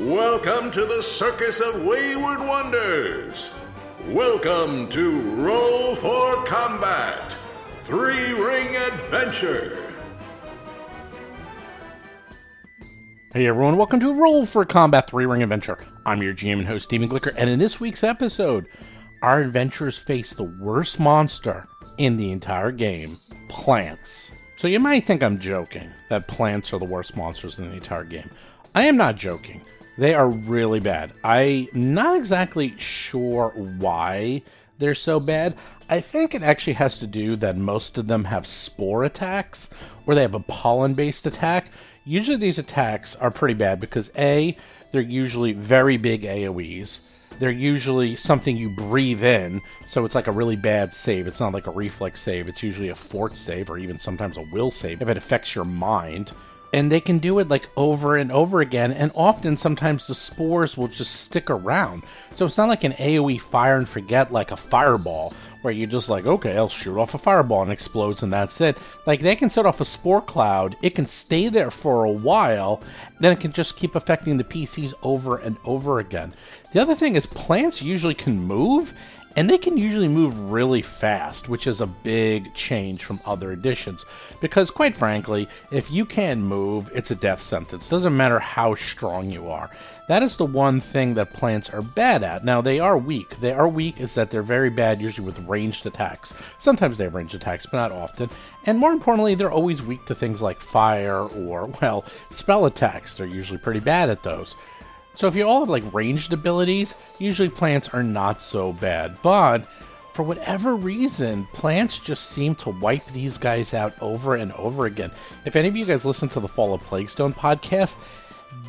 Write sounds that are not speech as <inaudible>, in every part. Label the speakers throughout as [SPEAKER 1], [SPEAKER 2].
[SPEAKER 1] Welcome to the Circus of Wayward Wonders. Welcome to Roll for Combat Three Ring Adventure.
[SPEAKER 2] Hey everyone, welcome to Roll for Combat 3 Ring Adventure. I'm your GM and host, Steven Glicker, and in this week's episode, our adventurers face the worst monster in the entire game plants. So you might think I'm joking that plants are the worst monsters in the entire game. I am not joking. They are really bad. I'm not exactly sure why they're so bad. I think it actually has to do that most of them have spore attacks, where they have a pollen based attack. Usually these attacks are pretty bad because A, they're usually very big AoEs. They're usually something you breathe in, so it's like a really bad save. It's not like a reflex save, it's usually a fort save or even sometimes a will save if it affects your mind and they can do it like over and over again and often sometimes the spores will just stick around so it's not like an aoe fire and forget like a fireball where you're just like okay i'll shoot off a fireball and it explodes and that's it like they can set off a spore cloud it can stay there for a while then it can just keep affecting the pcs over and over again the other thing is plants usually can move and they can usually move really fast, which is a big change from other editions. Because, quite frankly, if you can move, it's a death sentence. Doesn't matter how strong you are. That is the one thing that plants are bad at. Now, they are weak. They are weak, is that they're very bad usually with ranged attacks. Sometimes they have ranged attacks, but not often. And more importantly, they're always weak to things like fire or, <laughs> well, spell attacks. They're usually pretty bad at those. So if you all have like ranged abilities, usually plants are not so bad. But for whatever reason, plants just seem to wipe these guys out over and over again. If any of you guys listen to the Fall of Plaguestone podcast,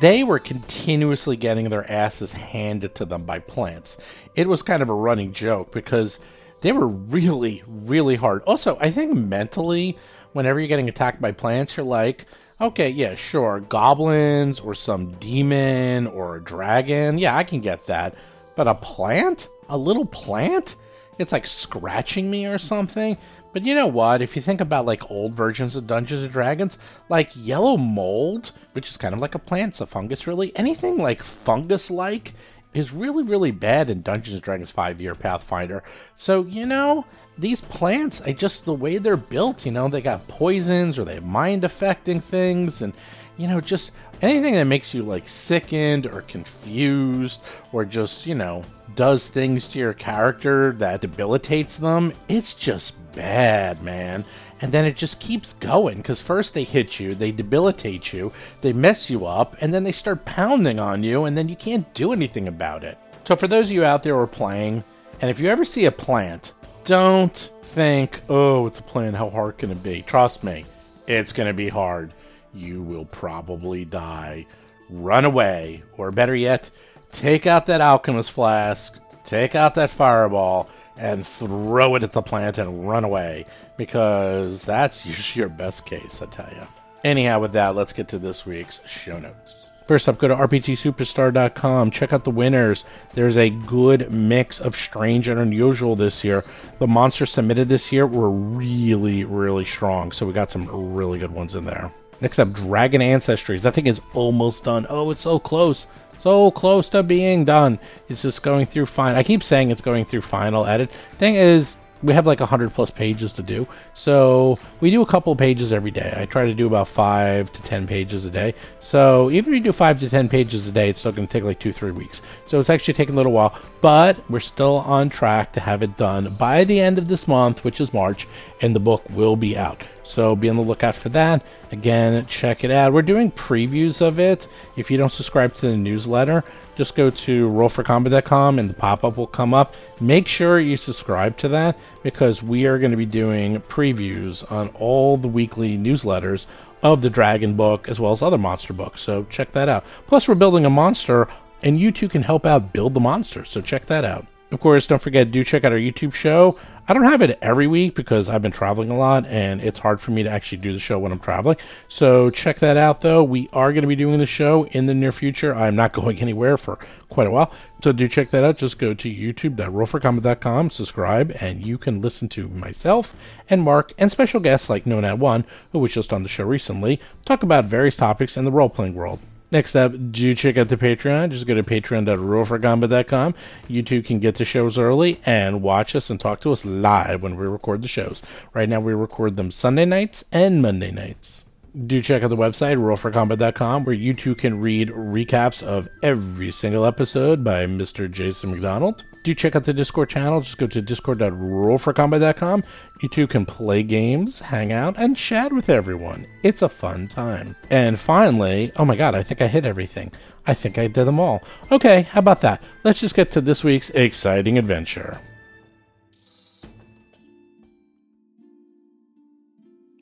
[SPEAKER 2] they were continuously getting their asses handed to them by plants. It was kind of a running joke because they were really, really hard. Also, I think mentally, whenever you're getting attacked by plants, you're like, okay, yeah, sure, goblins or some demon or a dragon. Yeah, I can get that. But a plant? A little plant? It's like scratching me or something. But you know what? If you think about like old versions of Dungeons and Dragons, like yellow mold, which is kind of like a plant, it's a fungus really, anything like fungus like is really, really bad in Dungeons and Dragons 5 year Pathfinder. So, you know, these plants, I just, the way they're built, you know, they got poisons or they have mind affecting things and, you know, just anything that makes you like sickened or confused or just, you know, does things to your character that debilitates them, it's just bad, man. And then it just keeps going because first they hit you, they debilitate you, they mess you up, and then they start pounding on you, and then you can't do anything about it. So, for those of you out there who are playing, and if you ever see a plant, don't think, oh, it's a plant, how hard can it be? Trust me, it's going to be hard. You will probably die. Run away, or better yet, take out that alchemist flask, take out that fireball, and throw it at the plant and run away because that's <laughs> usually your best case, I tell you. Anyhow, with that, let's get to this week's show notes. First up, go to RPGSuperstar.com. Check out the winners. There's a good mix of strange and unusual this year. The monsters submitted this year were really, really strong. So we got some really good ones in there. Next up, Dragon Ancestries. That thing is almost done. Oh, it's so close. So close to being done. It's just going through final. I keep saying it's going through final edit. Thing is, we have like 100 plus pages to do. So we do a couple pages every day. I try to do about 5 to 10 pages a day. So even if you do 5 to 10 pages a day, it's still going to take like 2 3 weeks. So it's actually taking a little while, but we're still on track to have it done by the end of this month, which is March, and the book will be out. So be on the lookout for that. Again, check it out. We're doing previews of it. If you don't subscribe to the newsletter, just go to rollforcombat.com and the pop up will come up. Make sure you subscribe to that because we are going to be doing previews on all the weekly newsletters of the Dragon book as well as other monster books. So check that out. Plus, we're building a monster, and you too can help out build the monster. So check that out. Of course, don't forget, do check out our YouTube show. I don't have it every week because I've been traveling a lot and it's hard for me to actually do the show when I'm traveling. So check that out though. We are going to be doing the show in the near future. I'm not <laughs> going anywhere for quite a while. So do check that out. Just go to youtube.rollforcombat.com, subscribe, and you can listen to myself and Mark and special guests like Nonat One, who was just on the show recently, talk about various topics in the role playing world. Next up, do check out the Patreon. Just go to patreon.rollforcombat.com. You too can get to shows early and watch us and talk to us live when we record the shows. Right now, we record them Sunday nights and Monday nights. Do check out the website, rollforcombat.com, where you too can read recaps of every single episode by Mr. Jason McDonald. Do check out the Discord channel. Just go to discord.rollforcombat.com. You too can play games, hang out, and chat with everyone. It's a fun time. And finally, oh my god, I think I hit everything. I think I did them all. Okay, how about that? Let's just get to this week's exciting adventure.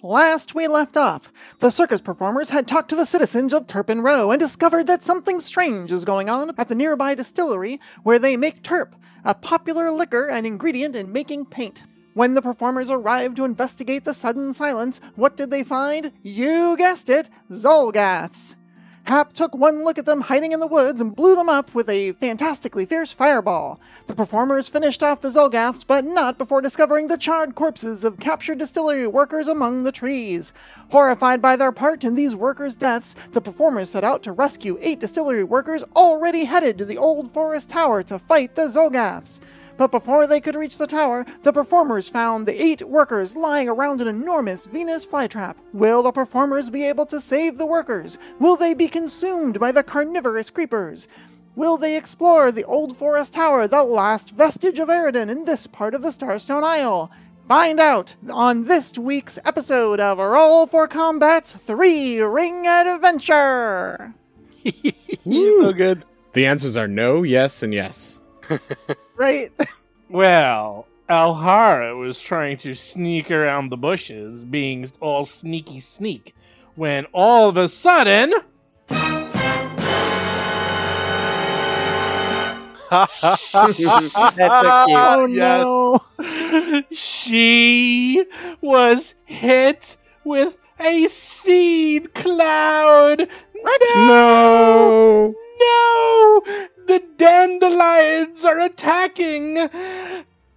[SPEAKER 3] Last we left off, the circus performers had talked to the citizens of Turpin Row and discovered that something strange is going on at the nearby distillery where they make turp, a popular liquor and ingredient in making paint. When the performers arrived to investigate the sudden silence, what did they find? You guessed it, Zolgaths. Hap took one look at them hiding in the woods and blew them up with a fantastically fierce fireball. The performers finished off the Zolgaths, but not before discovering the charred corpses of captured distillery workers among the trees. Horrified by their part in these workers' deaths, the performers set out to rescue eight distillery workers already headed to the old forest tower to fight the Zolgaths. But before they could reach the tower, the performers found the eight workers lying around an enormous Venus flytrap. Will the performers be able to save the workers? Will they be consumed by the carnivorous creepers? Will they explore the old forest tower, the last vestige of Eridan in this part of the Starstone Isle? Find out on this week's episode of Roll for Combat's Three Ring Adventure!
[SPEAKER 4] so good. The answers are no, yes, and yes.
[SPEAKER 3] Right?
[SPEAKER 2] Well, Alhara was trying to sneak around the bushes, being all sneaky sneak, when all of a sudden <laughs>
[SPEAKER 3] <laughs> oh no!
[SPEAKER 2] she was hit with a seed cloud.
[SPEAKER 4] No.
[SPEAKER 2] No! The dandelions are attacking.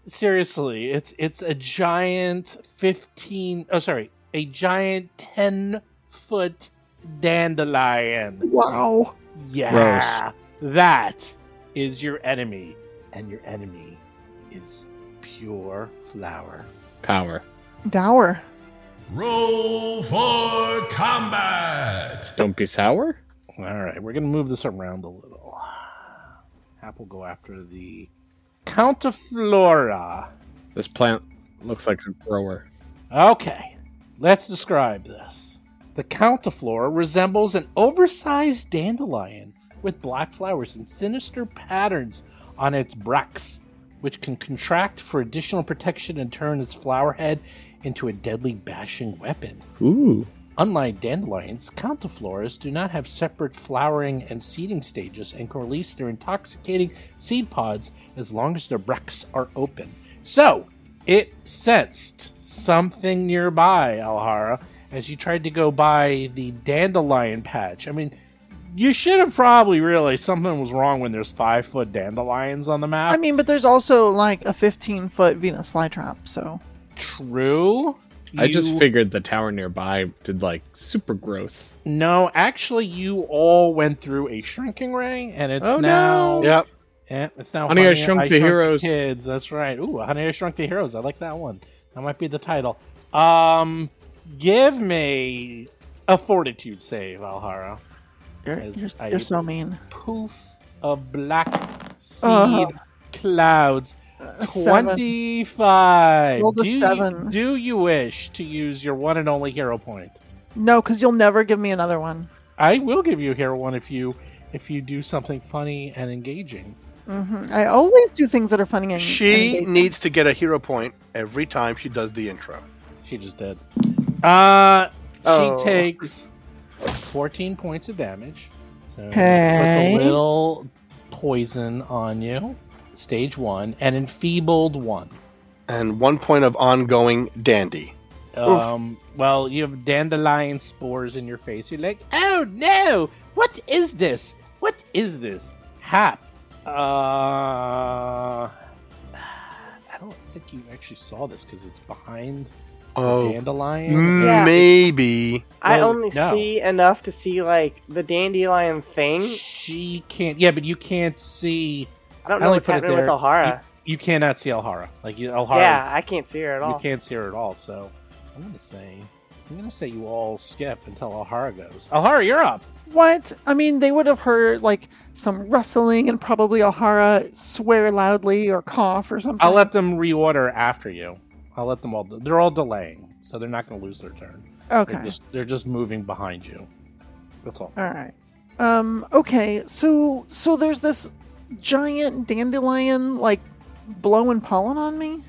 [SPEAKER 2] Seriously, it's it's a giant 15 oh sorry, a giant 10 foot dandelion.
[SPEAKER 3] Wow!
[SPEAKER 2] Yeah. That is your enemy and your enemy is pure flower.
[SPEAKER 4] Power.
[SPEAKER 3] Dower.
[SPEAKER 1] Roll for combat!
[SPEAKER 4] Don't be sour.
[SPEAKER 2] All right, we're going to move this around a little. Hap will go after the Countiflora.
[SPEAKER 4] This plant looks like a grower.
[SPEAKER 2] Okay, let's describe this. The countiflora resembles an oversized dandelion with black flowers and sinister patterns on its bracts, which can contract for additional protection and turn its flower head into a deadly bashing weapon.
[SPEAKER 4] Ooh.
[SPEAKER 2] Unlike dandelions, countifloras do not have separate flowering and seeding stages and can release their intoxicating seed pods as long as their bracts are open. So, it sensed something nearby, Alhara, as you tried to go by the dandelion patch. I mean, you should have probably realized something was wrong when there's five foot dandelions on the map.
[SPEAKER 3] I mean, but there's also like a 15 foot Venus flytrap, so.
[SPEAKER 2] true.
[SPEAKER 4] I just
[SPEAKER 2] You-
[SPEAKER 4] figured the tower nearby did like super growth.
[SPEAKER 2] No, actually, you all went through a shrinking ray, and it's
[SPEAKER 4] Oh,
[SPEAKER 2] now
[SPEAKER 4] no.
[SPEAKER 5] Yep.
[SPEAKER 2] Yeah, it's now
[SPEAKER 4] Honey, I Shrunk the Heroes.
[SPEAKER 2] Kids, that's right. Ooh, Honey, I Shrunk the Heroes. I like that one. That might be the title. Um, give me a fortitude save, Alhara.
[SPEAKER 3] You're,
[SPEAKER 2] As
[SPEAKER 3] you're,
[SPEAKER 2] I-
[SPEAKER 3] you're so mean.
[SPEAKER 2] Poof of black seed
[SPEAKER 3] Uh,
[SPEAKER 2] clouds.
[SPEAKER 3] A Uh, seven.
[SPEAKER 2] Twenty-five.
[SPEAKER 3] Rolled a
[SPEAKER 2] do, You,
[SPEAKER 3] seven.
[SPEAKER 2] do you wish to use your one and only hero point?
[SPEAKER 3] No, because you'll never give me another one.
[SPEAKER 2] I will give you a hero one if you if you do something funny and engaging.
[SPEAKER 3] hmm I always do things that are funny and
[SPEAKER 5] She
[SPEAKER 3] and engaging.
[SPEAKER 5] needs to get a hero point every time she does the intro. <laughs>
[SPEAKER 2] She just did. Uh,
[SPEAKER 3] Oh.
[SPEAKER 2] she takes fourteen points of damage. So
[SPEAKER 3] Okay.
[SPEAKER 2] put a little poison on you. Stage one and enfeebled one.
[SPEAKER 5] And one point of ongoing dandy.
[SPEAKER 2] Um, well, you have dandelion spores in your face. You're like, oh no, what is this? What is this? Hap. Uh, I don't think you actually saw this because it's behind
[SPEAKER 5] Oh,
[SPEAKER 2] Dandelion.
[SPEAKER 5] mm,
[SPEAKER 6] Yeah.
[SPEAKER 5] maybe.
[SPEAKER 6] I
[SPEAKER 2] Well,
[SPEAKER 6] only
[SPEAKER 2] no.
[SPEAKER 6] see enough to see like the dandelion thing.
[SPEAKER 2] She can't. Yeah, but you can't see.
[SPEAKER 6] I don't
[SPEAKER 2] I
[SPEAKER 6] know
[SPEAKER 2] only
[SPEAKER 6] what's
[SPEAKER 2] put it
[SPEAKER 6] happening with
[SPEAKER 2] there.
[SPEAKER 6] Alhara.
[SPEAKER 2] You cannot see Elhara. Like you- Elhara,
[SPEAKER 6] Yeah, I can't see her at
[SPEAKER 2] you
[SPEAKER 6] all.
[SPEAKER 2] can't see her at all. So I'm gonna say, I'm gonna say you all skip until Elhara goes. Elhara, you're up.
[SPEAKER 3] What? I mean, they would have heard like some rustling and probably Alhara swear loudly or cough or something.
[SPEAKER 2] I'll let them reorder after you. I'll let them all. They're all delaying, so they're not gonna lose their turn.
[SPEAKER 3] Okay.
[SPEAKER 2] They're just they're just moving behind you. That's all.
[SPEAKER 3] All right. Um. Okay. So so there's this giant dandelion like blowing pollen on me.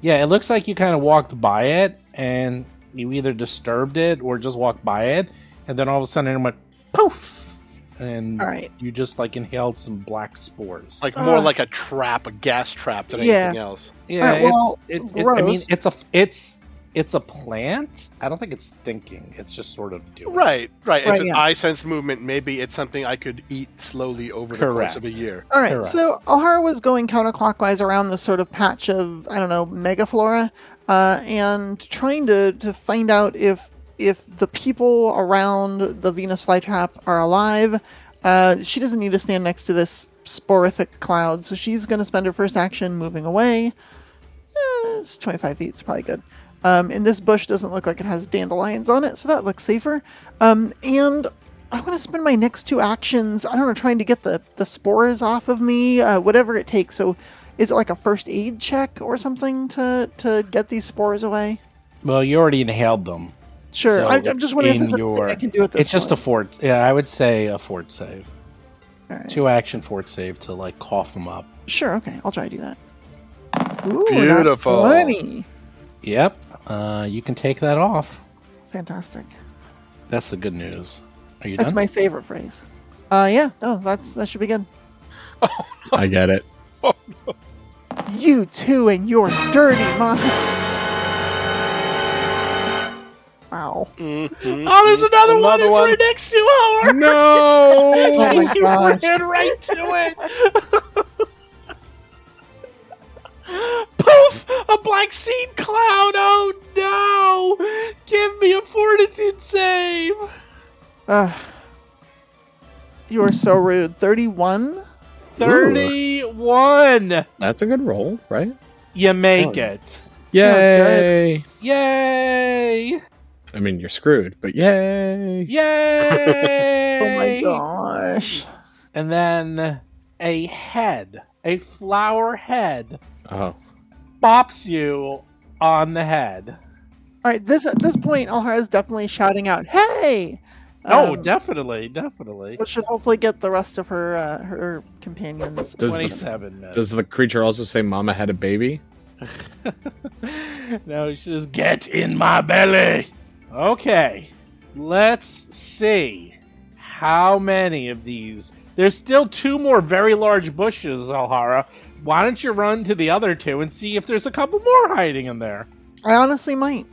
[SPEAKER 2] Yeah, it looks like you kind of walked by it and you either disturbed it or just walked by it, and then all of a sudden it went poof, and
[SPEAKER 3] All right.
[SPEAKER 2] you just like inhaled some black spores.
[SPEAKER 5] Like more
[SPEAKER 3] Uh.
[SPEAKER 5] like a trap, a gas trap than
[SPEAKER 3] Yeah.
[SPEAKER 5] anything else.
[SPEAKER 2] yeah,
[SPEAKER 3] Alright, well,
[SPEAKER 2] it's, it, it, I mean,
[SPEAKER 3] gross.
[SPEAKER 2] it's a it's it's a plant. I don't think it's thinking. It's just sort of doing.
[SPEAKER 5] Right, right. It's
[SPEAKER 3] Right,
[SPEAKER 5] an
[SPEAKER 3] yeah.
[SPEAKER 5] eye sense movement. Maybe it's something I could eat slowly over the course of a
[SPEAKER 2] Correct.
[SPEAKER 5] year.
[SPEAKER 3] All right.
[SPEAKER 2] Correct.
[SPEAKER 3] So Alhara was going counterclockwise around this sort of patch of I don't know megaflora, uh, and trying to to find out if if the people around the Venus flytrap are alive. Uh, she doesn't need to stand next to this sporific cloud, so she's going to spend her first action moving away. Eh, it's 25 feet. It's probably good. Um, and this bush doesn't look like it has dandelions on it, so that looks safer. Um, and I want to spend my next two actions, I don't know, trying to get the, the spores off of me, uh, whatever it takes. So is it like a first aid check or something to, to get these spores away?
[SPEAKER 2] Well, you already inhaled them.
[SPEAKER 3] Sure.
[SPEAKER 2] So
[SPEAKER 3] I, I'm just wondering if
[SPEAKER 2] in
[SPEAKER 3] there's anything
[SPEAKER 2] your-
[SPEAKER 3] I can do at this
[SPEAKER 2] it's just a fort. Yeah, I would say a fort save,
[SPEAKER 3] a f-
[SPEAKER 2] two action fort save to like cough them up.
[SPEAKER 3] Sure, okay. I'll try to do that. Ooh, not
[SPEAKER 5] Beautiful.
[SPEAKER 3] 20.
[SPEAKER 2] Yep, uh, you can take that off.
[SPEAKER 3] Fantastic.
[SPEAKER 2] That's the good news. Are you
[SPEAKER 3] That's
[SPEAKER 2] done?
[SPEAKER 3] my favorite phrase. Uh, yeah, no, that's that should be good.
[SPEAKER 4] I get <laughs> it.
[SPEAKER 3] You too and your dirty mind. Wow.
[SPEAKER 5] Mhm.
[SPEAKER 2] Oh, there's another, one.
[SPEAKER 5] Another
[SPEAKER 2] It's
[SPEAKER 5] one.
[SPEAKER 2] right next to her.
[SPEAKER 4] No.
[SPEAKER 3] Oh my
[SPEAKER 2] you
[SPEAKER 3] gosh.
[SPEAKER 2] ran right to it. Poof! A black seed cloud. Oh no! Give me a fortitude save.
[SPEAKER 3] Uh, you are so rude. 31?
[SPEAKER 2] Thirty-one.
[SPEAKER 4] That's a good roll, right?
[SPEAKER 2] You make
[SPEAKER 4] Oh.
[SPEAKER 2] it.
[SPEAKER 4] Yay!
[SPEAKER 2] Yay!
[SPEAKER 4] I mean, you're screwed, but yay!
[SPEAKER 2] Yay!
[SPEAKER 3] Oh my gosh.
[SPEAKER 2] And then a head, a flower head,
[SPEAKER 4] Oh,
[SPEAKER 2] bops you on the head.
[SPEAKER 3] All right, this at this point, Alhara is definitely shouting out, "Hey!"
[SPEAKER 2] Oh,
[SPEAKER 3] Um,
[SPEAKER 2] definitely, definitely.
[SPEAKER 3] Which should hopefully get the rest of her uh, her companions.
[SPEAKER 4] Does the-
[SPEAKER 2] Twenty-seven minutes.
[SPEAKER 4] does the creature also say "Mama had a baby"?
[SPEAKER 2] <laughs> no, she says, "Get in my belly." Okay, let's see how many of these. There's still two more very large bushes, Alhara. Why don't you run to the other two and see if there's a couple more hiding in there?
[SPEAKER 3] I honestly might.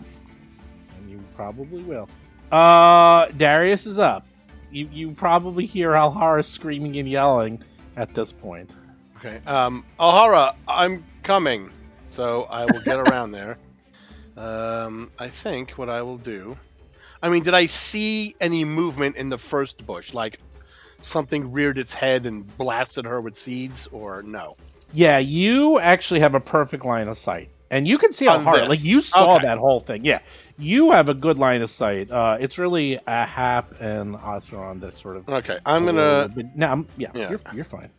[SPEAKER 2] And you probably will. Uh, Darius is up. You you probably hear Alhara screaming and yelling at this point.
[SPEAKER 5] Okay. Um, Alhara, I'm coming. So I will get <laughs> around there. Um, I think what I will do. I mean, did I see any movement in the first bush? Like something reared its head and blasted her with seeds, or no?
[SPEAKER 2] Yeah, you actually have a perfect line of sight, and you can see
[SPEAKER 5] On
[SPEAKER 2] Alhara.
[SPEAKER 5] this.
[SPEAKER 2] Like you saw
[SPEAKER 5] Okay.
[SPEAKER 2] that whole thing. Yeah, you have a good line of sight. Uh, it's really a Hap and Osron that sort of.
[SPEAKER 5] Okay. I'm gonna
[SPEAKER 2] No, I'm, yeah,
[SPEAKER 5] Yeah.
[SPEAKER 2] You're, you're fine.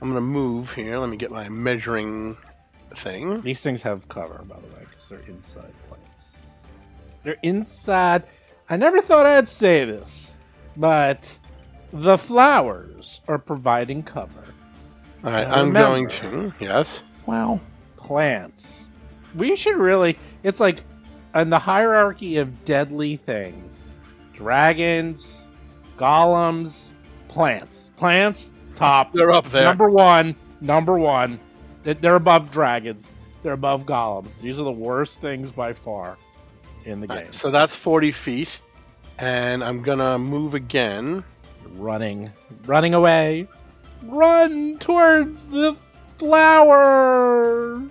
[SPEAKER 5] I'm gonna move here. Let me get my measuring thing.
[SPEAKER 2] These things have cover, by the way, because they're inside plants. They're inside. I never thought I'd say this, but the flowers are providing cover.
[SPEAKER 5] All right.
[SPEAKER 2] Uh,
[SPEAKER 5] I'm
[SPEAKER 2] remember.
[SPEAKER 5] going to yes.
[SPEAKER 3] Wow.
[SPEAKER 2] Plants. We should really. It's like in the hierarchy of deadly things dragons, golems, plants. Plants, top.
[SPEAKER 5] They're up there.
[SPEAKER 2] Number one, number one. That they're above dragons. They're above golems. These are the worst things by far in the
[SPEAKER 5] All
[SPEAKER 2] game.
[SPEAKER 5] right, so that's 40 feet, and I'm gonna move again.
[SPEAKER 2] Running, running away, run towards the flower,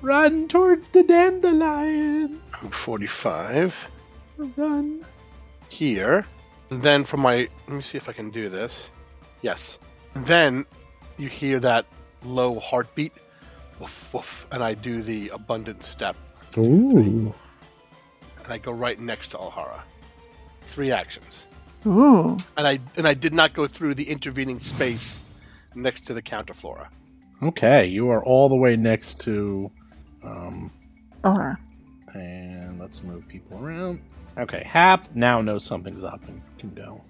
[SPEAKER 2] run towards the dandelion.
[SPEAKER 5] Group 45.
[SPEAKER 3] Run.
[SPEAKER 5] here. And then from my let me see if I can do this. Yes. And then you hear that low heartbeat. Woof woof and I do the abundant step.
[SPEAKER 7] Ooh.
[SPEAKER 5] And I go right next to Alhara. Three actions.
[SPEAKER 3] Ooh.
[SPEAKER 5] And I and I did not go through the intervening space next to the counterflora.
[SPEAKER 2] Okay, you are all the way next to. Um,
[SPEAKER 3] Alright.
[SPEAKER 2] and let's move people around. Okay, Hap now knows something's up and can go.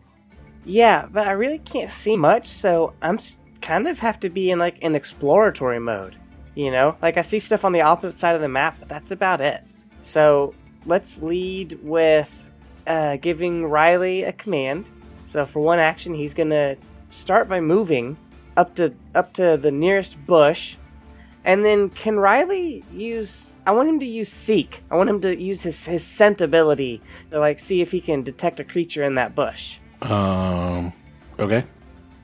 [SPEAKER 6] Yeah, but I really can't see much, so I'm s- kind of have to be in like an exploratory mode. You know, like I see stuff on the opposite side of the map, but that's about it. So let's lead with uh, giving Riley a command. So for one action, he's gonna start by moving up to up to the nearest bush, and then can Riley use? I want him to use seek. I want him to use his his scent ability to like see if he can detect a creature in that bush.
[SPEAKER 2] Um, okay.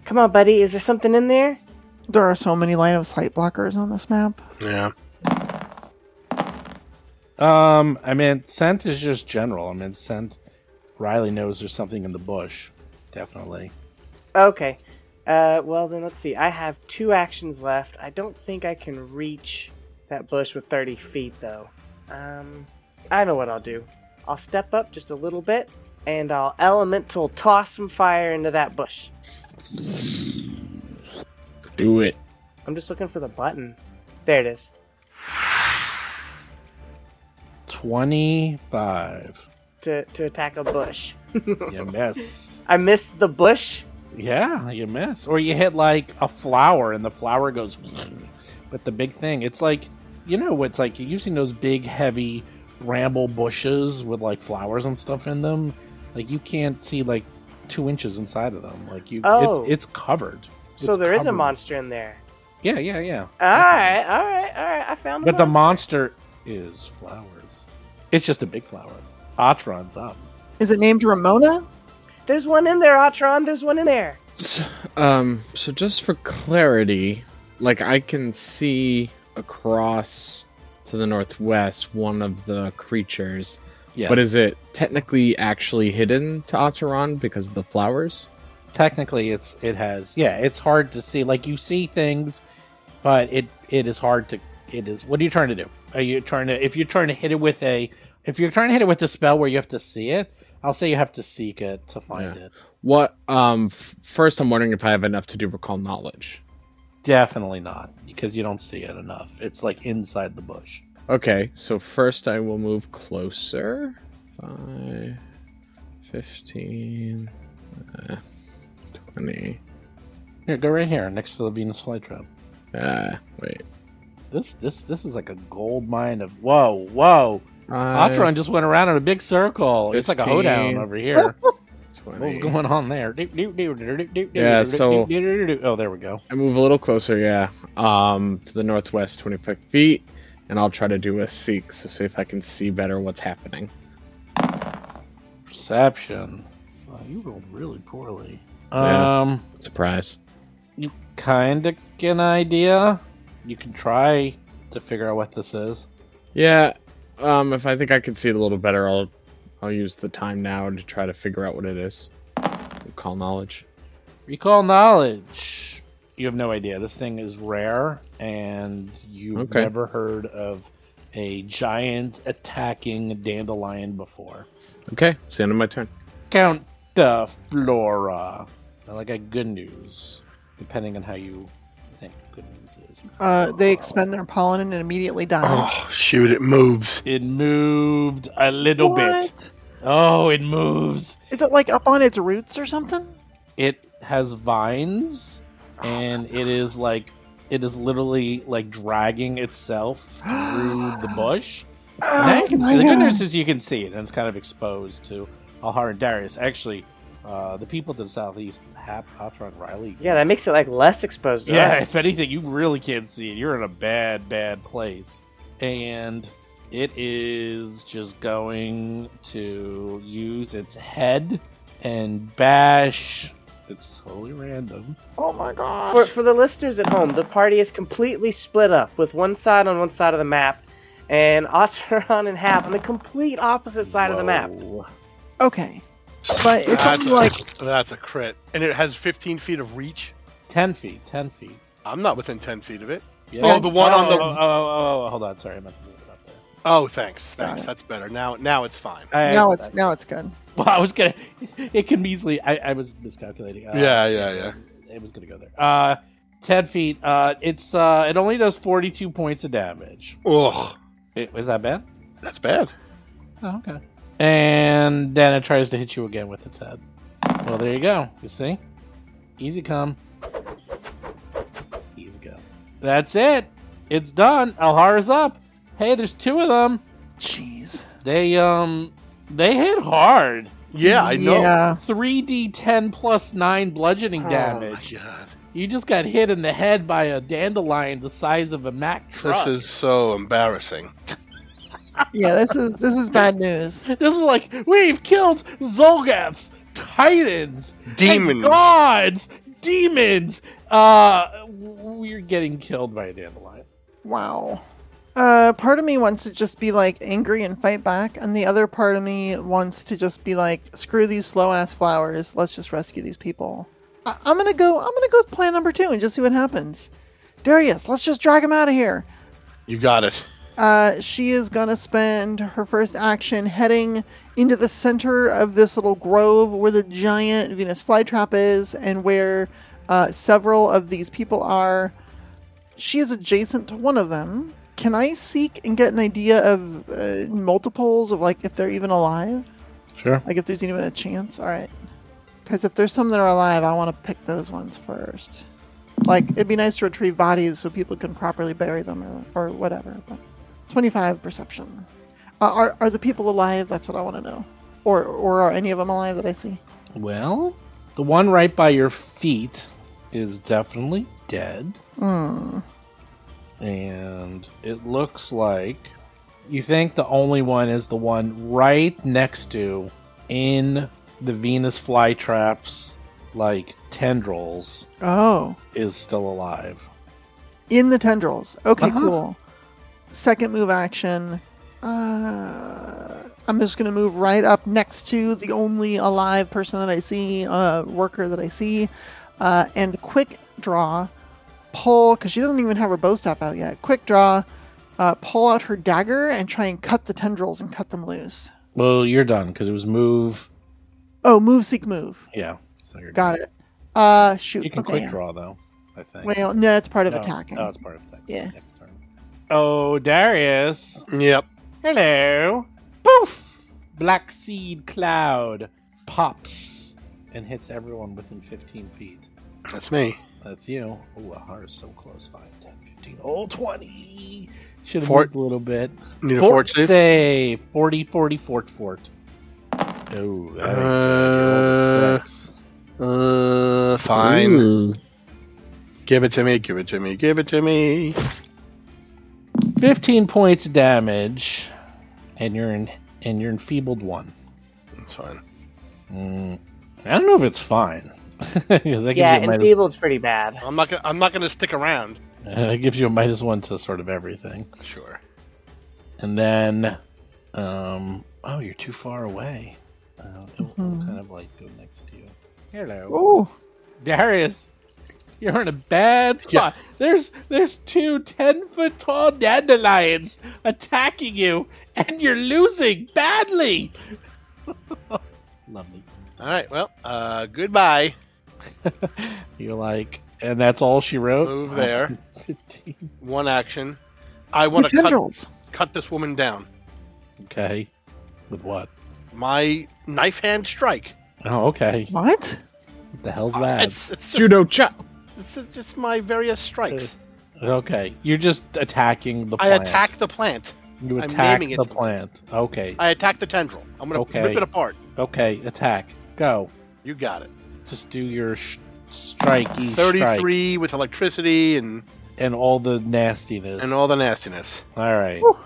[SPEAKER 6] Come on, buddy. Is there something in there?
[SPEAKER 3] There are so many line of sight blockers on this map.
[SPEAKER 5] Yeah.
[SPEAKER 2] Um, I mean, scent is just general. I mean, scent. Riley knows there's something in the bush. Definitely.
[SPEAKER 6] Okay. Uh, well, then let's see. I have two actions left. I don't think I can reach that bush with 30 feet, though. Um, I know what I'll do. I'll step up just a little bit, and I'll elemental toss some fire into that bush.
[SPEAKER 4] Do it.
[SPEAKER 6] I'm just looking for the button. There it is.
[SPEAKER 2] <laughs> 25.
[SPEAKER 6] To, to attack a bush.
[SPEAKER 2] You miss.
[SPEAKER 6] I missed the bush.
[SPEAKER 2] yeah, you miss. Or you hit like a flower and the flower goes. But the big thing, it's like, you know, it's like you're using those big, heavy bramble bushes with like flowers and stuff in them. Like you can't see like two inches inside of them. Like you,
[SPEAKER 6] Oh.
[SPEAKER 2] it's, it's covered.
[SPEAKER 6] So
[SPEAKER 2] It's
[SPEAKER 6] there is a
[SPEAKER 2] covered.
[SPEAKER 6] monster in there.
[SPEAKER 2] Yeah, yeah, yeah.
[SPEAKER 6] All right, all right, all right. I found the
[SPEAKER 2] But the
[SPEAKER 6] monster.
[SPEAKER 2] monster is flowers. It's just a big flower. Atron's up.
[SPEAKER 3] Is it named Ramona?
[SPEAKER 6] There's one in there, Atron. There's one in there.
[SPEAKER 4] So, um, so just for clarity, like I can see across to the northwest one of the creatures,
[SPEAKER 2] Yeah.
[SPEAKER 4] but is it technically actually hidden to Ataran because of the flowers?
[SPEAKER 2] technically it's it has yeah, it's hard to see. Like you see things, but it it is hard to it is what are you trying to do? Are you trying to if you're trying to hit it with a if you're trying to hit it with a spell where you have to see it, I'll say you have to seek it to find it.
[SPEAKER 4] What? Um, f- first, I'm wondering if I have enough to do recall knowledge.
[SPEAKER 2] Definitely not, because you don't see it enough. It's like inside the bush.
[SPEAKER 4] Okay, so first I will move closer. 5, 15, uh, 20.
[SPEAKER 2] Here, go right here, next to the Venus flytrap.
[SPEAKER 4] Uh, wait.
[SPEAKER 2] This this this is like a gold mine of whoa, whoa.
[SPEAKER 4] Five,
[SPEAKER 2] Atron just went around in a big circle. It's like a
[SPEAKER 4] 15.
[SPEAKER 2] hoedown over here.
[SPEAKER 4] 20.
[SPEAKER 2] What's going on there? Doop, doop, doop, doop, doop, doop,
[SPEAKER 4] Yeah,
[SPEAKER 2] doop,
[SPEAKER 4] so-
[SPEAKER 2] doop, doop, doop, doop. oh, there we go.
[SPEAKER 4] I move a little closer, yeah. Um, to the northwest, 25 feet, and I'll try to do a seek, so see if I can see better what's happening.
[SPEAKER 2] Perception. Oh, you rolled really poorly.
[SPEAKER 4] Yeah.
[SPEAKER 2] Um,
[SPEAKER 4] Surprise.
[SPEAKER 2] you kind of get an idea. You can try to figure out what this is.
[SPEAKER 4] Yeah. Um, if I think I can see it a little better, I'll I'll use the time now to try to figure out what it is. Call knowledge.
[SPEAKER 2] Recall knowledge. You have no idea. This thing is rare, and you've
[SPEAKER 4] Okay.
[SPEAKER 2] never heard of a giant attacking dandelion before.
[SPEAKER 4] Okay, it's the end of my turn.
[SPEAKER 2] Count the Flora. I like a good news, depending on how you think good news is.
[SPEAKER 3] Uh, they expend their pollen and immediately die.
[SPEAKER 5] Oh shoot, it moves.
[SPEAKER 2] It moved a little bit. Oh, it moves.
[SPEAKER 3] Is it like up on its roots or something?
[SPEAKER 2] It has vines,
[SPEAKER 3] Oh.
[SPEAKER 2] and it is like it is literally like dragging itself
[SPEAKER 3] <gasps>
[SPEAKER 2] through the bush. Now you
[SPEAKER 3] Oh,
[SPEAKER 2] can
[SPEAKER 3] my
[SPEAKER 2] see. The good
[SPEAKER 3] God.
[SPEAKER 2] news is you can see it, and it's kind of exposed to Alhar and Darius. Actually, uh, the people to the southeast, Hap, Atron, Riley.
[SPEAKER 6] Yeah, that makes it like less exposed. to
[SPEAKER 2] Yeah,
[SPEAKER 6] us.
[SPEAKER 2] if anything, you really can't see it. You're in a bad, bad place. And it is just going to use its head and bash. It's totally random.
[SPEAKER 3] Oh my gosh.
[SPEAKER 6] For, for the listeners at home, the party is completely split up, with one side on one side of the map, and Oteron and Hap on the complete opposite side of the map.
[SPEAKER 3] Okay. But it's
[SPEAKER 5] That's
[SPEAKER 3] something
[SPEAKER 5] a,
[SPEAKER 3] like
[SPEAKER 5] that's a crit, and it has 15 feet of reach.
[SPEAKER 2] 10 feet, 10 feet.
[SPEAKER 5] I'm not within 10 feet of it.
[SPEAKER 2] Yeah.
[SPEAKER 5] Oh, the one on
[SPEAKER 2] Oh,
[SPEAKER 5] the.
[SPEAKER 2] oh, oh, oh, hold on. Sorry, I meant to move it up there.
[SPEAKER 5] Oh, thanks, thanks.
[SPEAKER 3] Alright.
[SPEAKER 5] That's better. Now, now it's fine.
[SPEAKER 2] I-
[SPEAKER 3] now it's now it's good.
[SPEAKER 2] Well, I was gonna. <laughs> It can easily. I, I was miscalculating. Uh,
[SPEAKER 5] Yeah, yeah, yeah.
[SPEAKER 2] It was gonna go there. Uh, ten feet. Uh, it's. Uh, it only does forty-two points of damage.
[SPEAKER 5] Ugh,
[SPEAKER 2] It, was that bad?
[SPEAKER 5] that's bad.
[SPEAKER 2] Oh, okay. And then it tries to hit you again with its head. Well, there you go. You see, easy come, easy go. That's it. It's done. Alhara's up. Hey, there's two of them.
[SPEAKER 3] Jeez.
[SPEAKER 2] They um, they hit hard.
[SPEAKER 5] Yeah, I know.
[SPEAKER 3] Yeah.
[SPEAKER 2] 3d10 plus 9 bludgeoning
[SPEAKER 5] Oh,
[SPEAKER 2] damage.
[SPEAKER 5] my God.
[SPEAKER 2] You just got hit in the head by a dandelion the size of a Mack truck.
[SPEAKER 5] This is so embarrassing.
[SPEAKER 3] Yeah, this is this is bad news.
[SPEAKER 2] This is like we've killed Zolgaths, Titans, and
[SPEAKER 5] Demons.
[SPEAKER 2] gods, demons. Uh, we're getting killed by a dandelion.
[SPEAKER 3] Wow. Uh, part of me wants to just be like angry and fight back, and the other part of me wants to just be like, screw these slow ass flowers. Let's just rescue these people. I- I'm gonna go. I'm gonna go with plan number two and just see what happens. Darius, let's just drag him out of here.
[SPEAKER 5] You got it.
[SPEAKER 3] Uh, she is gonna spend her first action heading into the center of this little grove where the giant Venus flytrap is, and where uh, several of these people are. She is adjacent to one of them. Can I seek and get an idea of uh, multiples of like if they're even alive?
[SPEAKER 2] Sure.
[SPEAKER 3] Like if there's even a chance? All right. Because if there's some that are alive, I want to pick those ones first. Like it'd be nice to retrieve bodies so people can properly bury them or, or whatever. But 25 perception. Uh, are are the people alive? That's what I want to know. Or or are any of them alive that I see?
[SPEAKER 2] Well, the one right by your feet is definitely dead.
[SPEAKER 3] Hmm.
[SPEAKER 2] and it looks like you think the only one is the one right next to in the Venus flytraps like tendrils
[SPEAKER 3] Oh,
[SPEAKER 2] is still alive.
[SPEAKER 3] in the tendrils. Okay,
[SPEAKER 2] Uh-huh.
[SPEAKER 3] cool. Second move action. Uh, I'm just gonna move right up next to the only alive person that I see, uh, worker that I see, uh, and quick draw, pull because she doesn't even have her bow staff out yet. Quick draw, uh, pull out her dagger and try and cut the tendrils and cut them loose.
[SPEAKER 2] Well, you're done because it was move.
[SPEAKER 3] Oh, move, seek, move.
[SPEAKER 2] Yeah, so you're
[SPEAKER 3] Got it. Uh, shoot.
[SPEAKER 2] You can
[SPEAKER 3] okay.
[SPEAKER 2] quick draw though. I think.
[SPEAKER 3] Well, no, it's part of
[SPEAKER 2] No,
[SPEAKER 3] attacking.
[SPEAKER 2] Oh, it's part of attacking.
[SPEAKER 3] Yeah.
[SPEAKER 2] Next turn. Oh, Darius.
[SPEAKER 5] Yep.
[SPEAKER 2] Hello. Poof! Black seed cloud pops and hits everyone within 15 feet.
[SPEAKER 5] That's me.
[SPEAKER 2] That's you. Ooh, a heart is so close. 5, 10, 15. Oh, 20! Should have moved
[SPEAKER 5] Fort-
[SPEAKER 2] a little bit.
[SPEAKER 5] Need a fort save?
[SPEAKER 2] save. 40, 40, fort, fort. Oh, that ain't good. You rolled a
[SPEAKER 5] Uh,
[SPEAKER 2] six.
[SPEAKER 5] Uh, fine.
[SPEAKER 4] Ooh.
[SPEAKER 5] Give it to me. Give it to me. Give it to me.
[SPEAKER 2] 15 points of damage, and you're in, and you're enfeebled one.
[SPEAKER 5] That's fine.
[SPEAKER 2] Mm, I don't know if it's <laughs> fine. 'Cause that gives
[SPEAKER 6] Yeah,
[SPEAKER 2] you a minus- <laughs>
[SPEAKER 6] enfeebled's pretty bad.
[SPEAKER 5] I'm not. Gonna, I'm not going to stick around.
[SPEAKER 2] Uh, it gives you a minus one to sort of everything.
[SPEAKER 5] Sure.
[SPEAKER 2] And then, um, oh, you're too far away. Uh, it'll, it'll
[SPEAKER 3] Mhm.
[SPEAKER 2] kind of like go next to you. Hello,
[SPEAKER 3] Ooh.
[SPEAKER 2] Darius. You're in a bad spot. There's there's two ten foot tall dandelions attacking you, and you're losing badly. <laughs> Lovely.
[SPEAKER 5] All right. Well. Uh. Goodbye.
[SPEAKER 2] You're like, and that's all she wrote. <laughs>
[SPEAKER 5] Move there.
[SPEAKER 2] 15.
[SPEAKER 5] One action. I
[SPEAKER 3] The
[SPEAKER 5] want to cut,
[SPEAKER 3] tendrils.
[SPEAKER 5] cut this woman down.
[SPEAKER 2] Okay. With what?
[SPEAKER 5] My knife hand strike.
[SPEAKER 2] Oh, okay.
[SPEAKER 3] What?
[SPEAKER 2] What the hell's
[SPEAKER 5] Uh,
[SPEAKER 2] that?
[SPEAKER 5] It's it's just,
[SPEAKER 4] Judo chop.
[SPEAKER 5] it's it's just my various strikes.
[SPEAKER 2] Okay, you're just attacking the
[SPEAKER 5] I
[SPEAKER 2] plant.
[SPEAKER 5] attack the plant.
[SPEAKER 2] You
[SPEAKER 5] I'm
[SPEAKER 2] attack
[SPEAKER 5] naming it
[SPEAKER 2] the
[SPEAKER 5] something.
[SPEAKER 2] plant. Okay,
[SPEAKER 5] I attack the tendril. I'm gonna
[SPEAKER 2] Okay.
[SPEAKER 5] rip it apart.
[SPEAKER 2] okay, attack. Go.
[SPEAKER 5] You got it.
[SPEAKER 2] Just do your sh- strikey strike
[SPEAKER 5] Thirty-three with electricity and
[SPEAKER 2] and all the nastiness.
[SPEAKER 5] and all the nastiness.
[SPEAKER 2] All right.
[SPEAKER 3] Whew.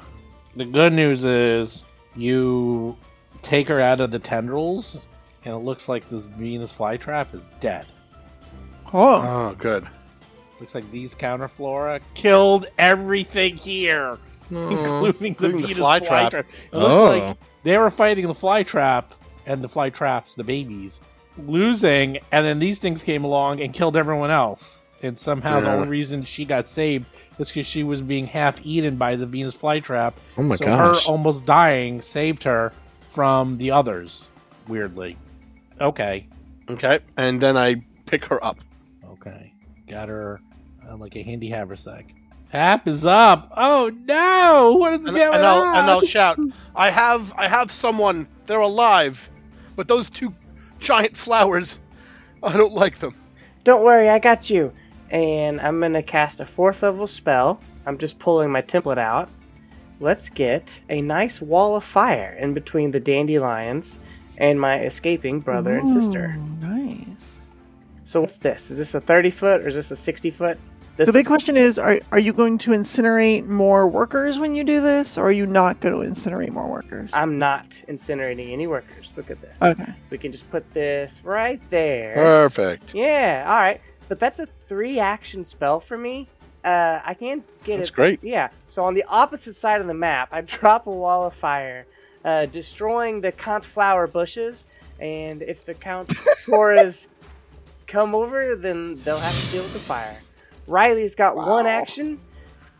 [SPEAKER 2] The good news is you take her out of the tendrils, and it looks like this Venus flytrap is dead.
[SPEAKER 3] Oh.
[SPEAKER 5] Oh, good.
[SPEAKER 2] Looks like these counterflora killed everything here.
[SPEAKER 4] No.
[SPEAKER 2] including,
[SPEAKER 5] Oh, Including
[SPEAKER 2] the,
[SPEAKER 5] the
[SPEAKER 2] Beatles
[SPEAKER 5] fly trap.
[SPEAKER 2] It looks
[SPEAKER 4] Oh.
[SPEAKER 2] like they were fighting the fly trap and the fly traps, the babies, losing, and then these things came along and killed everyone else. And somehow the
[SPEAKER 4] Yeah.
[SPEAKER 2] only reason she got saved is because she was being half eaten by the Venus flytrap.
[SPEAKER 4] Oh my
[SPEAKER 2] so
[SPEAKER 4] gosh.
[SPEAKER 2] her almost dying saved her from the others. Weirdly, okay,
[SPEAKER 5] Okay, and then I pick her up.
[SPEAKER 2] okay, got her uh, like a handy haversack. Hap is up. Oh no! What is
[SPEAKER 5] And,
[SPEAKER 2] going
[SPEAKER 5] and I'll
[SPEAKER 2] on?
[SPEAKER 5] and I'll shout, I have I have someone. They're alive, but those two giant flowers, I don't like them.
[SPEAKER 6] Don't worry, I got you. And I'm gonna cast a fourth level spell. I'm just pulling my template out. Let's get a nice wall of fire in between the dandelions and my escaping brother and sister.
[SPEAKER 3] Ooh, Nice.
[SPEAKER 6] So what's this? Is this a thirty foot or is this a sixty foot? This
[SPEAKER 3] The big
[SPEAKER 6] looks-
[SPEAKER 3] question is are, are you going to incinerate more workers when you do this, or are you not going to incinerate more workers?
[SPEAKER 6] I'm not incinerating any workers. Look at this.
[SPEAKER 3] Okay.
[SPEAKER 6] We can just put this right there.
[SPEAKER 5] uh, Perfect.
[SPEAKER 6] Yeah, all right. But that's a three action spell for me. Uh, I can get
[SPEAKER 5] That's
[SPEAKER 6] it.
[SPEAKER 5] great.
[SPEAKER 6] Yeah. So on the opposite side of the map, I <laughs> drop a wall of fire, uh, destroying the Count flower bushes. And if the Count Floras come over, then they'll have to deal with the fire. Riley's got one action,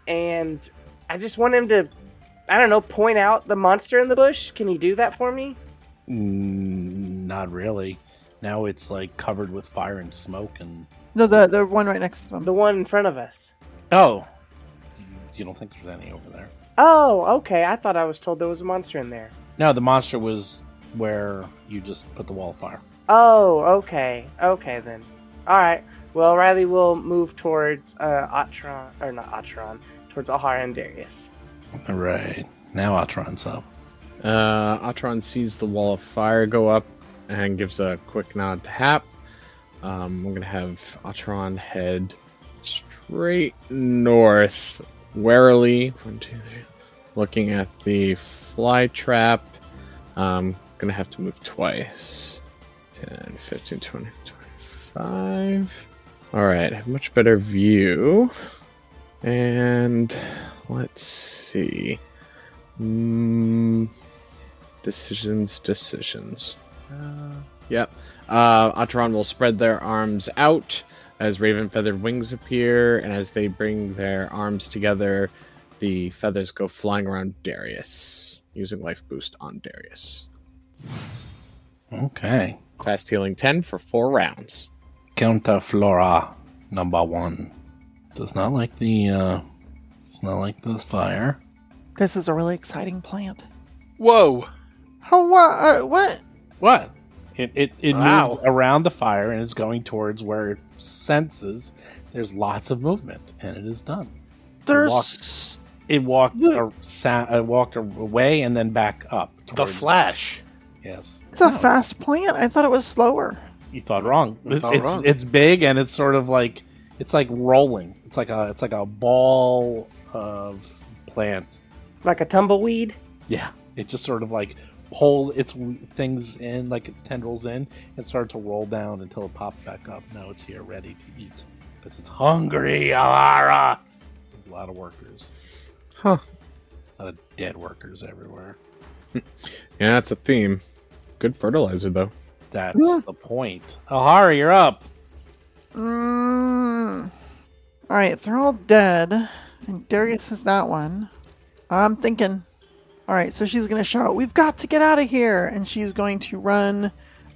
[SPEAKER 6] and I just want him to, I don't know, point out the monster in the bush. Can you do that for me?
[SPEAKER 2] Mm, not really. Now it's like covered with fire and smoke and
[SPEAKER 3] No, the, the one right next to them.
[SPEAKER 6] The one in front of us.
[SPEAKER 2] oh, you don't think there's any over there?
[SPEAKER 6] Oh, okay. I thought I was told there was a monster in there.
[SPEAKER 2] No, the monster was where you just put the wall of fire.
[SPEAKER 6] Oh, okay. Okay then. All right. Well, Riley will move towards uh, Atron, or not Atron, towards Ahara and Darius.
[SPEAKER 2] All right, now Atron's up.
[SPEAKER 4] Uh, Atron sees the wall of fire go up and gives a quick nod to Hap. Um, I'm gonna have Atron head straight north, warily. One, two, three. Looking at the fly trap. Um, gonna have to move twice. 10, 15, 20, 25. All right, have much better view. And let's see. Mm, decisions, decisions. Uh, yep. Uh, Atron will spread their arms out as raven feathered wings appear, and as they bring their arms together, the feathers go flying around Darius, using life boost on Darius.
[SPEAKER 2] Okay,
[SPEAKER 4] Fast healing 10 for four rounds.
[SPEAKER 2] Counter Flora number one does not like the. uh does not like this fire.
[SPEAKER 3] This is a really exciting plant.
[SPEAKER 5] Whoa.
[SPEAKER 3] How, uh, uh, what?
[SPEAKER 2] What? It it, it
[SPEAKER 5] Wow.
[SPEAKER 2] moved around the fire and it's going towards where it senses there's lots of movement and it is done.
[SPEAKER 3] There's.
[SPEAKER 2] It walked
[SPEAKER 3] Yeah.
[SPEAKER 2] a, sa- uh, walked away and then back up.
[SPEAKER 5] The
[SPEAKER 2] towards-
[SPEAKER 5] Flash.
[SPEAKER 2] Yes.
[SPEAKER 3] It's a
[SPEAKER 2] No,
[SPEAKER 3] fast plant. I thought it was slower.
[SPEAKER 2] You thought wrong.
[SPEAKER 5] You
[SPEAKER 2] It's,
[SPEAKER 5] thought
[SPEAKER 2] it's,
[SPEAKER 5] wrong.
[SPEAKER 2] it's big and it's sort of like it's like rolling. It's like a it's like a ball of plant.
[SPEAKER 6] Like a tumbleweed.
[SPEAKER 2] Yeah. It just sort of like pulled its w- things in, like its tendrils in, and started to roll down until it popped back up. Now it's here, ready to eat because it's hungry. Alara. A lot of workers.
[SPEAKER 4] Huh.
[SPEAKER 2] A lot of dead workers everywhere.
[SPEAKER 4] Yeah, that's a theme. Good fertilizer, though.
[SPEAKER 2] That's
[SPEAKER 3] Yeah.
[SPEAKER 2] the point. Ahara, you're up.
[SPEAKER 3] Mm. All right, they're all dead, and Darius is that one. I'm thinking. All right, so she's gonna shout, "We've got to get out of here!" And she's going to run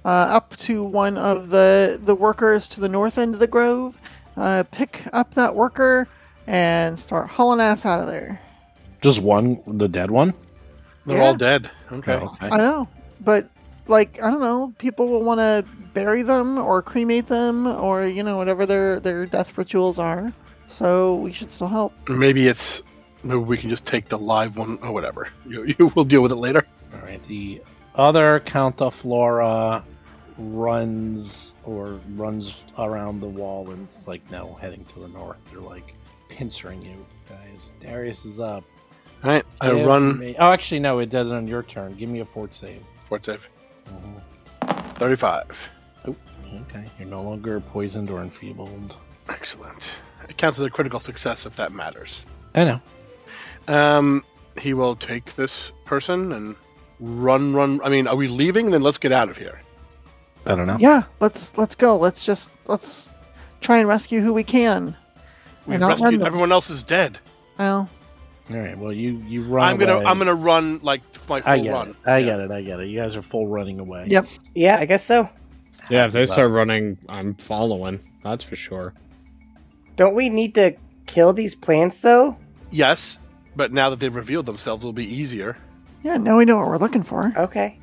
[SPEAKER 3] uh, up to one of the the workers to the north end of the grove, uh, pick up that worker, and start hauling ass out of there.
[SPEAKER 2] Just one, the dead one.
[SPEAKER 5] They're
[SPEAKER 3] Yeah.
[SPEAKER 5] all dead. Okay.
[SPEAKER 3] I know, but like I don't know, people will want to bury them or cremate them or you know whatever their their death rituals are. So we should still help.
[SPEAKER 5] Maybe it's maybe we can just take the live one or whatever. You, you <laughs> will deal with it later.
[SPEAKER 2] All right. The other Countaflora runs or runs around the wall and it's like now heading to the north. They're like pincering you guys. Darius is up.
[SPEAKER 5] All right. I
[SPEAKER 2] Give
[SPEAKER 5] run
[SPEAKER 2] me- oh, actually, no, it does it on your turn. Give me a fort save.
[SPEAKER 5] fort save. Thirty-five.
[SPEAKER 2] Okay. You're no longer poisoned or enfeebled.
[SPEAKER 5] Excellent. It counts as a critical success if that matters.
[SPEAKER 2] I know.
[SPEAKER 5] Um, he will take this person and run, run. I mean, are we leaving? Then let's get out of here.
[SPEAKER 2] I don't know.
[SPEAKER 3] Yeah, let's let's go. Let's just let's try and rescue who we can.
[SPEAKER 5] We
[SPEAKER 3] And I'll run
[SPEAKER 5] rescued
[SPEAKER 3] them.
[SPEAKER 5] everyone else is dead.
[SPEAKER 3] Well,
[SPEAKER 2] All right. Well, you you run.
[SPEAKER 5] I'm gonna,
[SPEAKER 2] away.
[SPEAKER 5] I'm gonna run like my full
[SPEAKER 2] I get
[SPEAKER 5] run.
[SPEAKER 2] it. I
[SPEAKER 5] Yeah.
[SPEAKER 2] get it. I get it. You guys are full running away.
[SPEAKER 3] Yep.
[SPEAKER 6] Yeah, I guess so.
[SPEAKER 4] Yeah, if they start running, I'm following. That's for sure.
[SPEAKER 6] Don't we need to kill these plants though?
[SPEAKER 5] Yes, but now that they've revealed themselves, it'll be easier.
[SPEAKER 3] yeah, now we know what we're looking for.
[SPEAKER 6] Okay.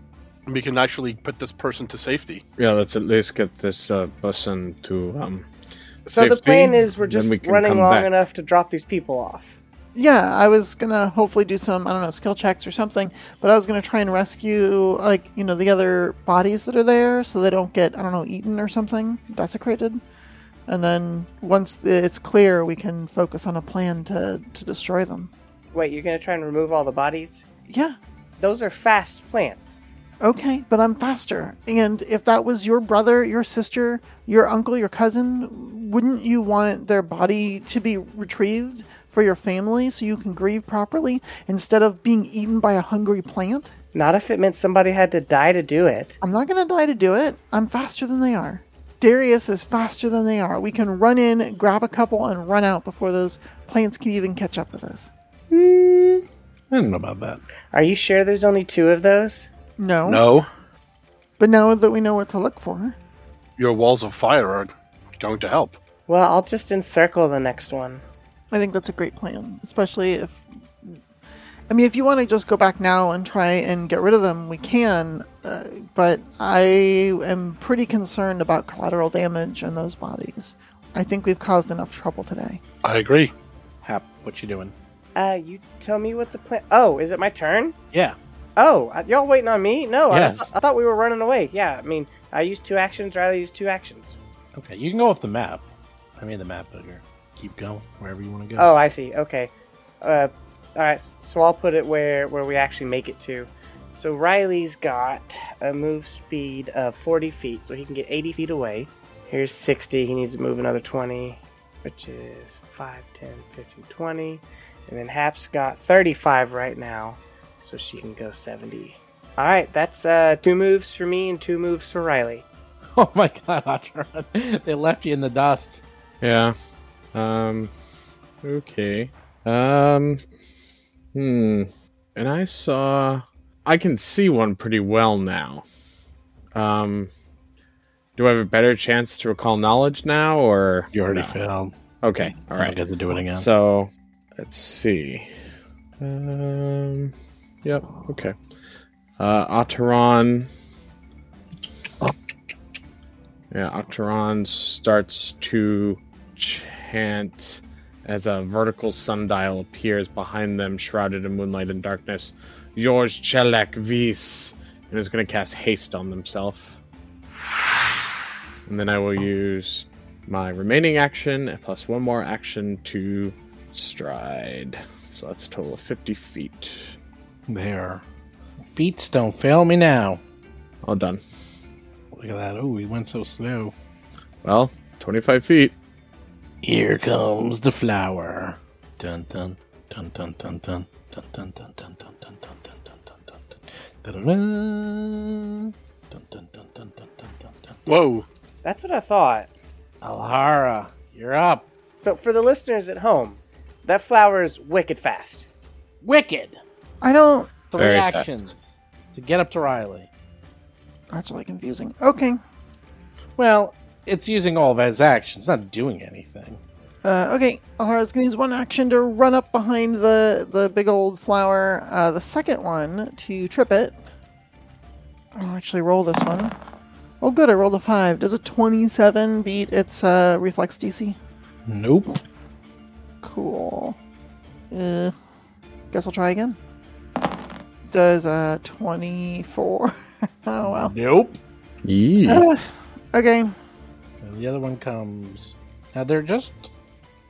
[SPEAKER 5] And we can actually put this person to safety.
[SPEAKER 4] Yeah, let's at least get this uh, person to um.
[SPEAKER 6] So the
[SPEAKER 4] safety,
[SPEAKER 6] plan is we're
[SPEAKER 4] then
[SPEAKER 6] just
[SPEAKER 4] we can
[SPEAKER 6] running
[SPEAKER 4] come
[SPEAKER 6] long
[SPEAKER 4] back.
[SPEAKER 6] enough to drop these people off.
[SPEAKER 3] Yeah, I was gonna hopefully do some I don't know skill checks or something, but I was gonna try and rescue like you know the other bodies that are there so they don't get I don't know eaten or something desecrated, and then once it's clear we can focus on a plan to to destroy them.
[SPEAKER 6] Wait, you're gonna try and remove all the bodies?
[SPEAKER 3] Yeah,
[SPEAKER 6] Those are fast plants.
[SPEAKER 3] okay, but I'm faster, and if that was your brother, your sister, your uncle, your cousin, wouldn't you want their body to be retrieved for your family so you can grieve properly instead of being eaten by a hungry plant?
[SPEAKER 6] Not if it meant somebody had to die to do it.
[SPEAKER 3] I'm not going to die to do it. I'm faster than they are. Darius is faster than they are. We can run in, grab a couple, and run out before those plants can even catch up with us.
[SPEAKER 2] I don't know about that.
[SPEAKER 6] Are you sure there's only two of those?
[SPEAKER 2] Oh.
[SPEAKER 3] No.
[SPEAKER 5] No,
[SPEAKER 3] But now that we know what to look for,
[SPEAKER 5] your walls of fire are going to help.
[SPEAKER 6] Well, I'll just encircle the next one.
[SPEAKER 3] I think that's a great plan. Especially if. I mean, if you want to just go back now and try and get rid of them, we can. Uh, but I am pretty concerned about collateral damage and those bodies. I think we've caused enough trouble today.
[SPEAKER 5] I agree.
[SPEAKER 2] Hap, what you doing?
[SPEAKER 6] Uh, you tell me what the plan. Oh, is it my turn?
[SPEAKER 2] Yeah.
[SPEAKER 6] Oh, uh, y'all waiting on me? No, I-
[SPEAKER 2] Yes.
[SPEAKER 6] I, thought we were running away. Yeah, I mean, I used two actions. Riley used two actions.
[SPEAKER 2] Okay. You can go off the map. I made the map bigger. Keep going wherever you want to go.
[SPEAKER 6] Oh, I see. Okay. Uh, all right. s- So I'll put it where where we actually make it to. So Riley's got a move speed of 40 feet, so he can get 80 feet away. Here's 60. He needs to move another 20, which is 5, 10, 15, 20. And then Hap's got 35 right now, so she can go 70. All right, that's uh, two moves for me and two moves for Riley.
[SPEAKER 2] <laughs> Oh my god, Atron. <laughs> They left you in the dust.
[SPEAKER 4] Yeah. Um. Okay. Um. Hmm. And I saw. I can see one pretty well now. Um. Do I have a better chance to recall knowledge now, or
[SPEAKER 2] You already
[SPEAKER 4] no?
[SPEAKER 2] failed.
[SPEAKER 4] Okay.
[SPEAKER 2] All
[SPEAKER 4] All
[SPEAKER 2] right.
[SPEAKER 4] right.
[SPEAKER 2] Got to do it again.
[SPEAKER 4] So let's see. Um, yep. Okay. Uh, Otteron. Yeah, Otteron starts to chant as a vertical sundial appears behind them, shrouded in moonlight and darkness. Yours, Chelek Vis, and is going to cast haste on himself. And then I will use my remaining action and plus one more action to stride. So that's a total of 50 feet.
[SPEAKER 2] there. Feats don't fail me now.
[SPEAKER 4] All done.
[SPEAKER 2] Look at that. Oh, he went so slow.
[SPEAKER 4] Well, 25 feet.
[SPEAKER 2] Here comes the flower. Dun dun dun dun dun dun dun dun dun dun dun dun dun dun dun dun dun dun dun dun dun dun dun dun dun dun.
[SPEAKER 5] Whoa!
[SPEAKER 6] That's what I thought.
[SPEAKER 2] Alhara, you're up.
[SPEAKER 6] So for the listeners at home, that flower is wicked fast.
[SPEAKER 2] Wicked.
[SPEAKER 3] I don't.
[SPEAKER 2] Three
[SPEAKER 4] Very fast.
[SPEAKER 2] actions to get up to Riley.
[SPEAKER 3] That's really confusing. Okay.
[SPEAKER 2] Well, it's using all of his actions, not doing anything.
[SPEAKER 3] Uh, okay, Alhara's gonna use one action to run up behind the the big old flower. Uh, the second one to trip it. I'll actually roll this one. Oh, good, I rolled a five. Does a twenty-seven beat its uh, reflex DC?
[SPEAKER 2] Nope.
[SPEAKER 3] Cool. Uh, guess I'll try again. Does a twenty-four? <laughs> oh well.
[SPEAKER 2] Nope.
[SPEAKER 4] Yeah.
[SPEAKER 2] Ah.
[SPEAKER 3] Uh, okay.
[SPEAKER 2] And the other one comes. Now they're just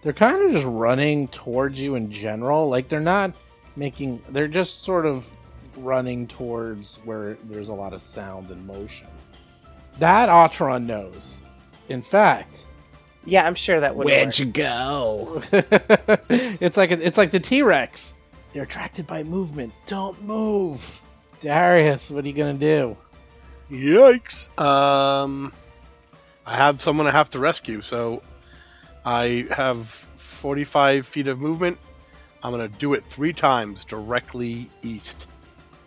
[SPEAKER 2] they're kind of just running towards you in general. Like they're not making they're just sort of running towards where there's a lot of sound and motion. That Atron knows. In fact,
[SPEAKER 6] Yeah, I'm sure that would. work.
[SPEAKER 4] you go?
[SPEAKER 2] <laughs> it's like it's like the T Rex. They're attracted by movement. Don't move, Darius. What are you gonna do?
[SPEAKER 5] Yikes. Um, I have someone I have to rescue, so I have 45 feet of movement. I'm going to do it three times directly east.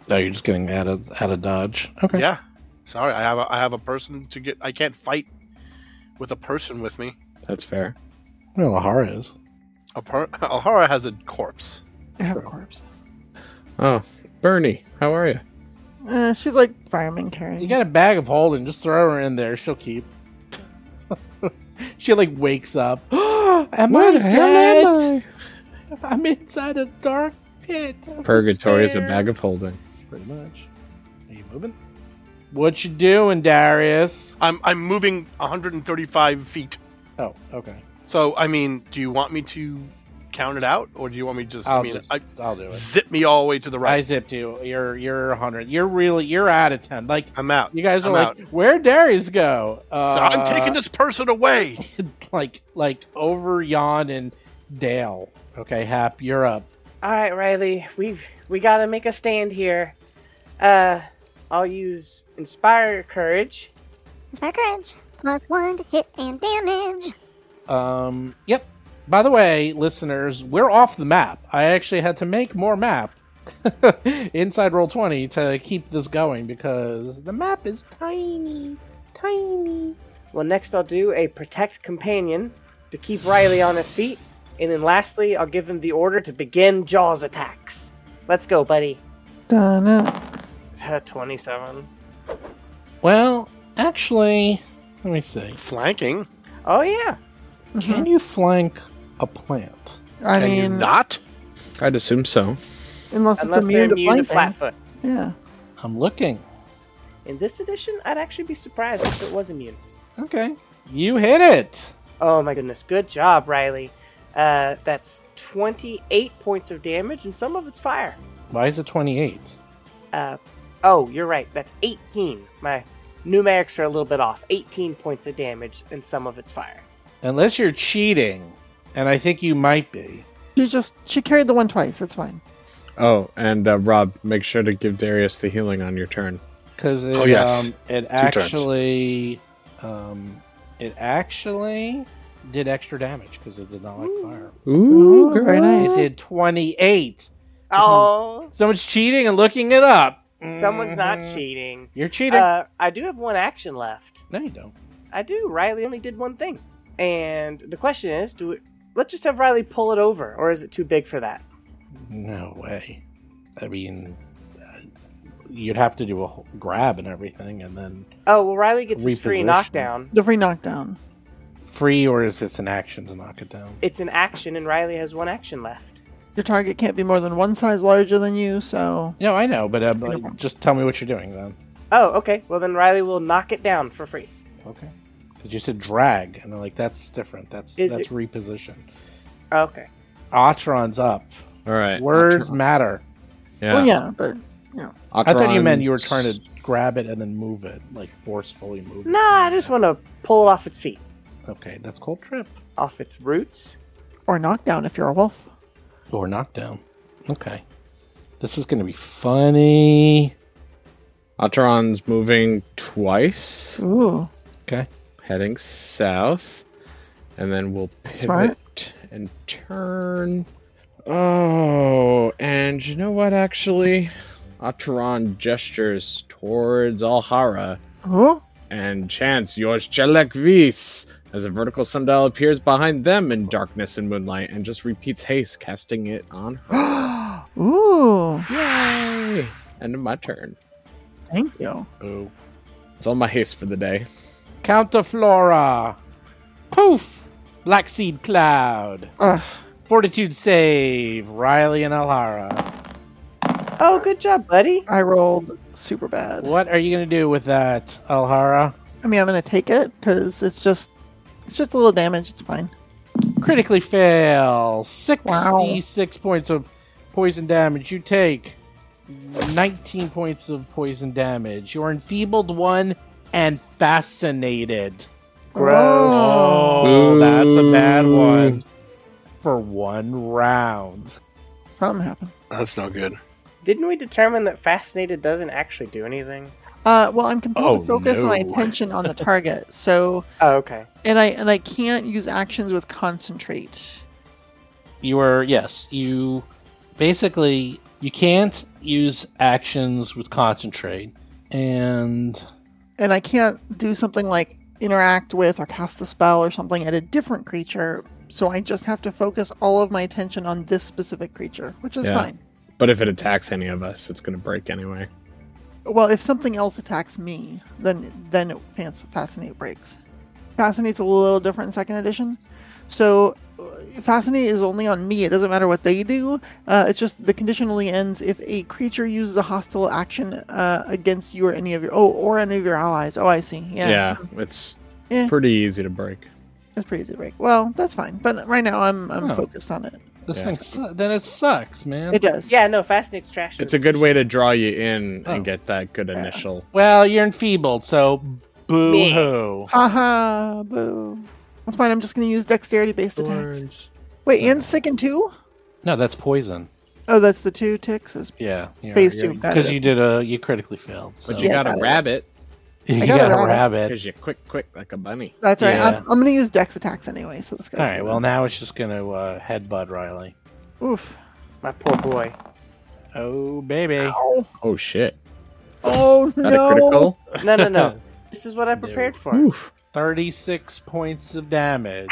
[SPEAKER 2] No, you're just getting out of out of dodge. Okay.
[SPEAKER 5] Yeah. Sorry, I have a, I have a person to get. I can't fight with a person with me.
[SPEAKER 4] That's fair.
[SPEAKER 2] Well, Lahara is.
[SPEAKER 5] A per- <laughs> Alhara has a corpse.
[SPEAKER 3] I have a corpse.
[SPEAKER 4] Oh, Bernie, how are you?
[SPEAKER 3] Uh, she's like fireman carrying.
[SPEAKER 2] You got a bag of holding. Just throw her in there. She'll keep. <laughs> she like wakes up. <gasps> am I
[SPEAKER 4] What
[SPEAKER 2] the
[SPEAKER 4] am
[SPEAKER 2] dead? I'm inside a dark pit. of
[SPEAKER 4] Purgatory is a
[SPEAKER 2] despair.
[SPEAKER 4] bag of holding.
[SPEAKER 2] Pretty much. Are you moving? What you doing, Darius?
[SPEAKER 5] I'm I'm moving 135 feet.
[SPEAKER 2] Oh, okay.
[SPEAKER 5] So I mean, do you want me to count it out, or do you want me to just, I
[SPEAKER 2] I'll
[SPEAKER 5] mean,
[SPEAKER 2] just,
[SPEAKER 5] I,
[SPEAKER 2] I'll do it.
[SPEAKER 5] zip me all the way to the
[SPEAKER 2] I
[SPEAKER 5] right?
[SPEAKER 2] zipped you. You're you're hundred. You're really you're out of ten. Like
[SPEAKER 5] I'm out.
[SPEAKER 2] you guys are
[SPEAKER 5] I'm
[SPEAKER 2] like,
[SPEAKER 5] out.
[SPEAKER 2] where Darius go? Uh,
[SPEAKER 5] So I'm taking this person away.
[SPEAKER 2] <laughs> like like over Yon and Dale. Okay, Hap, you're up.
[SPEAKER 6] All right, Riley, we've we gotta make a stand here. Uh, I'll use inspire courage.
[SPEAKER 7] Inspire courage. Plus one to hit and damage.
[SPEAKER 2] Um, yep. By the way, listeners, we're off the map. I actually had to make more map <laughs> inside roll 20 to keep this going because the map is tiny, tiny.
[SPEAKER 6] Well, next I'll do a protect companion to keep Riley on his feet, and then lastly I'll give him the order to begin Jaws attacks. Let's go, buddy.
[SPEAKER 3] Done it.
[SPEAKER 6] Twenty-seven.
[SPEAKER 2] Well, actually, let me see.
[SPEAKER 5] Flanking?
[SPEAKER 6] Oh yeah.
[SPEAKER 2] Can you flank a plant?
[SPEAKER 3] I
[SPEAKER 5] Can you
[SPEAKER 3] mean,
[SPEAKER 5] not?
[SPEAKER 4] I'd assume so.
[SPEAKER 3] unless,
[SPEAKER 6] Unless
[SPEAKER 3] it's
[SPEAKER 6] they're
[SPEAKER 3] immune,
[SPEAKER 6] immune to
[SPEAKER 3] to flanking.
[SPEAKER 6] flatfoot.
[SPEAKER 3] Yeah.
[SPEAKER 2] I'm looking.
[SPEAKER 6] In this edition, I'd actually be surprised if it was immune.
[SPEAKER 2] Okay. You hit it.
[SPEAKER 6] Oh my goodness, good job, Riley. Uh, that's 28 points of damage, and some of it's fire.
[SPEAKER 2] Why is it 28?
[SPEAKER 6] Uh, oh, you're right, that's 18. My numerics are a little bit off. 18 points of damage, and some of it's fire.
[SPEAKER 2] Unless you're cheating, and I think you might be.
[SPEAKER 3] She just she carried the one twice. It's fine.
[SPEAKER 4] Oh, and uh, Rob, make sure to give Darius the healing on your turn.
[SPEAKER 2] because it,
[SPEAKER 5] Oh, yes.
[SPEAKER 2] um, it
[SPEAKER 4] times.
[SPEAKER 2] actually um, it actually did extra damage because it did not like fire.
[SPEAKER 3] Ooh, very
[SPEAKER 4] girl.
[SPEAKER 3] nice.
[SPEAKER 2] It did twenty eight.
[SPEAKER 6] Oh,
[SPEAKER 2] Someone's cheating and looking it up.
[SPEAKER 6] someone's not
[SPEAKER 2] Mhm.
[SPEAKER 6] cheating.
[SPEAKER 2] You're cheating.
[SPEAKER 6] Uh, I do have one action left.
[SPEAKER 2] no, you don't.
[SPEAKER 6] I do. Riley only did one thing. And the question is, do it, let's just have Riley pull it over, or is it too big for that?
[SPEAKER 2] No way. I mean, uh, you'd have to do a whole grab and everything, and then
[SPEAKER 6] Oh, well, Riley gets his free
[SPEAKER 2] Reposition.
[SPEAKER 6] knockdown.
[SPEAKER 3] The free knockdown.
[SPEAKER 2] free, or is it an action to knock it down?
[SPEAKER 6] It's an action, and Riley has one action left.
[SPEAKER 3] Your target can't be more than one size larger than you, so
[SPEAKER 2] No, I know, but uh, like, just tell me what you're doing then.
[SPEAKER 6] Oh, okay. Well, then Riley will knock it down for free.
[SPEAKER 2] Okay. Because you said drag, and I'm like, that's different. That's
[SPEAKER 6] Is
[SPEAKER 2] that's
[SPEAKER 6] it-
[SPEAKER 2] reposition.
[SPEAKER 6] Okay.
[SPEAKER 2] Atron's up.
[SPEAKER 4] All right.
[SPEAKER 2] Words
[SPEAKER 4] Atron-
[SPEAKER 2] matter.
[SPEAKER 4] Yeah.
[SPEAKER 3] well, yeah, but
[SPEAKER 2] I thought you meant you were
[SPEAKER 4] Atron's-
[SPEAKER 2] trying to grab it and then move it, like forcefully move it.
[SPEAKER 6] No, I just want to pull it off its feet,
[SPEAKER 2] Okay, that's called trip.
[SPEAKER 6] off its roots.
[SPEAKER 3] or knockdown if you're a wolf.
[SPEAKER 2] Or knockdown. Okay. This is going to be funny.
[SPEAKER 4] Atron's moving twice,
[SPEAKER 3] Ooh,
[SPEAKER 2] Okay.
[SPEAKER 4] heading south, and then we'll pivot
[SPEAKER 3] Smart.
[SPEAKER 4] and turn. Oh, and you know what? Actually, Atron gestures towards Alhara.
[SPEAKER 3] ooh,
[SPEAKER 4] and chants Yosh Chelek Vis as a vertical sundial appears behind them in darkness and moonlight and just repeats haste, casting it on her.
[SPEAKER 3] <gasps> ooh.
[SPEAKER 4] Yay! End of my turn.
[SPEAKER 3] Thank you.
[SPEAKER 2] Oh.
[SPEAKER 4] It's all my haste for the day.
[SPEAKER 2] Counterflora. Poof. Black Seed Cloud.
[SPEAKER 3] Ugh.
[SPEAKER 2] Fortitude save. Riley and Alara.
[SPEAKER 6] Oh, good job, buddy.
[SPEAKER 3] I rolled super bad.
[SPEAKER 2] What are you going to do with that, Alhara?
[SPEAKER 3] I mean, I'm gonna take it because it's just it's just a little damage. It's fine.
[SPEAKER 2] Critically fail. 66 points of poison damage. You take 19 points of poison damage. You're enfeebled one and fascinated.
[SPEAKER 6] Gross.
[SPEAKER 2] Oh, that's a bad
[SPEAKER 4] Ooh.
[SPEAKER 2] one. For one round.
[SPEAKER 3] Something happened.
[SPEAKER 5] That's not good.
[SPEAKER 6] Didn't we determine that fascinated doesn't actually do anything?
[SPEAKER 3] Uh, well, I'm compelled
[SPEAKER 4] Oh,
[SPEAKER 3] to focus my
[SPEAKER 4] no.
[SPEAKER 3] attention on the target. So,
[SPEAKER 6] Oh, okay.
[SPEAKER 3] and I and I can't use actions with concentrate.
[SPEAKER 8] you are yes you basically you can't use actions with concentrate and
[SPEAKER 3] and I can't do something like interact with or cast a spell or something at a different creature. So I just have to focus all of my attention on this specific creature, which is
[SPEAKER 4] Yeah.
[SPEAKER 3] fine.
[SPEAKER 4] But if it attacks any of us, it's going to break anyway.
[SPEAKER 3] Well, if something else attacks me, then then fans- fascinate breaks. Fascinate's a little different in second edition. So uh, fascinate is only on me. It doesn't matter what they do. Uh, it's just the condition only ends if a creature uses a hostile action uh, against you or any of your oh or any of your allies. Oh, I see.
[SPEAKER 4] Yeah,
[SPEAKER 3] Yeah.
[SPEAKER 4] it's
[SPEAKER 3] Eh.
[SPEAKER 4] pretty easy to break.
[SPEAKER 3] That's pretty easy to break. Well, that's fine. But right now, I'm I'm
[SPEAKER 8] Oh.
[SPEAKER 3] focused on it.
[SPEAKER 8] this
[SPEAKER 4] Yeah.
[SPEAKER 8] thing su- then it sucks man
[SPEAKER 3] It does.
[SPEAKER 6] Yeah, no, fascinate's trash.
[SPEAKER 4] It's a good way to draw you in
[SPEAKER 8] Oh.
[SPEAKER 4] and get that good initial.
[SPEAKER 8] well you're enfeebled so boo hoo
[SPEAKER 3] Haha. Boo. That's fine. I'm just gonna use dexterity based attacks. Wait, and second two?
[SPEAKER 8] no that's poison
[SPEAKER 3] Oh, that's the two ticks. Is
[SPEAKER 8] yeah
[SPEAKER 3] phase two. Got
[SPEAKER 8] because
[SPEAKER 3] it.
[SPEAKER 8] you did a you critically failed so
[SPEAKER 4] But you
[SPEAKER 3] Yeah,
[SPEAKER 4] got
[SPEAKER 3] got
[SPEAKER 4] a
[SPEAKER 3] it.
[SPEAKER 4] rabbit
[SPEAKER 8] <laughs> you
[SPEAKER 3] I got
[SPEAKER 8] got,
[SPEAKER 3] it
[SPEAKER 8] a
[SPEAKER 3] wrong.
[SPEAKER 8] rabbit
[SPEAKER 4] because you're quick, quick like a bunny.
[SPEAKER 3] That's right.
[SPEAKER 8] Yeah.
[SPEAKER 3] I'm, I'm gonna use dex attacks anyway. So this goes.
[SPEAKER 8] all right well now it's just gonna uh, headbutt riley
[SPEAKER 3] Oof.
[SPEAKER 6] My poor boy.
[SPEAKER 8] oh baby
[SPEAKER 3] Ow.
[SPEAKER 4] Oh shit!
[SPEAKER 3] Oh
[SPEAKER 4] Not
[SPEAKER 3] no.
[SPEAKER 4] a critical.
[SPEAKER 6] No,
[SPEAKER 3] <laughs>
[SPEAKER 6] no, no. this is what I prepared for.
[SPEAKER 4] Oof.
[SPEAKER 8] 36 points of damage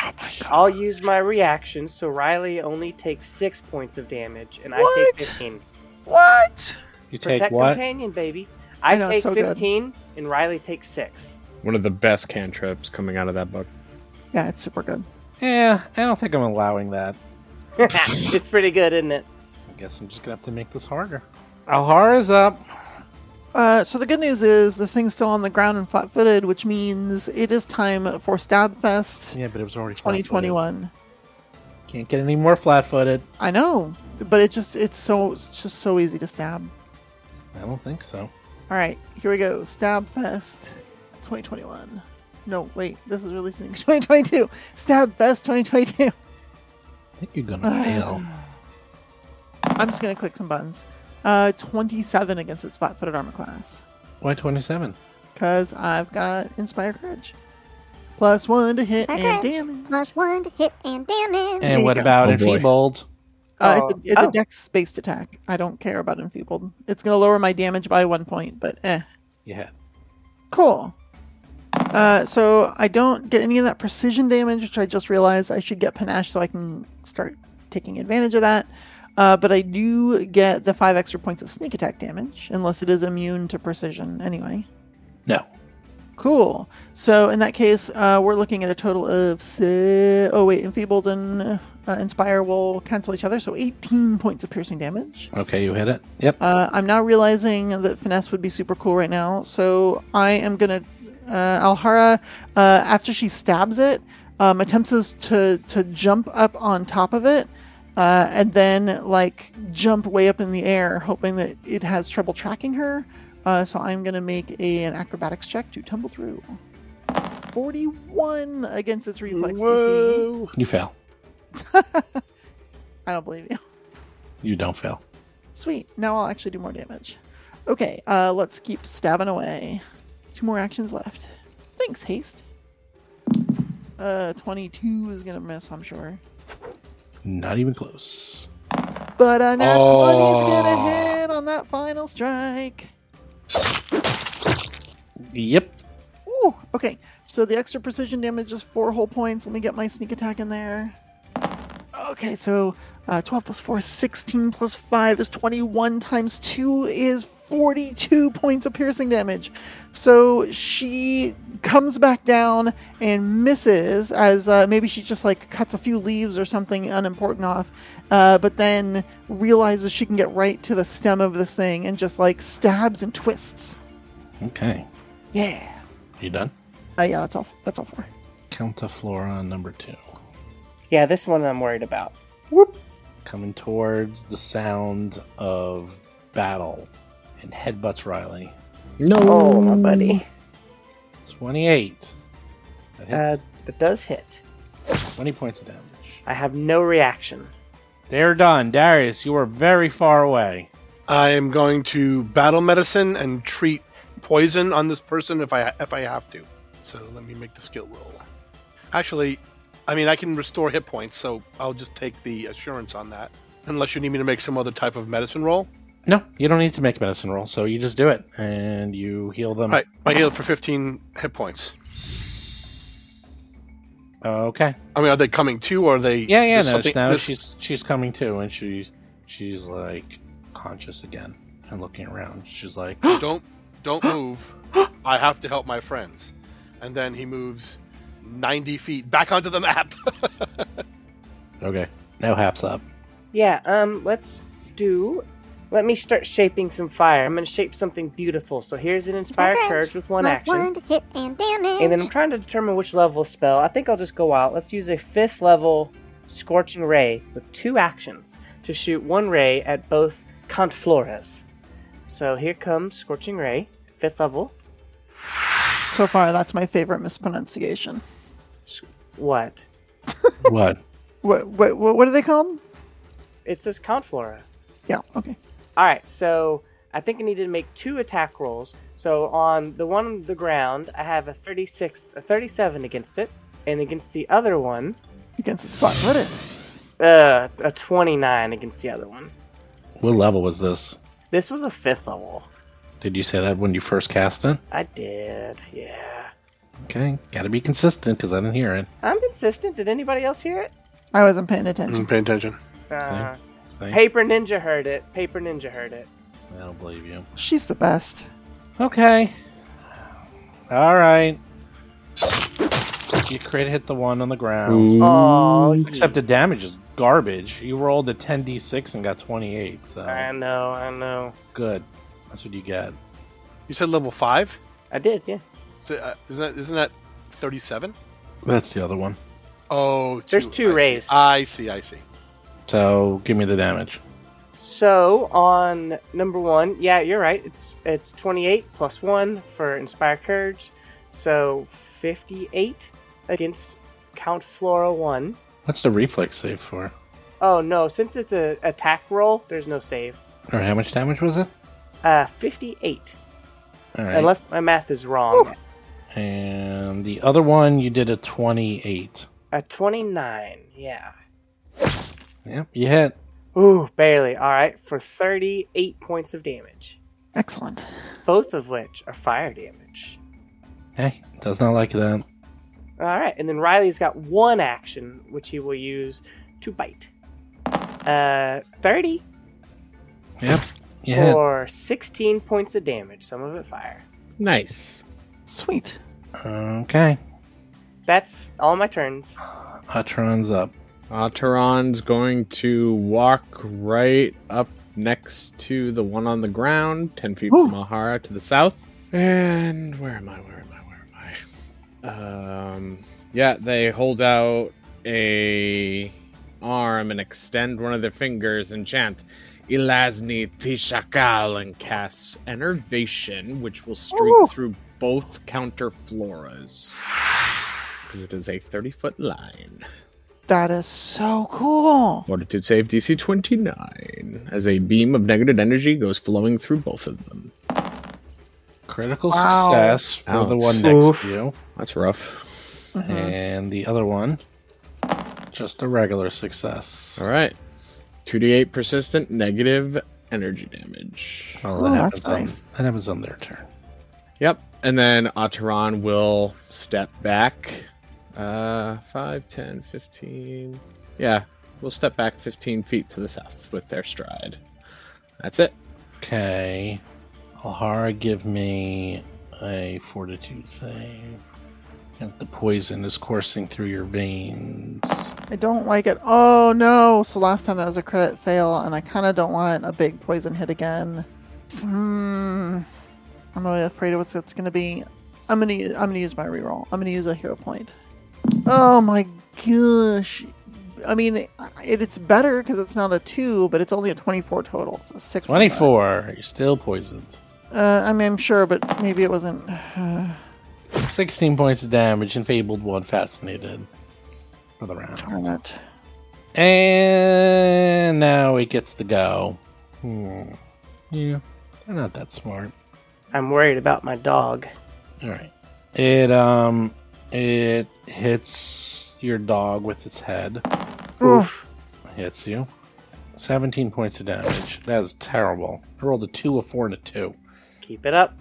[SPEAKER 6] I'll use my reaction, so Riley only takes six points of damage, and I take 15.
[SPEAKER 3] What?
[SPEAKER 8] you take
[SPEAKER 6] Protect
[SPEAKER 8] what
[SPEAKER 6] companion, baby. I,
[SPEAKER 3] I know, it's
[SPEAKER 6] take
[SPEAKER 3] so good.
[SPEAKER 6] 15, and Riley takes six. <laughs>
[SPEAKER 4] One of the best cantrips coming out of that book.
[SPEAKER 3] Yeah, it's super good.
[SPEAKER 8] yeah i don't think i'm allowing that
[SPEAKER 6] it's pretty good, isn't it?
[SPEAKER 8] I guess I'm just gonna have to make this harder. Alhara's up.
[SPEAKER 3] Uh, so the good news is the thing's still on the ground and flat-footed, which means it is time for Stabfest
[SPEAKER 8] Yeah, but it was already
[SPEAKER 3] 2021.
[SPEAKER 8] flat-footed. Can't get any more flat-footed.
[SPEAKER 3] I know, but it just it's so it's just so easy to stab.
[SPEAKER 8] I don't think so.
[SPEAKER 3] All right, here we go. Stab Fest 2021. No, wait, this is releasing <laughs> in 2022. Stab Fest 2022.
[SPEAKER 8] I think you're gonna fail.
[SPEAKER 3] I'm just gonna click some buttons. Uh, 27 against its flat-footed armor class,
[SPEAKER 8] Why 27?
[SPEAKER 3] cause I've got Inspire Courage, plus one to hit
[SPEAKER 7] Inspire
[SPEAKER 3] and
[SPEAKER 7] Courage.
[SPEAKER 3] damage.
[SPEAKER 7] Plus one to hit and damage.
[SPEAKER 8] And what
[SPEAKER 3] go.
[SPEAKER 8] about
[SPEAKER 4] Oh, boy.
[SPEAKER 8] enfeebled?
[SPEAKER 3] Uh, it's a, it's
[SPEAKER 6] Oh.
[SPEAKER 3] a dex-based attack. I don't care about enfeebled. It's gonna lower my damage by one point, but eh.
[SPEAKER 8] Yeah.
[SPEAKER 3] Cool. Uh, so I don't get any of that precision damage, which I just realized I should get panache so I can start taking advantage of that. Uh, but I do get the five extra points of sneak attack damage, unless it is immune to precision anyway.
[SPEAKER 8] No.
[SPEAKER 3] Cool. So in that case, uh, we're looking at a total of si- oh wait, enfeebled and uh, inspire will cancel each other, so 18 points of piercing damage.
[SPEAKER 8] Okay, you hit it. Yep.
[SPEAKER 3] Uh, I'm now realizing that finesse would be super cool right now, so I am gonna uh, Alhara. Uh, after she stabs it, um, attempts is to to jump up on top of it, uh, and then like jump way up in the air, hoping that it has trouble tracking her. Uh, so I'm gonna make a, an acrobatics check to tumble through. Forty-one against its reflex DC.
[SPEAKER 8] You fail.
[SPEAKER 3] I don't believe you.
[SPEAKER 8] You don't fail.
[SPEAKER 3] Sweet. Now I'll actually do more damage. Okay, uh, let's keep stabbing away. Two more actions left. Thanks, haste. Uh, 22 is gonna miss, I'm sure.
[SPEAKER 8] Not even close.
[SPEAKER 3] But uh, now 20
[SPEAKER 5] Oh.
[SPEAKER 3] is gonna hit on that final strike.
[SPEAKER 8] Yep.
[SPEAKER 3] Ooh, okay. So the extra precision damage is four whole points. Let me get my sneak attack in there. Okay, so uh, 12 plus 4 is 16 plus 5 is 21 times 2 is 42 points of piercing damage. So she comes back down and misses as uh, maybe she just like cuts a few leaves or something unimportant off, uh, but then realizes she can get right to the stem of this thing and just like stabs and twists.
[SPEAKER 8] Okay.
[SPEAKER 3] Yeah.
[SPEAKER 8] You done?
[SPEAKER 3] Uh, yeah, that's all. That's all for.
[SPEAKER 8] Count to Flora number two.
[SPEAKER 6] Yeah, this one I'm worried about.
[SPEAKER 8] Coming towards the sound of battle and headbutts Riley.
[SPEAKER 4] No.
[SPEAKER 6] Oh, my buddy.
[SPEAKER 8] 28.
[SPEAKER 2] That
[SPEAKER 6] Uh,
[SPEAKER 2] hits.
[SPEAKER 6] that does hit.
[SPEAKER 2] 20 points of damage.
[SPEAKER 6] I have no reaction.
[SPEAKER 2] They're done. Darius, you are very far away.
[SPEAKER 5] I am going to battle medicine and treat poison on this person if I if I have to. So let me make the skill roll. Actually, I mean I can restore hit points, so I'll just take the assurance on that. Unless you need me to make some other type of medicine roll.
[SPEAKER 2] No, you don't need to make a medicine roll, so you just do it and you heal them.
[SPEAKER 5] All right, I heal for 15 hit points.
[SPEAKER 2] Okay.
[SPEAKER 5] I mean, are they coming too, or are they?
[SPEAKER 2] Yeah, yeah,
[SPEAKER 5] there's
[SPEAKER 2] no,
[SPEAKER 5] something-
[SPEAKER 2] now
[SPEAKER 5] there's-
[SPEAKER 2] she's she's coming to and she's she's like conscious again and looking around. She's like <gasps>
[SPEAKER 5] don't
[SPEAKER 6] <gasps>
[SPEAKER 5] don't move. I have to help my friends. And then he moves 90 feet back onto the map. <laughs>
[SPEAKER 2] Okay. Now haps up.
[SPEAKER 6] Yeah, um, let's do. Let me start shaping some fire. I'm going to shape something beautiful. So here's an inspired
[SPEAKER 7] Scratch.
[SPEAKER 6] courage with one
[SPEAKER 7] Plus
[SPEAKER 6] action.
[SPEAKER 7] one to hit and damage.
[SPEAKER 6] And then I'm trying to determine which level spell. I think I'll just go out. Let's use a fifth level Scorching Ray with two actions to shoot one ray at both Count Flores. So here comes Scorching Ray, fifth level.
[SPEAKER 3] So far, that's my favorite mispronunciation.
[SPEAKER 6] What?
[SPEAKER 2] what?
[SPEAKER 3] What what what what are they called?
[SPEAKER 6] It says Count Flora.
[SPEAKER 3] Yeah. Okay.
[SPEAKER 6] All right, so I think I needed to make two attack rolls. So on the one on the ground, I have a 36, a 37 against it, and against the other one,
[SPEAKER 3] Against the spot. What is?
[SPEAKER 6] uh, a 29 against the other one.
[SPEAKER 2] What level was this?
[SPEAKER 6] This was a fifth level.
[SPEAKER 2] Did you say that when you first cast it?
[SPEAKER 6] I did, yeah.
[SPEAKER 2] Okay, got to be consistent because I didn't hear it.
[SPEAKER 6] I'm consistent. Did anybody else hear it?
[SPEAKER 3] I wasn't paying attention.
[SPEAKER 5] Mm, Pay attention.
[SPEAKER 6] Uh,
[SPEAKER 2] See?
[SPEAKER 6] Paper Ninja heard it. Paper Ninja heard it.
[SPEAKER 2] I don't believe you.
[SPEAKER 3] She's the best.
[SPEAKER 2] Okay. All right. You crit hit the one on the ground.
[SPEAKER 6] Oh,
[SPEAKER 2] Except the damage is garbage. You rolled a 10d6 and got 28, so
[SPEAKER 6] I know, I know.
[SPEAKER 2] good. That's what you get.
[SPEAKER 5] You said level five.
[SPEAKER 6] I did, yeah.
[SPEAKER 5] So, uh, isn't that isn't that 37?
[SPEAKER 2] That's the other one.
[SPEAKER 5] Oh,
[SPEAKER 6] There's two
[SPEAKER 5] I see.
[SPEAKER 6] rays.
[SPEAKER 5] I see. I see.
[SPEAKER 2] So give me the damage.
[SPEAKER 6] So on number one, yeah, you're right. It's it's 28 plus one for Inspire Courage, so 58 against Count Flora one.
[SPEAKER 2] What's the reflex save for?
[SPEAKER 6] Oh no, since it's a attack roll, there's no save.
[SPEAKER 2] All right, how much damage was it?
[SPEAKER 6] Uh, 58,
[SPEAKER 2] All right.
[SPEAKER 6] unless my math is wrong.
[SPEAKER 2] And the other one, you did a 28.
[SPEAKER 6] A 29, Uh, yeah.
[SPEAKER 2] Yep, you hit.
[SPEAKER 6] Ooh, barely. All right, for 38 points of damage,
[SPEAKER 3] Excellent.
[SPEAKER 6] both of which are fire damage.
[SPEAKER 2] Hey, does not like that.
[SPEAKER 6] All right, and then Riley's got one action which he will use to bite. Uh, 30
[SPEAKER 2] Yep, you hit.
[SPEAKER 6] for 16 points of damage, some of it fire.
[SPEAKER 4] Nice.
[SPEAKER 3] Sweet.
[SPEAKER 2] Okay.
[SPEAKER 6] That's all my turns.
[SPEAKER 2] Atron's up.
[SPEAKER 4] Ataran's going to walk right up next to the one on the ground, 10 feet from Ahara to the south. And where am I? Where am I? Where am I? Um, yeah, they hold out a arm and extend one of their fingers and chant Elasni Tishakal and casts Enervation, which will streak
[SPEAKER 3] Ooh.
[SPEAKER 4] through both counter floras. Because it is a 30 foot line.
[SPEAKER 3] That is so cool.
[SPEAKER 4] Fortitude save DC 29 as a beam of negative energy goes flowing through both of them.
[SPEAKER 2] Critical
[SPEAKER 3] Wow.
[SPEAKER 2] success for the
[SPEAKER 4] Ouch.
[SPEAKER 2] one next
[SPEAKER 6] Oof. Mm-hmm.
[SPEAKER 2] to you.
[SPEAKER 4] That's rough.
[SPEAKER 2] And the other one, just a regular success.
[SPEAKER 4] All right. 2d8 persistent negative energy damage.
[SPEAKER 2] Well,
[SPEAKER 3] Ooh,
[SPEAKER 2] that,
[SPEAKER 3] Oh, that's
[SPEAKER 2] happens on,
[SPEAKER 3] nice.
[SPEAKER 2] that happens on their turn.
[SPEAKER 4] Yep. And then Ataran will step back. Uh, 5, 10, 15. Yeah. We'll step back 15 feet to the south with their stride. That's it.
[SPEAKER 2] Okay. Alhara, give me a fortitude save. As the poison is coursing through your veins.
[SPEAKER 3] I don't like it. Oh no! So last time that was a credit fail, and I kind of don't want a big poison hit again. Hmm. I'm really afraid of what it's going to be. I'm gonna u- I'm gonna use my reroll. I'm gonna use a hero point. Oh my gosh! I mean, it, it's better because it's not a two, but it's only a 24 total. It's a six. on that.
[SPEAKER 2] 24. You're still poisoned.
[SPEAKER 3] <sighs> Uh, I mean, I'm sure, but maybe it wasn't.
[SPEAKER 2] 16 points of damage, and Fabled One fascinated for the round.
[SPEAKER 3] Darn it.
[SPEAKER 2] And now it gets to go. Hmm. Yeah, they're not that smart.
[SPEAKER 6] I'm worried about my dog.
[SPEAKER 2] All right. It um it hits your dog with its head.
[SPEAKER 3] Oof.
[SPEAKER 2] Hits you. 17 points of damage. That is terrible. I rolled a 2, a 4, and a 2.
[SPEAKER 6] Keep it up.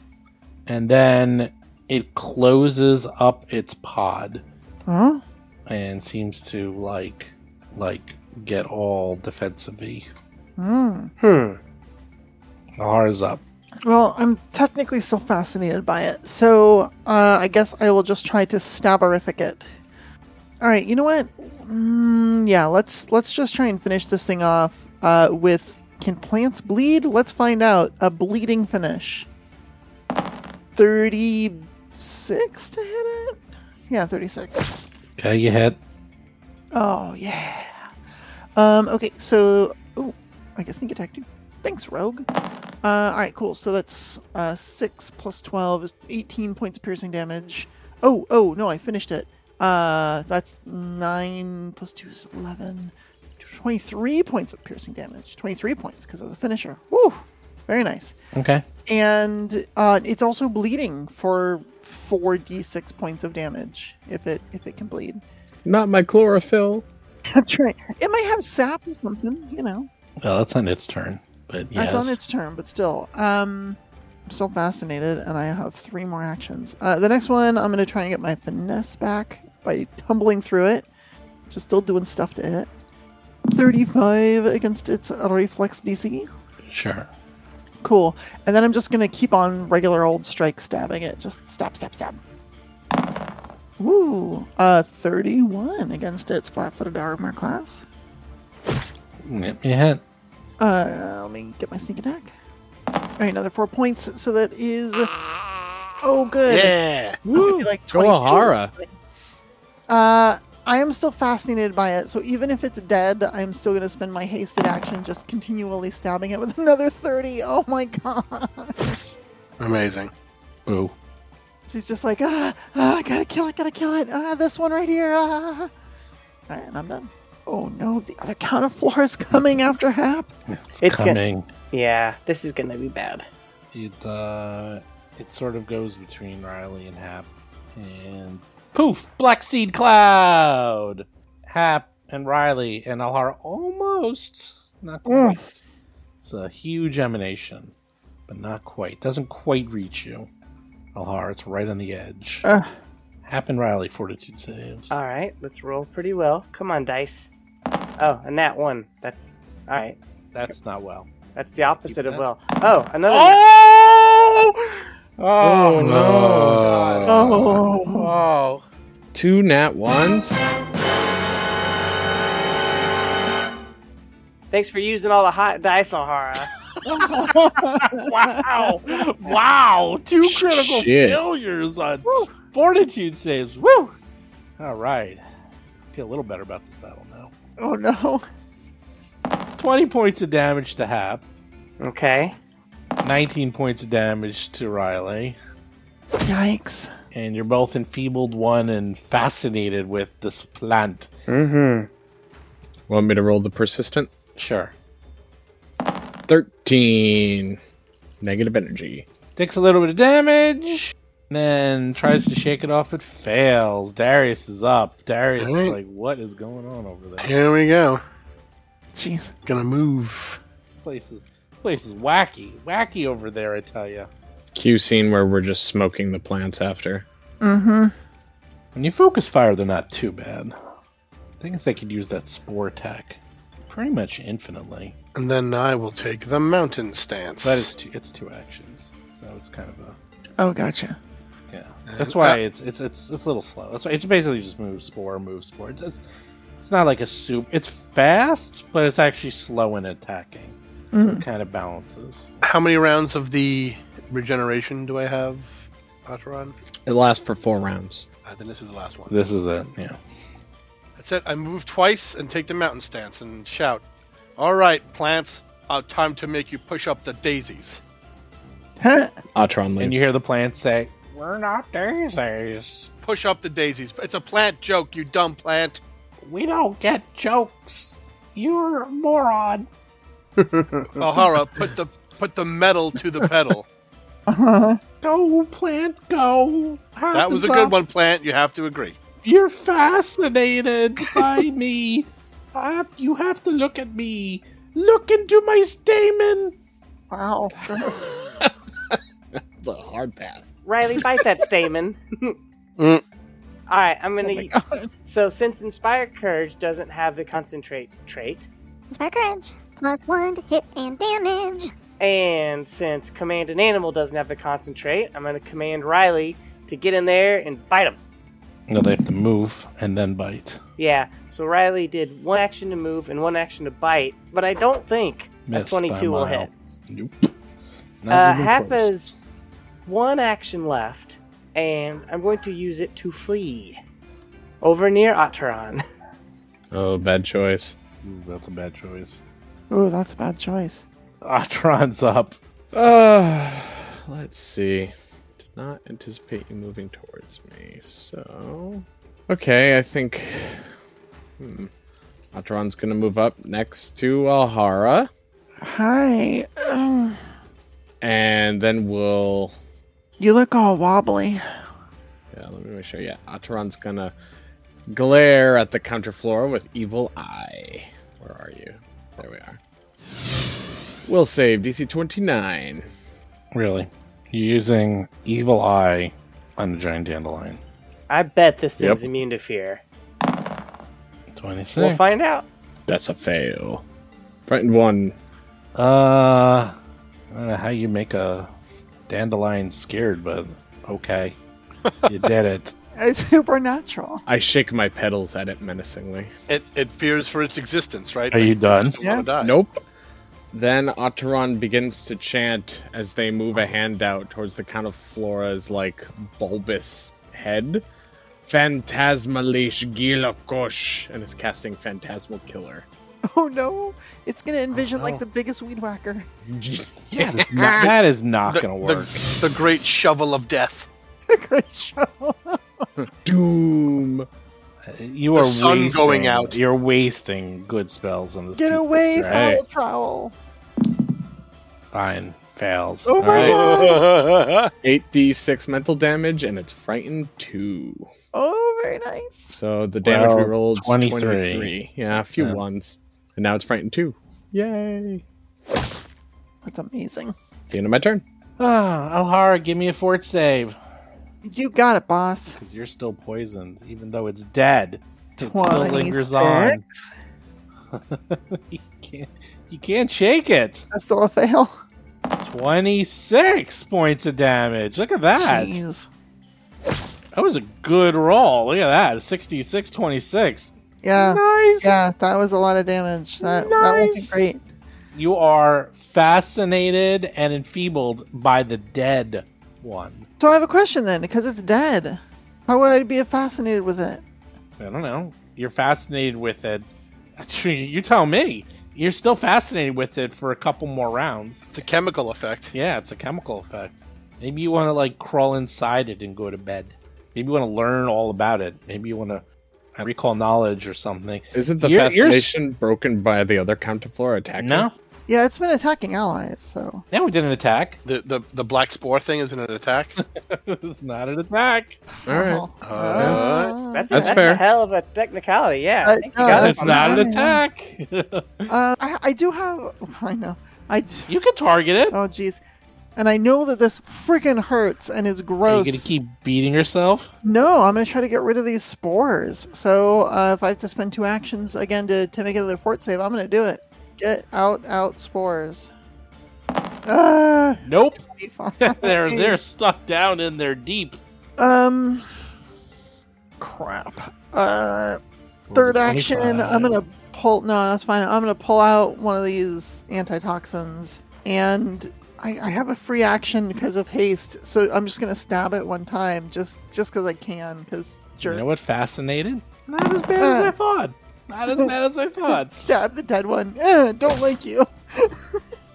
[SPEAKER 2] And then it closes up its pod
[SPEAKER 3] Huh?
[SPEAKER 2] and seems to like like get all defensive
[SPEAKER 3] Hmm.
[SPEAKER 6] Hmm.
[SPEAKER 2] R's up.
[SPEAKER 3] Well, I'm technically still fascinated by it, so uh, I guess I will just try to snabberific it. All right, you know what? Mm, yeah, let's let's just try and finish this thing off uh, with can plants bleed? Let's find out. A bleeding finish. Thirty-six to hit it. Yeah, thirty-six.
[SPEAKER 2] Okay, you hit.
[SPEAKER 3] Oh yeah. Um. Okay. So. Oh, I guess sneak attack too. Thanks, rogue. Uh. All right. Cool. So that's uh six plus twelve is eighteen points of piercing damage. Oh. Oh no! I finished it. Uh. That's nine plus two is eleven. Twenty-three points of piercing damage. Twenty-three points because I was a finisher. Woo! Very nice.
[SPEAKER 2] Okay.
[SPEAKER 3] And uh, it's also bleeding for four d6 points of damage if it if it can bleed.
[SPEAKER 4] Not my chlorophyll.
[SPEAKER 3] That's right. It might have sap or something, you know.
[SPEAKER 2] Well, that's on its turn. But yes.
[SPEAKER 3] That's on its turn, but still. Um, I'm still fascinated, and I have three more actions. Uh, the next one, I'm going to try and get my finesse back by tumbling through it. Just still doing stuff to it. 35 against its reflex DC.
[SPEAKER 2] Sure.
[SPEAKER 3] Cool. And then I'm just going to keep on regular old strike stabbing it. Just stab, stab, stab. Woo! Uh, 31 against its flat footed armor class.
[SPEAKER 2] Yep, you hit.
[SPEAKER 3] Uh, let me get my sneak attack. All right, another four points. So that is. Oh, good.
[SPEAKER 5] Yeah.
[SPEAKER 3] That's gonna be like
[SPEAKER 4] Go
[SPEAKER 3] 22.
[SPEAKER 4] Ahara.
[SPEAKER 3] Uh, I am still fascinated by it. So even if it's dead, I'm still going to spend my hasted action just continually stabbing it with <laughs> another 30. Oh my god.
[SPEAKER 5] Amazing.
[SPEAKER 2] Ooh.
[SPEAKER 3] She's just like, ah, ah, I gotta kill it, gotta kill it. Ah, this one right here. Ah. All right, and I'm done. Oh no, the other counterfloor is coming after Hap.
[SPEAKER 2] It's,
[SPEAKER 6] It's gonna-
[SPEAKER 2] coming.
[SPEAKER 6] Yeah, this is gonna be bad.
[SPEAKER 2] It uh, it sort of goes between Riley and Hap, and poof, black seed cloud. Hap and Riley and Alhar almost not
[SPEAKER 3] Mm.
[SPEAKER 2] quite. It's a huge emanation, but not quite. Doesn't quite reach you, Alhar. It's right on the edge.
[SPEAKER 3] Uh.
[SPEAKER 2] Hap and Riley fortitude saves.
[SPEAKER 6] All right, let's roll pretty well. Come on, dice. Oh, and that one. That's all right.
[SPEAKER 2] That's not well.
[SPEAKER 6] That's the opposite of
[SPEAKER 2] that.
[SPEAKER 6] well. Oh, another.
[SPEAKER 2] Oh! Oh,
[SPEAKER 4] Oh,
[SPEAKER 2] no!
[SPEAKER 5] no.
[SPEAKER 2] God.
[SPEAKER 3] Oh.
[SPEAKER 2] Oh.
[SPEAKER 4] Two nat ones.
[SPEAKER 6] Thanks for using all the hot dice, O'Hara.
[SPEAKER 2] wow! Wow! Two critical
[SPEAKER 4] Shit.
[SPEAKER 2] failures on fortitude saves. Woo! All right. Feel a little better about this battle now.
[SPEAKER 3] oh no.
[SPEAKER 2] 20 points of damage to Hap,
[SPEAKER 6] okay.
[SPEAKER 2] 19 points of damage to Riley,
[SPEAKER 3] Yikes.
[SPEAKER 2] and you're both enfeebled one and fascinated with this plant.
[SPEAKER 4] Mm-hmm. Want me to roll the persistent?
[SPEAKER 2] Sure.
[SPEAKER 4] Thirteen. Negative energy.
[SPEAKER 2] Takes a little bit of damage, then tries to shake it off. It fails. Darius is up. Darius is
[SPEAKER 5] Alright.
[SPEAKER 2] like, what is going on over there?
[SPEAKER 5] Here we go.
[SPEAKER 3] Jeez.
[SPEAKER 5] Gonna move.
[SPEAKER 2] Place is, place is wacky. Wacky over there, I tell you.
[SPEAKER 4] Cue scene where we're just smoking the plants after.
[SPEAKER 3] Mm-hmm.
[SPEAKER 2] When you focus fire, they're not too bad. I think I could use that spore attack pretty much infinitely,
[SPEAKER 5] And then I will take the mountain stance.
[SPEAKER 2] but it's two, it's two actions, so it's kind of a
[SPEAKER 3] Oh, gotcha.
[SPEAKER 2] yeah. That's why it's it's it's it's a little slow. That's why it's basically just move spore, move spore. It's it's, it's not like a soup. It's fast, but it's actually slow in attacking, so it kind of balances.
[SPEAKER 5] How many rounds of the regeneration do I have, Atron?
[SPEAKER 4] It lasts for four rounds.
[SPEAKER 5] Uh, then this is the last one.
[SPEAKER 2] This is it. Yeah.
[SPEAKER 5] That's it. I move twice and take the mountain stance and shout, All right, plants, uh, time to make you push up the daisies.
[SPEAKER 3] Huh.
[SPEAKER 4] Atron leaves.
[SPEAKER 2] And you hear the plants say,
[SPEAKER 8] We're not daisies.
[SPEAKER 5] Push up the daisies. It's a plant joke, you dumb plant.
[SPEAKER 8] We don't get jokes. You're a moron.
[SPEAKER 5] O'Hara, put the put the metal to the pedal.
[SPEAKER 3] Uh-huh.
[SPEAKER 8] Go, plant, go.
[SPEAKER 5] That was a good one, plant. You have to agree.
[SPEAKER 8] You're fascinated by <laughs> me. I, you have to look at me. Look into my stamen.
[SPEAKER 3] Wow.
[SPEAKER 4] It's a hard pass.
[SPEAKER 6] Riley, bite that
[SPEAKER 3] <laughs>
[SPEAKER 6] stamen.
[SPEAKER 5] Mm.
[SPEAKER 6] All right, I'm gonna.
[SPEAKER 3] Oh my God.
[SPEAKER 6] so since Inspire Courage doesn't have the concentrate trait,
[SPEAKER 7] Inspire courage. Plus one to hit and damage.
[SPEAKER 6] and since Command an Animal doesn't have the concentrate, I'm gonna command Riley to get in there and bite him.
[SPEAKER 2] No, they have to move and then bite.
[SPEAKER 6] Yeah. So Riley did one action to move and one action to bite, but I don't think a
[SPEAKER 2] Missed by
[SPEAKER 6] 22 will
[SPEAKER 2] mile.
[SPEAKER 6] hit.
[SPEAKER 2] Nope.
[SPEAKER 6] Uh,
[SPEAKER 2] Not even
[SPEAKER 6] Hap
[SPEAKER 2] close.
[SPEAKER 6] has one action left, and I'm going to use it to flee over near Otteron.
[SPEAKER 4] Oh, bad choice.
[SPEAKER 2] Ooh, that's a bad choice.
[SPEAKER 3] Ooh, that's a bad choice.
[SPEAKER 2] Atron's up.
[SPEAKER 4] Uh, let's see. Did not anticipate you moving towards me, so. Okay, I think. Hmm. Atron's gonna move up next to Alhara,
[SPEAKER 3] Hi. Um,
[SPEAKER 4] and then we'll.
[SPEAKER 3] you look all wobbly.
[SPEAKER 4] Yeah, let me make sure. Yeah, Atron's gonna glare at the counter floor with evil eye. Where are you? There we are. Will save DC 29.
[SPEAKER 2] Really? You're using Evil Eye on the giant dandelion.
[SPEAKER 6] I bet this thing's
[SPEAKER 4] Yep.
[SPEAKER 6] immune to fear.
[SPEAKER 2] 26.
[SPEAKER 6] We'll find out.
[SPEAKER 4] That's a fail. Frightened one.
[SPEAKER 2] uh, I don't know how you make a dandelion scared, but okay. You did
[SPEAKER 3] <laughs>
[SPEAKER 2] it.
[SPEAKER 3] <laughs> It's supernatural.
[SPEAKER 4] I shake my petals at it menacingly.
[SPEAKER 5] It it fears for its existence, right?
[SPEAKER 2] Are you done?
[SPEAKER 5] Doesn't wanna die.
[SPEAKER 4] Nope. Then Otteron begins to chant as they move a hand out towards the Count of Flora's like bulbous head. Phantasmalish Gilakosh and is casting Phantasmal Killer.
[SPEAKER 3] Oh no. It's gonna envision
[SPEAKER 4] Oh, no.
[SPEAKER 3] like the biggest weed whacker. <laughs>
[SPEAKER 5] <laughs>
[SPEAKER 2] Yeah, that's not- that is not
[SPEAKER 5] The,
[SPEAKER 2] going to
[SPEAKER 5] the-
[SPEAKER 2] work.
[SPEAKER 5] the great shovel
[SPEAKER 2] <laughs>
[SPEAKER 5] of death.
[SPEAKER 3] Great show.
[SPEAKER 4] Doom.
[SPEAKER 2] you
[SPEAKER 5] the
[SPEAKER 2] are
[SPEAKER 5] sun
[SPEAKER 2] wasting,
[SPEAKER 5] going out.
[SPEAKER 2] You're wasting good spells on this.
[SPEAKER 3] Get
[SPEAKER 2] piece of
[SPEAKER 3] away,
[SPEAKER 2] crap.
[SPEAKER 4] Right.
[SPEAKER 3] foul trowel.
[SPEAKER 2] Fine. Fails.
[SPEAKER 3] Oh my
[SPEAKER 4] Alright.
[SPEAKER 3] god.
[SPEAKER 4] <laughs> 8d6 mental damage and it's frightened 2.
[SPEAKER 3] Oh, very nice.
[SPEAKER 4] So the damage we
[SPEAKER 2] Well,
[SPEAKER 4] rolled
[SPEAKER 2] 23.
[SPEAKER 4] 23. Yeah, a few
[SPEAKER 2] Yeah.
[SPEAKER 4] ones. And now it's frightened 2. Yay.
[SPEAKER 3] That's amazing.
[SPEAKER 4] It's the end of my turn.
[SPEAKER 2] Ah, Alhara, give me a fort save.
[SPEAKER 3] You got it, boss.
[SPEAKER 2] 'Cause You're still poisoned, even though it's dead. It still lingers on.
[SPEAKER 3] 26.
[SPEAKER 2] you, can't, you can't shake it.
[SPEAKER 3] That's still a fail.
[SPEAKER 2] 26 points of damage. Look at that.
[SPEAKER 3] Jeez.
[SPEAKER 2] That was a good roll. Look at that. 66 26.
[SPEAKER 3] Yeah.
[SPEAKER 2] Nice.
[SPEAKER 3] Yeah, that was a lot of damage. That that wasn't
[SPEAKER 2] Nice.
[SPEAKER 3] great.
[SPEAKER 2] You are fascinated and enfeebled by the dead one.
[SPEAKER 3] So I have a question then, because it's dead. How would I be fascinated with it?
[SPEAKER 2] I don't know. You're fascinated with it. <laughs> You tell me. You're still fascinated with it for a couple more rounds.
[SPEAKER 5] <laughs> It's a chemical effect.
[SPEAKER 2] Yeah, it's a chemical effect. Maybe you want to like crawl inside it and go to bed. Maybe you want to learn all about it. Maybe you want to recall knowledge or something.
[SPEAKER 4] Isn't the
[SPEAKER 2] You're- you're s-
[SPEAKER 4] fascination broken by the other counterflora attack?
[SPEAKER 2] No,
[SPEAKER 3] Yeah, it's been attacking allies, so
[SPEAKER 2] no, it didn't attack. <laughs>
[SPEAKER 5] The, the the black spore thing isn't an attack.
[SPEAKER 2] it's not an attack.
[SPEAKER 4] All right.
[SPEAKER 3] Oh.
[SPEAKER 5] Uh,
[SPEAKER 6] That's,
[SPEAKER 4] That's
[SPEAKER 6] a, that's
[SPEAKER 4] fair.
[SPEAKER 6] a hell of a technicality. Yeah.
[SPEAKER 3] Uh,
[SPEAKER 6] I think you
[SPEAKER 3] no,
[SPEAKER 6] got
[SPEAKER 3] that's
[SPEAKER 2] It's
[SPEAKER 6] us on
[SPEAKER 2] not an
[SPEAKER 6] that.
[SPEAKER 3] not-
[SPEAKER 2] attack. <laughs>
[SPEAKER 3] Uh, I, I do have. <laughs> I know. I. Do,
[SPEAKER 2] you can target it.
[SPEAKER 3] oh, jeez. And I know that this freaking hurts and is
[SPEAKER 2] Are
[SPEAKER 3] gross.
[SPEAKER 2] you gonna keep beating yourself?
[SPEAKER 3] No, I'm gonna try to get rid of these spores. So uh, if I have to spend two actions again to to make another fort save, I'm gonna do it. Get out, out spores.
[SPEAKER 2] <laughs>
[SPEAKER 3] Uh,
[SPEAKER 2] Nope. they're they're stuck down in there deep.
[SPEAKER 3] um. Crap. Uh. third action, I'm gonna pull. No, that's fine. I'm gonna pull out one of these antitoxins, and I, I have a free action because of haste, so I'm just gonna stab it one time, just just because I can. Because
[SPEAKER 2] You
[SPEAKER 3] jerk,
[SPEAKER 2] know what? Fascinated. Not as bad as
[SPEAKER 3] Uh.
[SPEAKER 2] I thought. Not as bad as I thought. <laughs>
[SPEAKER 3] stab the dead one. Eh, don't like you. <laughs> <laughs>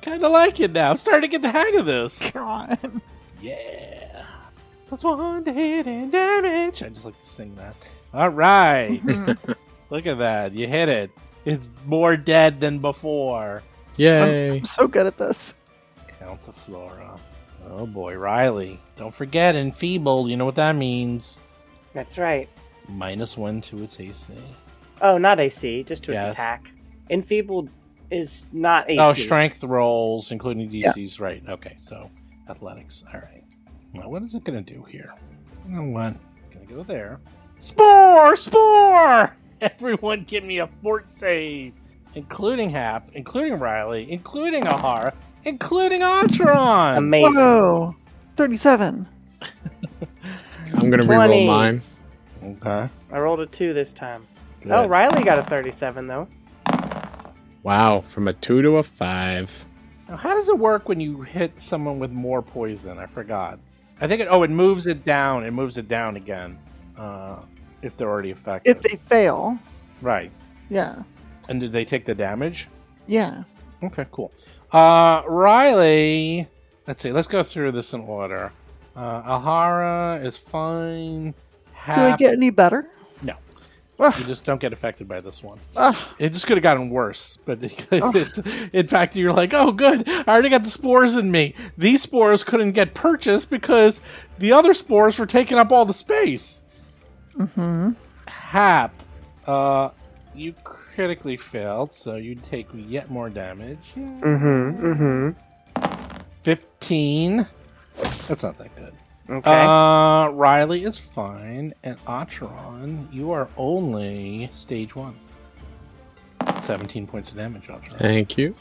[SPEAKER 2] Kind of like it now. I'm starting to get the hang of this.
[SPEAKER 3] God.
[SPEAKER 2] Yeah. Plus one to hit and damage. I just like to sing that. All
[SPEAKER 3] <laughs>
[SPEAKER 2] right.
[SPEAKER 3] Hmm.
[SPEAKER 2] Look at that. You hit it. It's more dead than before.
[SPEAKER 4] Yay!
[SPEAKER 2] Oh.
[SPEAKER 3] I'm so good at this.
[SPEAKER 2] Count to Flora. Oh boy, Riley. Don't forget enfeebled. You know what that means.
[SPEAKER 6] That's right.
[SPEAKER 2] Minus one to its AC.
[SPEAKER 6] Oh, not AC, just to
[SPEAKER 2] Yes.
[SPEAKER 6] its attack. Enfeebled is not AC.
[SPEAKER 2] Oh, strength rolls, including DCs. Right. Okay. So athletics. All right. Now, what is it going to do here? You know what? It's going to go there. Spore! Spore! <laughs> Everyone give me a fort save, including Hap, including Riley, including Ahara, including Atron.
[SPEAKER 6] Amazing.
[SPEAKER 3] Whoa, thirty-seven.
[SPEAKER 4] I'm gonna
[SPEAKER 6] 20.
[SPEAKER 4] reroll mine.
[SPEAKER 2] Okay.
[SPEAKER 6] I rolled a two this time.
[SPEAKER 2] Good.
[SPEAKER 6] Oh, Riley got a 37 though.
[SPEAKER 4] Wow, from a two to a five.
[SPEAKER 2] Now, how does it work when you hit someone with more poison? I forgot. I think it. Oh, it moves it down. It moves it down again. Uh, if they're already affected.
[SPEAKER 3] If they fail,
[SPEAKER 2] right.
[SPEAKER 3] yeah,
[SPEAKER 2] And did they take the damage?
[SPEAKER 3] yeah.
[SPEAKER 2] Okay, cool. Uh, Riley, let's see. Let's go through this in order. Uh, Alhara is fine.
[SPEAKER 3] Do I
[SPEAKER 2] Hap,
[SPEAKER 3] get any better?
[SPEAKER 2] Uh, No. you
[SPEAKER 3] Ugh,
[SPEAKER 2] just don't get affected by this one.
[SPEAKER 3] ugh.
[SPEAKER 6] Ah.
[SPEAKER 2] It just could have gotten worse, but <laughs> it, it- in fact, you're like, oh, good. I already got the spores in me. These spores couldn't get purchased because the other spores were taking up all the space.
[SPEAKER 3] Mhm.
[SPEAKER 2] Hap, uh, you critically failed, so you take yet more damage. Yay.
[SPEAKER 6] Mm-hmm. Mm-hmm.
[SPEAKER 2] 15. That's not that good.
[SPEAKER 6] Okay.
[SPEAKER 2] Uh, Riley is fine. And Atron, you are only stage one. 17 points of damage, Atron.
[SPEAKER 4] Thank you.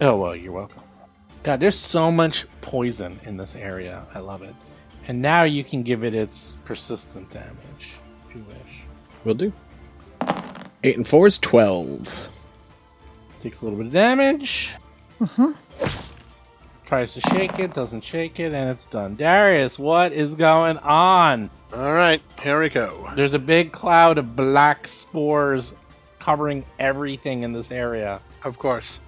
[SPEAKER 2] Oh, well, you're welcome. God, there's so much poison in this area. I love it. And now you can give it its persistent damage, if you wish.
[SPEAKER 4] Will do. Eight and four is twelve.
[SPEAKER 2] Takes a little bit of damage. Tries to shake it, doesn't shake it, and it's done. Darius, what is going on?
[SPEAKER 5] All right, here we go.
[SPEAKER 2] There's a big cloud of black spores covering everything in this area.
[SPEAKER 5] Of course.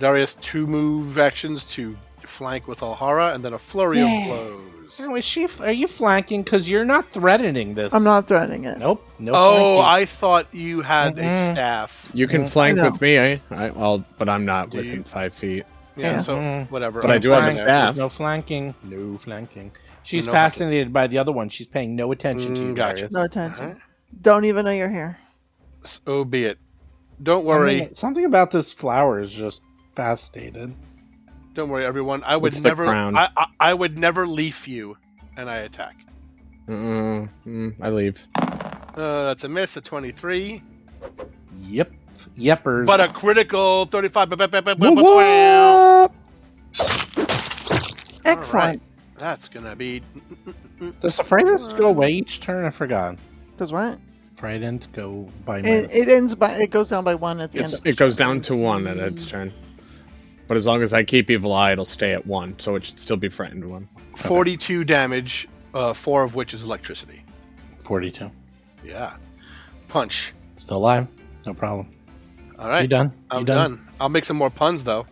[SPEAKER 5] Darius, two move actions to flank with Alhara, and then a flurry
[SPEAKER 2] Yeah.
[SPEAKER 5] of blows.
[SPEAKER 2] Oh, is she? Are you flanking? Because you're not threatening this.
[SPEAKER 3] I'm not threatening it.
[SPEAKER 2] Nope. No.
[SPEAKER 5] Oh,
[SPEAKER 2] flanking.
[SPEAKER 5] I thought you had
[SPEAKER 2] Mhm.
[SPEAKER 5] a staff.
[SPEAKER 4] You can
[SPEAKER 2] Mm, I
[SPEAKER 4] flank
[SPEAKER 3] know.
[SPEAKER 4] with me, eh? I, well, but I'm not
[SPEAKER 5] Do
[SPEAKER 4] within
[SPEAKER 5] you-
[SPEAKER 4] five feet.
[SPEAKER 5] Yeah,
[SPEAKER 3] Yeah.
[SPEAKER 5] so
[SPEAKER 2] Mhm.
[SPEAKER 5] whatever.
[SPEAKER 4] But I
[SPEAKER 5] I'm
[SPEAKER 4] do have a
[SPEAKER 5] fine.
[SPEAKER 4] staff.
[SPEAKER 2] No flanking. No flanking. She's
[SPEAKER 5] No flanking.
[SPEAKER 2] fascinated by the other one. She's paying no attention to
[SPEAKER 5] Mm,
[SPEAKER 2] you.
[SPEAKER 5] gotcha.
[SPEAKER 2] Darius.
[SPEAKER 3] No attention.
[SPEAKER 5] Alright.
[SPEAKER 3] Don't even know you're here.
[SPEAKER 5] So be it. Don't worry.
[SPEAKER 2] Something, something about this flower is just fascinated.
[SPEAKER 5] Don't worry, everyone. I would
[SPEAKER 4] It's the
[SPEAKER 5] never.
[SPEAKER 4] crown.
[SPEAKER 5] I, I I would never leaf you, and I attack.
[SPEAKER 4] Mm-mm, mm, I leave.
[SPEAKER 5] Uh, that's a miss, a twenty-three,
[SPEAKER 2] Yep. Yeppers.
[SPEAKER 5] but a critical thirty-five. Ba- ba- ba- ba- ba-
[SPEAKER 2] Whoop,
[SPEAKER 5] ba- ba-
[SPEAKER 2] whoop.
[SPEAKER 3] Excellent.
[SPEAKER 5] That's gonna be.
[SPEAKER 2] Does the frightened go away each turn? I forgot.
[SPEAKER 3] Does what?
[SPEAKER 2] Frightened go by
[SPEAKER 3] It, it ends by it goes down by one at the
[SPEAKER 4] It's,
[SPEAKER 3] end. Of
[SPEAKER 4] it goes down to one at its turn. But as long as I keep Evil Eye, it'll stay at one, so it should still be frightened one.
[SPEAKER 5] Forty-two damage, uh, four of which is electricity.
[SPEAKER 2] 42.
[SPEAKER 5] Yeah, punch.
[SPEAKER 2] Still alive. No problem.
[SPEAKER 5] All right,
[SPEAKER 2] You done?
[SPEAKER 5] I'm
[SPEAKER 2] you
[SPEAKER 5] done? I'll make some more puns though.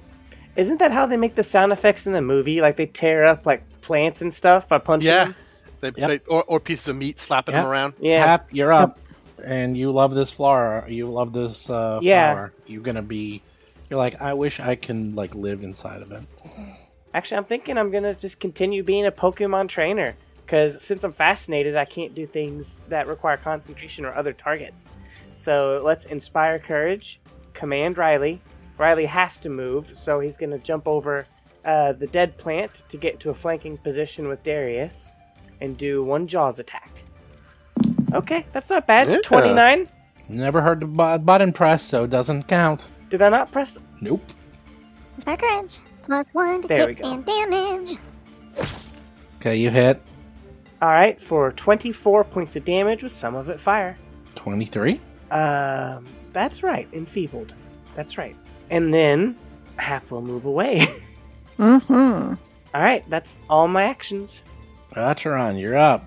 [SPEAKER 6] Isn't that how they make the sound effects in the movie? Like they tear up like plants and stuff by punching.
[SPEAKER 5] Yeah,
[SPEAKER 6] them?
[SPEAKER 5] they,
[SPEAKER 2] Yep.
[SPEAKER 5] they, or, or pieces of meat slapping
[SPEAKER 2] Yep.
[SPEAKER 5] them around.
[SPEAKER 6] Yeah.
[SPEAKER 2] Hap, you're up. And you love this flower. You love this uh,
[SPEAKER 6] Yeah.
[SPEAKER 2] flower. You're going to be. You're like, I wish I can like live inside of it.
[SPEAKER 6] Actually, I'm thinking I'm gonna just continue being a Pokemon trainer because since I'm fascinated, I can't do things that require concentration or other targets. So let's inspire courage. Command Riley. Riley has to move, so he's gonna jump over uh, the dead plant to get to a flanking position with Darius and do one Jaws attack. Okay, that's not bad.
[SPEAKER 5] Yeah.
[SPEAKER 6] 29.
[SPEAKER 2] Never heard the bu- button press, so it doesn't count.
[SPEAKER 6] Did I not press?
[SPEAKER 2] Nope.
[SPEAKER 7] Inspire courage. Plus one to
[SPEAKER 6] There we
[SPEAKER 7] hit
[SPEAKER 6] go.
[SPEAKER 7] and damage.
[SPEAKER 2] Okay, you hit
[SPEAKER 6] All right, for 24 points of damage with some of it fire.
[SPEAKER 2] 23.
[SPEAKER 6] Um, that's right, enfeebled. That's right. And then Hap will move away. <laughs>
[SPEAKER 3] mm-hmm.
[SPEAKER 6] all right, that's all my actions.
[SPEAKER 2] Acheron, you're up.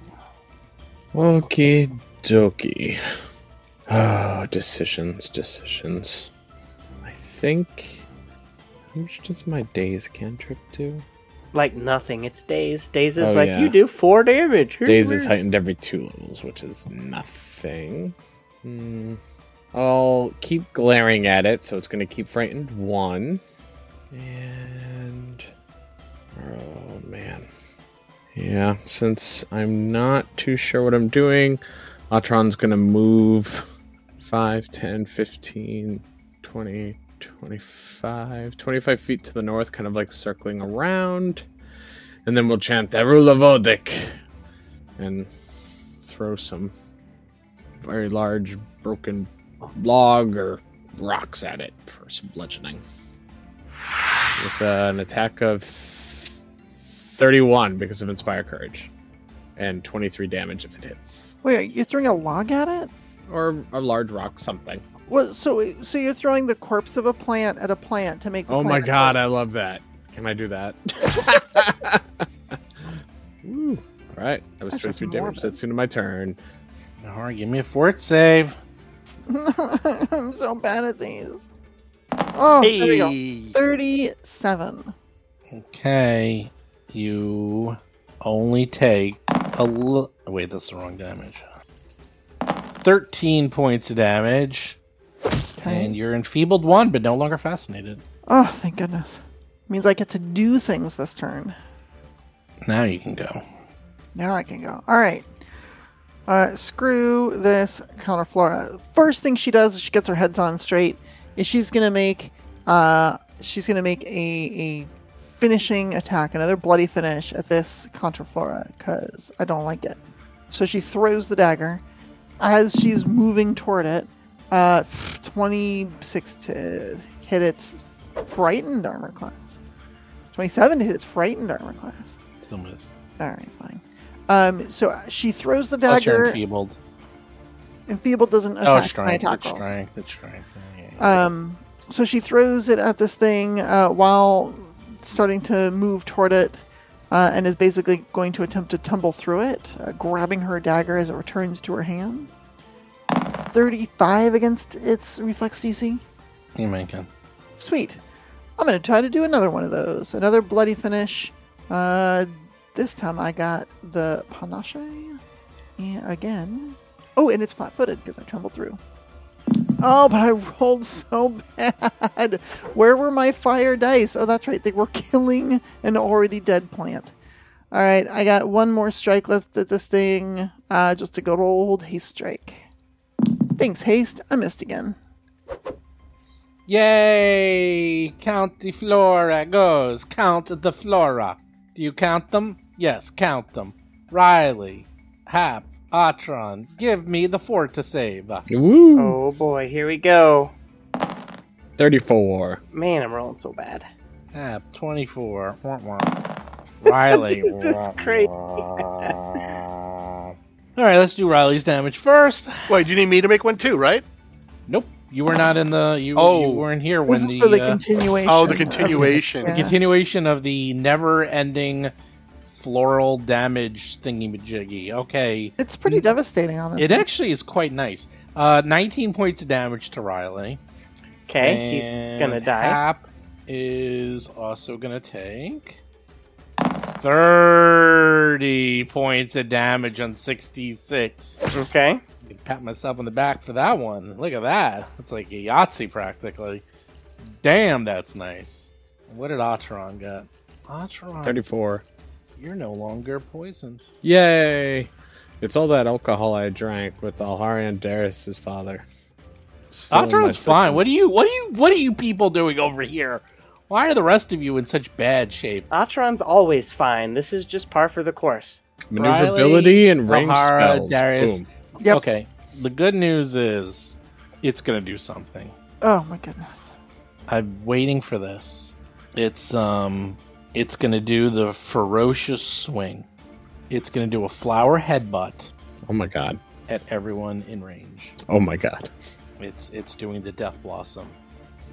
[SPEAKER 4] Okie dokie. Oh, decisions, decisions. I think. How much does my day's cantrip do?
[SPEAKER 6] like nothing. It's Daze. Daze is
[SPEAKER 4] Oh,
[SPEAKER 6] like
[SPEAKER 4] yeah.
[SPEAKER 6] you do four damage.
[SPEAKER 4] Days is heightened every two levels, which is nothing. Hmm. I'll keep glaring at it, so it's going to keep frightened one. And. Oh, man. Yeah, since I'm not too sure what I'm doing, Atron's going to move 5, 10, 15, 20, 25, 25 feet to the north, kind of like circling around. And then we'll chant the rule of Odic and throw some very large broken log or rocks at it for some bludgeoning. With uh, an attack of 31 because of Inspire Courage, and 23 damage if it hits.
[SPEAKER 3] Wait, you're throwing a log at it?
[SPEAKER 4] Or a large rock, something.
[SPEAKER 3] Well, so so you're throwing the corpse of a plant at a plant to make. The
[SPEAKER 4] Oh my
[SPEAKER 3] plant a
[SPEAKER 4] god,
[SPEAKER 3] corpse.
[SPEAKER 4] I love that. Can I do <laughs> that? Woo. All right, I was
[SPEAKER 3] That's just
[SPEAKER 4] 23 damage.
[SPEAKER 3] morbid.
[SPEAKER 4] That's into my turn.
[SPEAKER 2] All right, give me a fort save.
[SPEAKER 3] <laughs> I'm so bad at these. Oh, there we go.
[SPEAKER 5] Hey.
[SPEAKER 3] Thirty-seven.
[SPEAKER 2] Okay, you only take a l- wait. That's the wrong damage. Thirteen points of damage,
[SPEAKER 3] Okay.
[SPEAKER 2] and you're enfeebled one, but no longer fascinated.
[SPEAKER 3] Oh, thank goodness. Means I get to do things this turn.
[SPEAKER 2] Now you can go.
[SPEAKER 3] Now I can go. All right. Uh, screw this counterflora. First thing she does, is she gets her heads on straight. Is she's gonna make, uh, she's gonna make a, a finishing attack, another bloody finish at this counterflora, cause I don't like it. So she throws the dagger. As she's moving toward it, uh, twenty six to hit its frightened armor class. Twenty seven to hit its frightened armor class.
[SPEAKER 2] Still miss.
[SPEAKER 3] All right, fine. Um, so she throws the
[SPEAKER 2] Plus you're
[SPEAKER 3] dagger.
[SPEAKER 2] Oh, enfeebled.
[SPEAKER 3] Enfeebled doesn't
[SPEAKER 2] Oh,
[SPEAKER 3] attack my
[SPEAKER 2] strength.
[SPEAKER 3] attack
[SPEAKER 2] It's
[SPEAKER 3] rolls.
[SPEAKER 2] strength. It's strength. Yeah, yeah, yeah.
[SPEAKER 3] Um, so she throws it at this thing uh, while starting to move toward it, uh, and is basically going to attempt to tumble through it, uh, grabbing her dagger as it returns to her hand. Thirty-five against its reflex DC.
[SPEAKER 2] you make it.
[SPEAKER 3] Sweet. I'm gonna try to do another one of those. Another bloody finish. Uh, this time I got the panache. And again. Oh, and it's flat-footed because I trembled through. Oh, but I rolled so bad. Where were my fire dice? Oh, that's right. They were <laughs> killing an already dead plant. All right, I got one more strike left at this thing. Uh, just a good old haste strike. Thanks, haste. I missed again.
[SPEAKER 2] Yay! Count the flora goes. Count the flora. Do you count them? Yes, count them. Riley, Hap, Atron, give me the fort to save.
[SPEAKER 4] Woo!
[SPEAKER 6] Oh boy, here we go.
[SPEAKER 4] 34.
[SPEAKER 6] Man, I'm rolling so bad.
[SPEAKER 2] Hap, 24. Wah, wah. Riley.
[SPEAKER 6] Jesus
[SPEAKER 2] wah,
[SPEAKER 6] Christ.
[SPEAKER 2] wah. All right, let's do Riley's damage first.
[SPEAKER 5] Wait, do you need me to make one too, right?
[SPEAKER 2] Nope, you were not in the. You,
[SPEAKER 5] Oh.
[SPEAKER 2] you weren't here when
[SPEAKER 3] This is
[SPEAKER 2] the,
[SPEAKER 3] for the
[SPEAKER 2] uh,
[SPEAKER 3] continuation.
[SPEAKER 5] Oh, the
[SPEAKER 3] of-
[SPEAKER 5] continuation.
[SPEAKER 3] Yeah.
[SPEAKER 2] continuation of the never-ending floral damage thingy-majiggy. Okay.
[SPEAKER 3] It's pretty devastating, honestly.
[SPEAKER 2] Mm-hmm. It actually is quite nice. Uh, 19 points of damage to Riley.
[SPEAKER 6] Okay, he's
[SPEAKER 2] And
[SPEAKER 6] gonna die.
[SPEAKER 2] Hap is also gonna take 30 points of damage on 66.
[SPEAKER 6] Okay.
[SPEAKER 2] I can pat myself on the back for that one. Look at that. It's like a Yahtzee practically. Damn, that's nice. What did Atron got? Atron,
[SPEAKER 4] 34.
[SPEAKER 2] you're no longer poisoned.
[SPEAKER 4] Yay! It's all that alcohol I drank with Alharian Darius's father. Still in Oh, my
[SPEAKER 2] Atron's
[SPEAKER 4] system.
[SPEAKER 2] fine. What are you? What are you? What are you people doing over here? Why are the rest of you in such bad shape?
[SPEAKER 6] Atron's always fine. This is just par for the course.
[SPEAKER 4] maneuverability and
[SPEAKER 2] Riley,
[SPEAKER 4] range
[SPEAKER 2] Alhara,
[SPEAKER 4] spells?
[SPEAKER 2] Darius.
[SPEAKER 4] Boom.
[SPEAKER 3] Yep.
[SPEAKER 2] Okay. The good news is it's going to do something.
[SPEAKER 3] Oh my goodness.
[SPEAKER 2] I'm waiting for this. It's um it's going to do the ferocious swing. It's going to do a flower headbutt
[SPEAKER 4] Oh my god!
[SPEAKER 2] at everyone in range.
[SPEAKER 4] Oh my god!
[SPEAKER 2] It's it's doing the death blossom.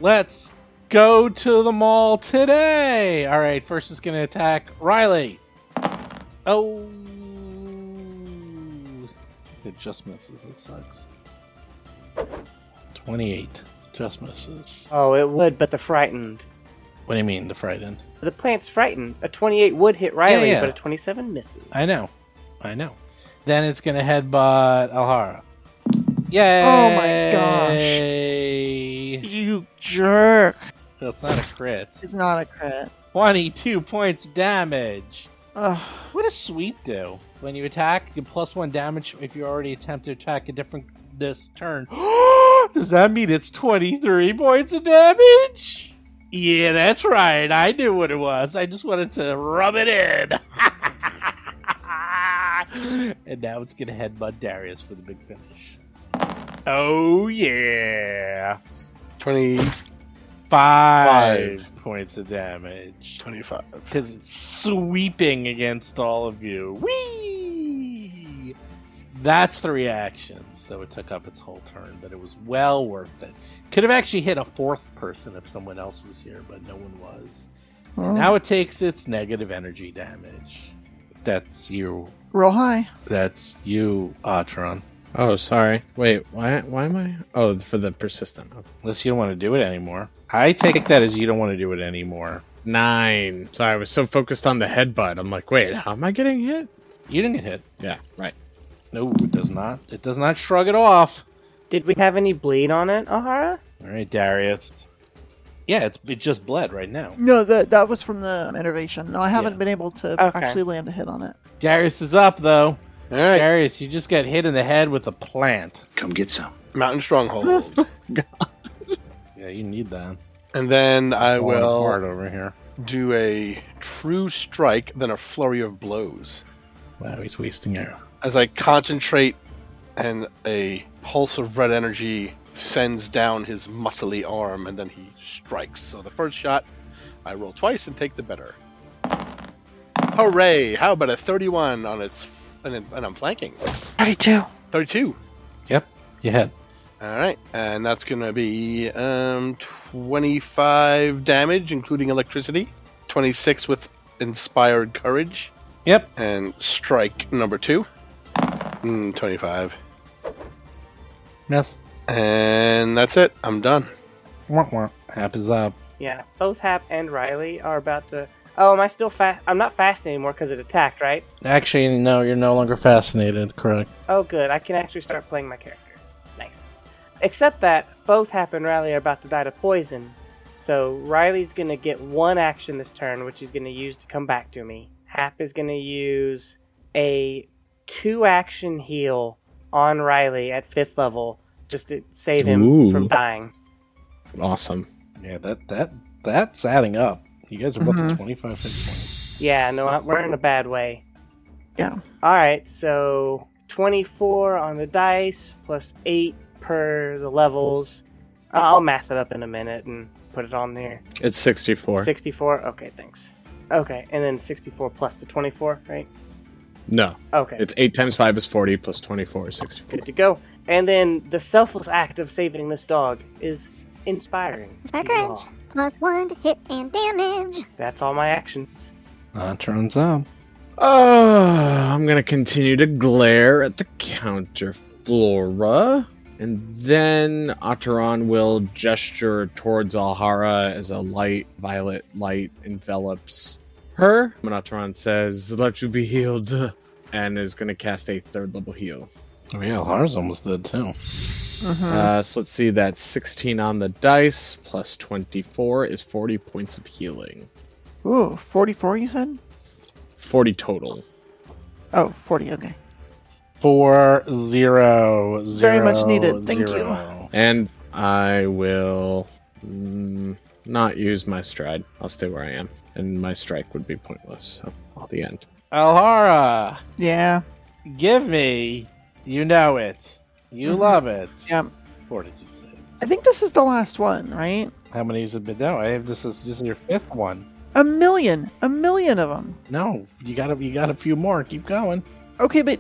[SPEAKER 2] Let's go to the mall today. All right, first it's going to attack Riley. Oh. It just misses. It sucks. 28 just misses.
[SPEAKER 6] Oh, it would, but the frightened.
[SPEAKER 2] What do you mean the fright end?
[SPEAKER 6] The plant's frightened. A 28 would hit Riley,
[SPEAKER 2] yeah.
[SPEAKER 6] but a 27 misses.
[SPEAKER 2] I know, I know. Then it's gonna headbutt Alhara. Yay!
[SPEAKER 3] Oh my gosh.
[SPEAKER 2] gosh!
[SPEAKER 3] You jerk.
[SPEAKER 2] That's not a crit.
[SPEAKER 3] It's not a crit.
[SPEAKER 2] Twenty-two points damage.
[SPEAKER 3] Ugh.
[SPEAKER 2] What does sweep do? When you attack, you get plus one damage if you already attempt to attack a different this turn. <gasps> does that mean it's twenty-three points of damage? Yeah, that's right. I knew what it was. I just wanted to rub it in. <laughs> and now it's gonna headbutt Darius for the big finish. Oh yeah.
[SPEAKER 5] 20,
[SPEAKER 2] Five, points of damage.
[SPEAKER 5] 25.
[SPEAKER 2] Because it's sweeping against all of you. Whee! That's the reaction. So it took up its whole turn, but it was well worth it. Could have actually hit a fourth person if someone else was here, but no one was.
[SPEAKER 3] Well,
[SPEAKER 2] Now it takes its negative energy damage. That's you.
[SPEAKER 3] roll high.
[SPEAKER 2] That's you, Atron.
[SPEAKER 4] Oh, sorry. Wait, why? Why am I? Oh, for the persistent. Okay.
[SPEAKER 2] Unless you don't want to do it anymore. I take that as you don't want to do it anymore.
[SPEAKER 4] Nine. Sorry, I was so focused on the headbutt. I'm like, wait, how am I getting hit?
[SPEAKER 2] You didn't get hit.
[SPEAKER 4] Yeah, right.
[SPEAKER 2] No, it does not. It does not shrug it off.
[SPEAKER 6] Did we have any bleed on it, Ahara?
[SPEAKER 2] All right, Darius. Yeah, it's it just bled right now.
[SPEAKER 3] No, that that was from the innervation. No, I haven't
[SPEAKER 2] Yeah.
[SPEAKER 3] been able to
[SPEAKER 6] Okay.
[SPEAKER 3] actually land a hit on it.
[SPEAKER 2] Darius is up though.
[SPEAKER 5] All right.
[SPEAKER 2] Darius, you just got hit in the head with a plant.
[SPEAKER 9] Come get some.
[SPEAKER 5] Mountain Stronghold.
[SPEAKER 2] Yeah, you need that.
[SPEAKER 5] and then I
[SPEAKER 2] Falling apart
[SPEAKER 5] will
[SPEAKER 2] over here.
[SPEAKER 5] do a true strike, then a flurry of blows.
[SPEAKER 2] Wow, he's wasting air.
[SPEAKER 5] As I concentrate and a pulse of red energy sends down his muscly arm, and then he strikes. So the first shot, I roll twice and take the better. Hooray! How about a 31 on its. F- and, it- and I'm flanking.
[SPEAKER 3] 32.
[SPEAKER 5] 32.
[SPEAKER 2] Yep, you hit.
[SPEAKER 5] All right, and that's going to be um, 25 damage, including electricity, 26 with inspired courage,
[SPEAKER 2] Yep,
[SPEAKER 5] and strike number two, mm, 25.
[SPEAKER 2] miss.
[SPEAKER 5] And that's it. I'm done.
[SPEAKER 2] Wah, wah. Hap is up.
[SPEAKER 6] Yeah. Both Hap and Riley are about to. Oh, am I still fast? I'm not fast anymore because it attacked, right?
[SPEAKER 2] Actually, no, you're no longer fascinated. Correct.
[SPEAKER 6] Oh, good. I can actually start playing my character. Nice. Except that both Hap and Riley are about to die to poison. So Riley's going to get one action this turn, which he's going to use to come back to me. Hap is going to use a two action heal on Riley at fifth level just to save him
[SPEAKER 4] Ooh.
[SPEAKER 6] from dying.
[SPEAKER 4] Awesome.
[SPEAKER 2] Yeah, that that that's adding up. You guys are both at
[SPEAKER 3] Mhm.
[SPEAKER 2] 25 hit points.
[SPEAKER 6] Yeah, no, I- we're in a bad way.
[SPEAKER 3] Yeah.
[SPEAKER 6] All right, so 24 on the dice plus 8 per the levels. I- I'll math it up in a minute and put it on there.
[SPEAKER 4] It's sixty-four.
[SPEAKER 6] 64? Okay, thanks. Okay, and then 64 plus the 24, right?
[SPEAKER 4] No,
[SPEAKER 6] Okay,
[SPEAKER 4] it's eight times five is forty plus twenty-four is sixty-four.
[SPEAKER 6] good to go. And then the selfless act of saving this dog is inspiring.
[SPEAKER 7] Inspire
[SPEAKER 6] to you
[SPEAKER 7] courage.
[SPEAKER 6] all.
[SPEAKER 7] Plus one to hit and damage.
[SPEAKER 6] That's all my actions.
[SPEAKER 2] Uh, turns up.
[SPEAKER 4] Oh, I'm gonna continue to glare at the counter flora, and then Ataran will gesture towards Alhara as a light, violet light envelops her. When Ataran says, "Let you be healed," and is gonna cast a third level heal.
[SPEAKER 2] Oh, yeah, Lars almost did too.
[SPEAKER 4] Uh, so let's see, that's 16 on the dice plus 24 is 40 points of healing.
[SPEAKER 3] Ooh, 44 you said?
[SPEAKER 4] 40 total.
[SPEAKER 3] Oh, 40, okay.
[SPEAKER 2] Four zero zero.
[SPEAKER 3] Very much needed. Thank you.
[SPEAKER 2] zero.
[SPEAKER 4] And I will mm, not use my stride. I'll stay where I am. And my strike would be pointless. So, at the end.
[SPEAKER 2] Alhara.
[SPEAKER 3] Yeah,
[SPEAKER 2] Give me. You know it. You
[SPEAKER 3] Mm-hmm.
[SPEAKER 2] love it.
[SPEAKER 3] yeah.
[SPEAKER 2] Fortitude save.
[SPEAKER 3] I think this is the last one, right?
[SPEAKER 2] How many has it been? No, I have this is this is your fifth one.
[SPEAKER 3] A million, a million of them.
[SPEAKER 2] No, you got a you got a few more. Keep going.
[SPEAKER 3] Okay, but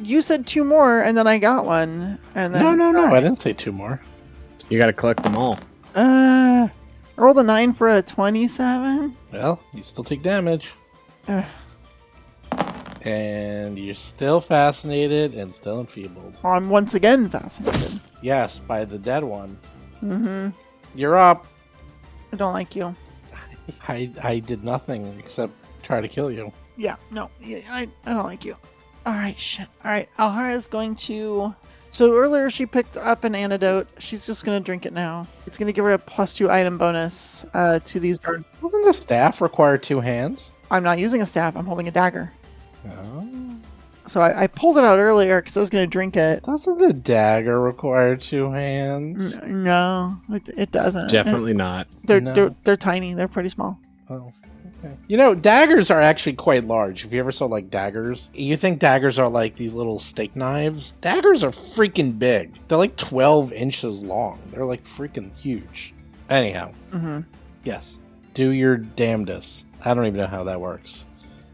[SPEAKER 3] you said two more, and then I got one, and then
[SPEAKER 2] No, no, no. Oh, I didn't say two more.
[SPEAKER 4] You gotta collect them all.
[SPEAKER 3] Uh, I rolled a nine for a twenty-seven.
[SPEAKER 2] Well, you still take damage,
[SPEAKER 3] Ugh.
[SPEAKER 2] and you're still fascinated and still enfeebled.
[SPEAKER 3] I'm once again fascinated.
[SPEAKER 2] Yes, by the dead one.
[SPEAKER 3] Mm-hmm.
[SPEAKER 2] You're up.
[SPEAKER 3] I don't like you.
[SPEAKER 2] I I I did nothing except try to kill you.
[SPEAKER 3] Yeah, no, yeah, I, I don't like you. All right, shit. All right, Alhara is going to. So earlier she picked up an antidote. She's just going to drink it now. It's going to give her a plus two item bonus uh, to these. Darn...
[SPEAKER 2] Doesn't the staff require two hands?
[SPEAKER 3] I'm not using a staff. I'm holding a dagger.
[SPEAKER 2] Oh.
[SPEAKER 3] So I, I pulled it out earlier because I was going to drink it.
[SPEAKER 2] Doesn't the dagger require two hands?
[SPEAKER 3] N- No, it, it doesn't.
[SPEAKER 4] Definitely not.
[SPEAKER 3] They're,
[SPEAKER 2] No.
[SPEAKER 3] they're they're tiny. They're pretty small.
[SPEAKER 2] Oh. okay. You know, daggers are actually quite large. If you ever saw like daggers, you think daggers are like these little steak knives. Daggers are freaking big. They're like 12 inches long. They're like freaking huge. Anyhow,
[SPEAKER 3] hmm
[SPEAKER 2] yes. Do your damnedest. I don't even know how that works.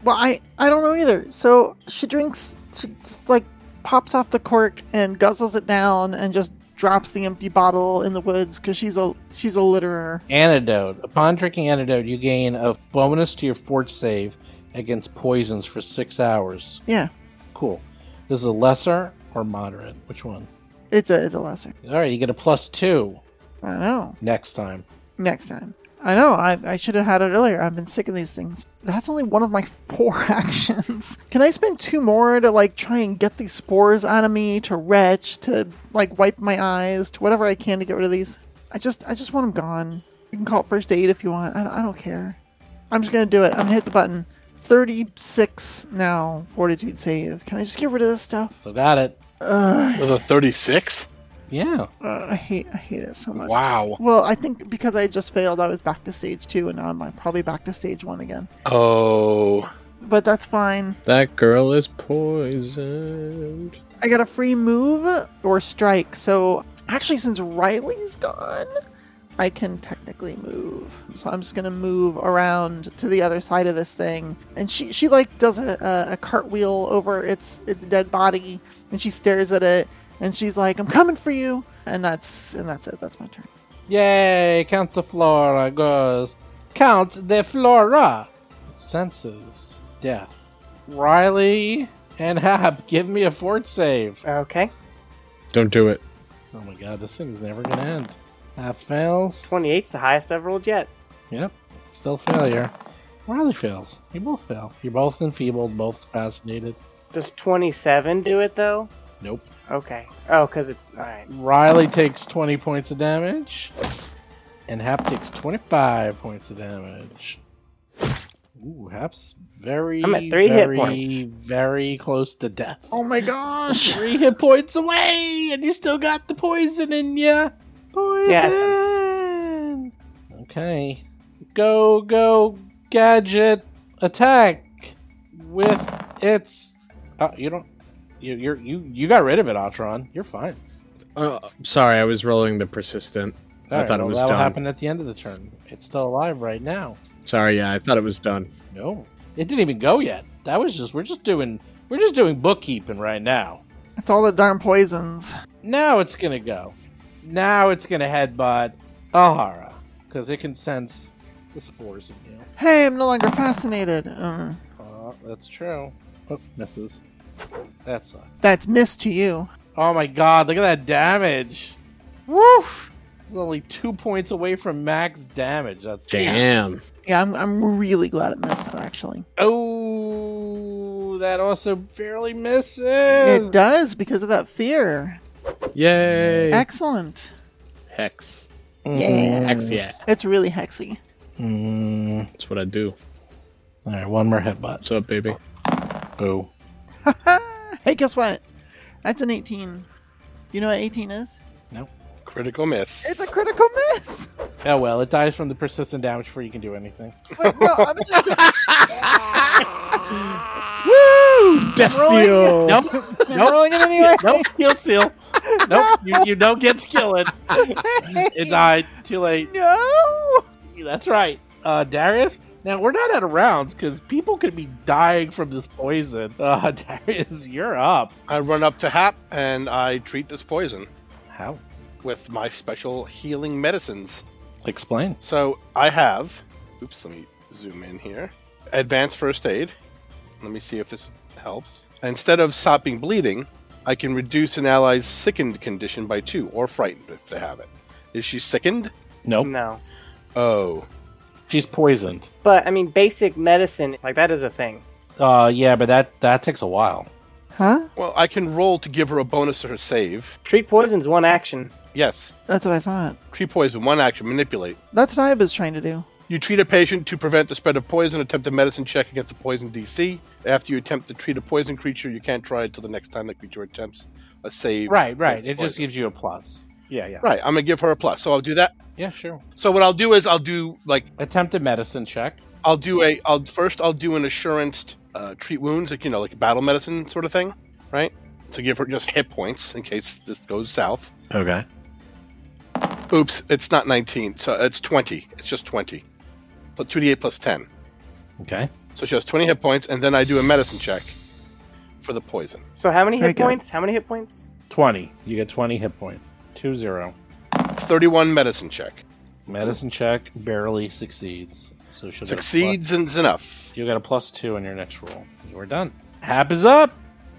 [SPEAKER 3] Well, I I don't know either. So she drinks, she just, like pops off the cork and guzzles it down and just drops the empty bottle in the woods because she's a she's a litterer.
[SPEAKER 2] Antidote. Upon drinking antidote, you gain a bonus to your fort save against poisons for six hours.
[SPEAKER 3] Yeah.
[SPEAKER 2] Cool. This is a lesser or moderate. Which one?
[SPEAKER 3] It's a it's a lesser.
[SPEAKER 2] All right, you get a plus two
[SPEAKER 3] I know.
[SPEAKER 2] next time.
[SPEAKER 3] Next time. I know. I I should have had it earlier. I've been sick of these things. That's only one of my <laughs> four actions. Can I spend two more to like try and get these spores out of me to retch to like wipe my eyes to whatever I can to get rid of these? I just I just want them gone. You can call it first aid if you want. I don't, I don't care. I'm just gonna do it. I'm gonna hit the button. 36 now fortitude save. Can I just get rid of this stuff?
[SPEAKER 2] So got it.
[SPEAKER 3] Ugh,
[SPEAKER 5] With a 36?
[SPEAKER 2] Yeah.
[SPEAKER 3] uh, I hate I hate it so much.
[SPEAKER 5] Wow.
[SPEAKER 3] Well, I think because I just failed, I was back to stage two, and now I'm like, probably back to stage one again.
[SPEAKER 5] Oh.
[SPEAKER 3] But that's fine.
[SPEAKER 4] That girl is poisoned.
[SPEAKER 3] I got a free move or strike. So actually, since Riley's gone, I can technically move. So I'm just gonna move around to the other side of this thing, and she she like does a, a, a cartwheel over its its dead body, and she stares at it, and she's like, "I'm coming for you," and that's and that's it. That's my turn.
[SPEAKER 2] Yay, count the flora goes. Count the flora. Senses. Death. Riley and Hab, give me a fort save.
[SPEAKER 6] Okay.
[SPEAKER 4] Don't do it.
[SPEAKER 2] Oh my god, this thing's never gonna end. That fails.
[SPEAKER 6] 28's the highest I've rolled yet.
[SPEAKER 2] Yep. Still failure. Riley fails. You both fail. You're both enfeebled, both fascinated.
[SPEAKER 6] Does 27 do it though?
[SPEAKER 2] Nope.
[SPEAKER 6] Okay. Oh, because it's. Alright.
[SPEAKER 2] Riley takes 20 points of damage, and Hap takes 25 points of damage. Ooh, Hap's very,
[SPEAKER 6] I'm at three hit
[SPEAKER 2] very,
[SPEAKER 6] points.
[SPEAKER 2] very close to death.
[SPEAKER 3] Oh my
[SPEAKER 2] <laughs>
[SPEAKER 3] gosh!
[SPEAKER 4] <laughs>
[SPEAKER 2] Three hit points away, and you still got the poison in ya. Poison.
[SPEAKER 6] Yeah,
[SPEAKER 2] Okay. Go, go, gadget, attack with its. Oh, you don't. You you you you got rid of it, Atron. You're fine.
[SPEAKER 4] Uh, sorry, I was rolling the persistent. I
[SPEAKER 2] Alright,
[SPEAKER 4] thought it
[SPEAKER 2] well,
[SPEAKER 4] was
[SPEAKER 2] that'll
[SPEAKER 4] done.
[SPEAKER 2] happen at the end of the turn. It's still alive right now.
[SPEAKER 4] Sorry, yeah, I thought it was done.
[SPEAKER 2] No, it didn't even go yet. That was just we're just doing we're just doing bookkeeping right now.
[SPEAKER 3] It's all the darn poisons.
[SPEAKER 2] Now it's gonna go. Now it's gonna headbutt Ahara because it can sense the spores in you.
[SPEAKER 3] Hey, I'm no longer fascinated. Uh,
[SPEAKER 2] Uh, that's true. Oh, misses. That sucks.
[SPEAKER 3] that's miss to you.
[SPEAKER 2] Oh my god, look at that damage. Woof! It's only two points away from max damage. That's
[SPEAKER 4] Damn.
[SPEAKER 3] Yeah, I'm, I'm really glad it missed that actually.
[SPEAKER 2] Oh, that also barely misses.
[SPEAKER 3] It does because of that fear.
[SPEAKER 4] Yay.
[SPEAKER 3] Excellent.
[SPEAKER 4] Hex.
[SPEAKER 3] Yeah.
[SPEAKER 4] Hex, yeah.
[SPEAKER 3] It's really hexy.
[SPEAKER 2] Mm.
[SPEAKER 4] That's what I do.
[SPEAKER 2] All right, one more headbutt.
[SPEAKER 4] What's up, baby?
[SPEAKER 2] Boo.
[SPEAKER 3] hey, guess what? That's an 18. You know what 18 is?
[SPEAKER 5] Critical miss.
[SPEAKER 3] It's a critical miss.
[SPEAKER 2] Oh well, it dies from the persistent damage before you can do anything.
[SPEAKER 3] <laughs> Wait, no, I mean,
[SPEAKER 4] Bestial!
[SPEAKER 2] Nope. <laughs>
[SPEAKER 3] I'm
[SPEAKER 2] nope.
[SPEAKER 3] rolling it anyway.
[SPEAKER 2] Nope. Heal seal. Nope. You, you don't get to kill <laughs> it. It died. Too late.
[SPEAKER 3] No.
[SPEAKER 2] That's right. Uh, Darius. Now we're not out of rounds because people could be dying from this poison. Uh, <laughs> Darius, you're up.
[SPEAKER 5] I run up to Hap and I treat this poison
[SPEAKER 2] How?
[SPEAKER 5] with my special healing medicines.
[SPEAKER 2] Explain.
[SPEAKER 5] So I have. Oops, let me zoom in here. Advanced first aid. Let me see if this helps. Instead of stopping bleeding, I can reduce an ally's sickened condition by two, or frightened if they have it. Is she sickened?
[SPEAKER 2] Nope.
[SPEAKER 6] No.
[SPEAKER 5] Oh.
[SPEAKER 2] She's poisoned.
[SPEAKER 6] But I mean, basic medicine, like that is a thing.
[SPEAKER 2] Uh, yeah, but that that takes a while.
[SPEAKER 3] <laughs> Huh?
[SPEAKER 5] Well, I can roll to give her a bonus or a save.
[SPEAKER 6] Treat poison's one action.
[SPEAKER 5] Yes.
[SPEAKER 3] That's what I thought.
[SPEAKER 5] Tree poison, one action, manipulate.
[SPEAKER 3] That's what I was trying to do.
[SPEAKER 5] You treat a patient to prevent the spread of poison, attempt a medicine check against the poison DC. After you attempt to treat a poison creature, you can't try it until the next time the creature attempts a save.
[SPEAKER 2] Right, right.
[SPEAKER 5] against
[SPEAKER 2] It just
[SPEAKER 5] poison.
[SPEAKER 2] gives you a plus. Yeah, yeah.
[SPEAKER 5] Right, I'm going to give her a plus. So I'll do that.
[SPEAKER 2] Yeah, sure.
[SPEAKER 5] So what I'll do is I'll do like
[SPEAKER 2] Attempted medicine check.
[SPEAKER 5] I'll do a I'll first I'll do an assurance uh, treat wounds like you know like battle medicine sort of thing, right? To give her just hit points in case this goes south.
[SPEAKER 4] Okay.
[SPEAKER 5] Oops, it's not 19. So it's 20. It's just 20. But 2d8 plus 10.
[SPEAKER 2] Okay.
[SPEAKER 5] So she has 20 hit points and then I do a medicine check for the poison.
[SPEAKER 6] So how many
[SPEAKER 3] Very
[SPEAKER 6] hit
[SPEAKER 3] good.
[SPEAKER 6] points? How many hit points?
[SPEAKER 2] 20. You get 20 hit points. 2 0.
[SPEAKER 5] 31 medicine check.
[SPEAKER 2] Medicine check barely succeeds. So she'll
[SPEAKER 5] Succeeds and is enough.
[SPEAKER 2] You got a plus 2 on your next roll. You are done. Hap is up.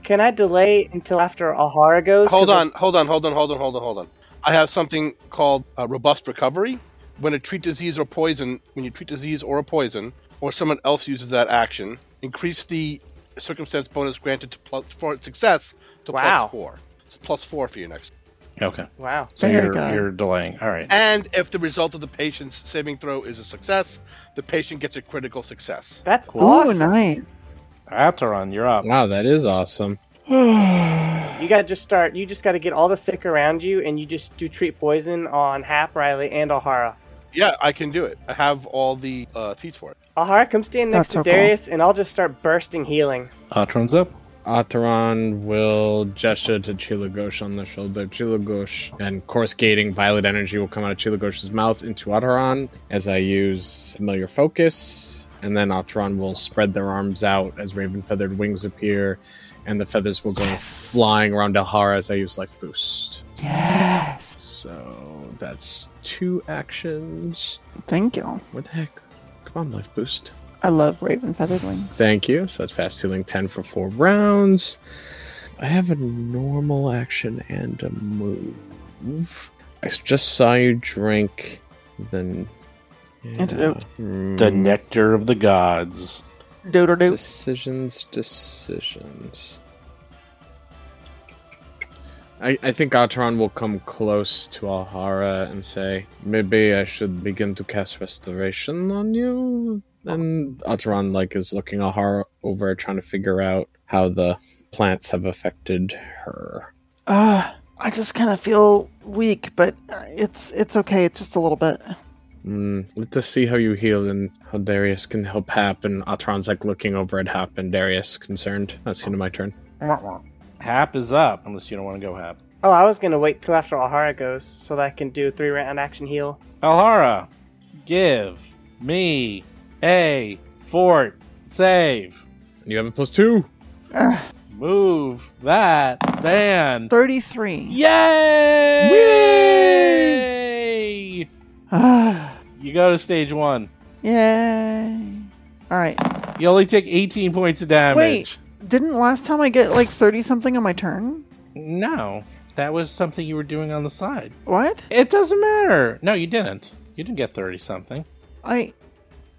[SPEAKER 6] Can I delay until after Ahara goes?
[SPEAKER 5] Hold
[SPEAKER 6] 'Cause
[SPEAKER 5] on, hold on, hold on, hold on, hold on, hold on. I have something called uh, robust recovery. When a treat disease or poison, when you treat disease or a poison, or someone else uses that action, increase the circumstance bonus granted to plus for success to
[SPEAKER 6] Wow.
[SPEAKER 5] plus four. It's plus four for you next.
[SPEAKER 2] Okay.
[SPEAKER 6] Wow.
[SPEAKER 2] So
[SPEAKER 3] Very
[SPEAKER 2] you're,
[SPEAKER 3] good.
[SPEAKER 2] you're delaying. All right.
[SPEAKER 5] And if the result of the patient's saving throw is a success, the patient gets a critical success.
[SPEAKER 6] That's
[SPEAKER 2] Cool.
[SPEAKER 3] Oh,
[SPEAKER 6] awesome.
[SPEAKER 3] nice.
[SPEAKER 2] Apteron, you're up.
[SPEAKER 4] Wow, that is awesome.
[SPEAKER 6] You gotta just start. You just gotta get all the sick around you, and you just do treat poison on Hap, Riley, and Ahara.
[SPEAKER 5] Yeah, I can do it. I have all the uh, feats for it.
[SPEAKER 6] Ahara, come stand
[SPEAKER 3] That's
[SPEAKER 6] next to
[SPEAKER 3] so cool.
[SPEAKER 6] Darius, and I'll just start bursting healing.
[SPEAKER 2] Apteron's up.
[SPEAKER 4] Ataran will gesture to Chilagosh on the shoulder. Chilagosh and coruscating violet energy will come out of Chilagosh's mouth into Ataran as I use familiar focus. And then Ataran will spread their arms out as raven feathered wings appear, and the feathers will go flying around Alhara as I use life boost.
[SPEAKER 3] Yes.
[SPEAKER 4] So that's two actions.
[SPEAKER 3] Thank you.
[SPEAKER 4] Where the heck? Come on, life boost.
[SPEAKER 3] I love Raven Feathered Wings.
[SPEAKER 4] Thank you. So that's fast healing 10 for four rounds. I have a normal action and a move. I s- just saw you drink Mm. the.
[SPEAKER 3] Antidote.
[SPEAKER 2] The
[SPEAKER 4] The
[SPEAKER 2] nectar of the gods.
[SPEAKER 3] Doter doot.
[SPEAKER 4] decisions, decisions. I, I think Atron will come close to Alhara and say, maybe I should begin to cast restoration on you. And Atron like is looking Alhara over, trying to figure out how the plants have affected her.
[SPEAKER 3] Uh, I just kind of feel weak, but uh, it's it's okay. It's just a little bit.
[SPEAKER 4] Mm, let us see how you heal and how Darius can help Hap. And Atron's like looking over at Hap and Darius concerned. That's the end of my turn.
[SPEAKER 2] Hap is up, unless you don't want to go Hap.
[SPEAKER 6] Oh, I was gonna wait till after Ahara goes so that I can do a three round action heal.
[SPEAKER 2] Alhara, give me a fort save.
[SPEAKER 4] You have a plus two.
[SPEAKER 3] Uh,
[SPEAKER 2] Move that man.
[SPEAKER 3] Thirty-three.
[SPEAKER 2] Yay!
[SPEAKER 3] Ah,
[SPEAKER 2] You go to stage one.
[SPEAKER 3] yay! All right.
[SPEAKER 2] You only take 18 points of damage.
[SPEAKER 3] Wait. Didn't last time I get like thirty something on my turn?
[SPEAKER 2] No, that was something you were doing on the side.
[SPEAKER 3] What?
[SPEAKER 2] It doesn't matter. No, you didn't. You didn't get 30 something.
[SPEAKER 3] I,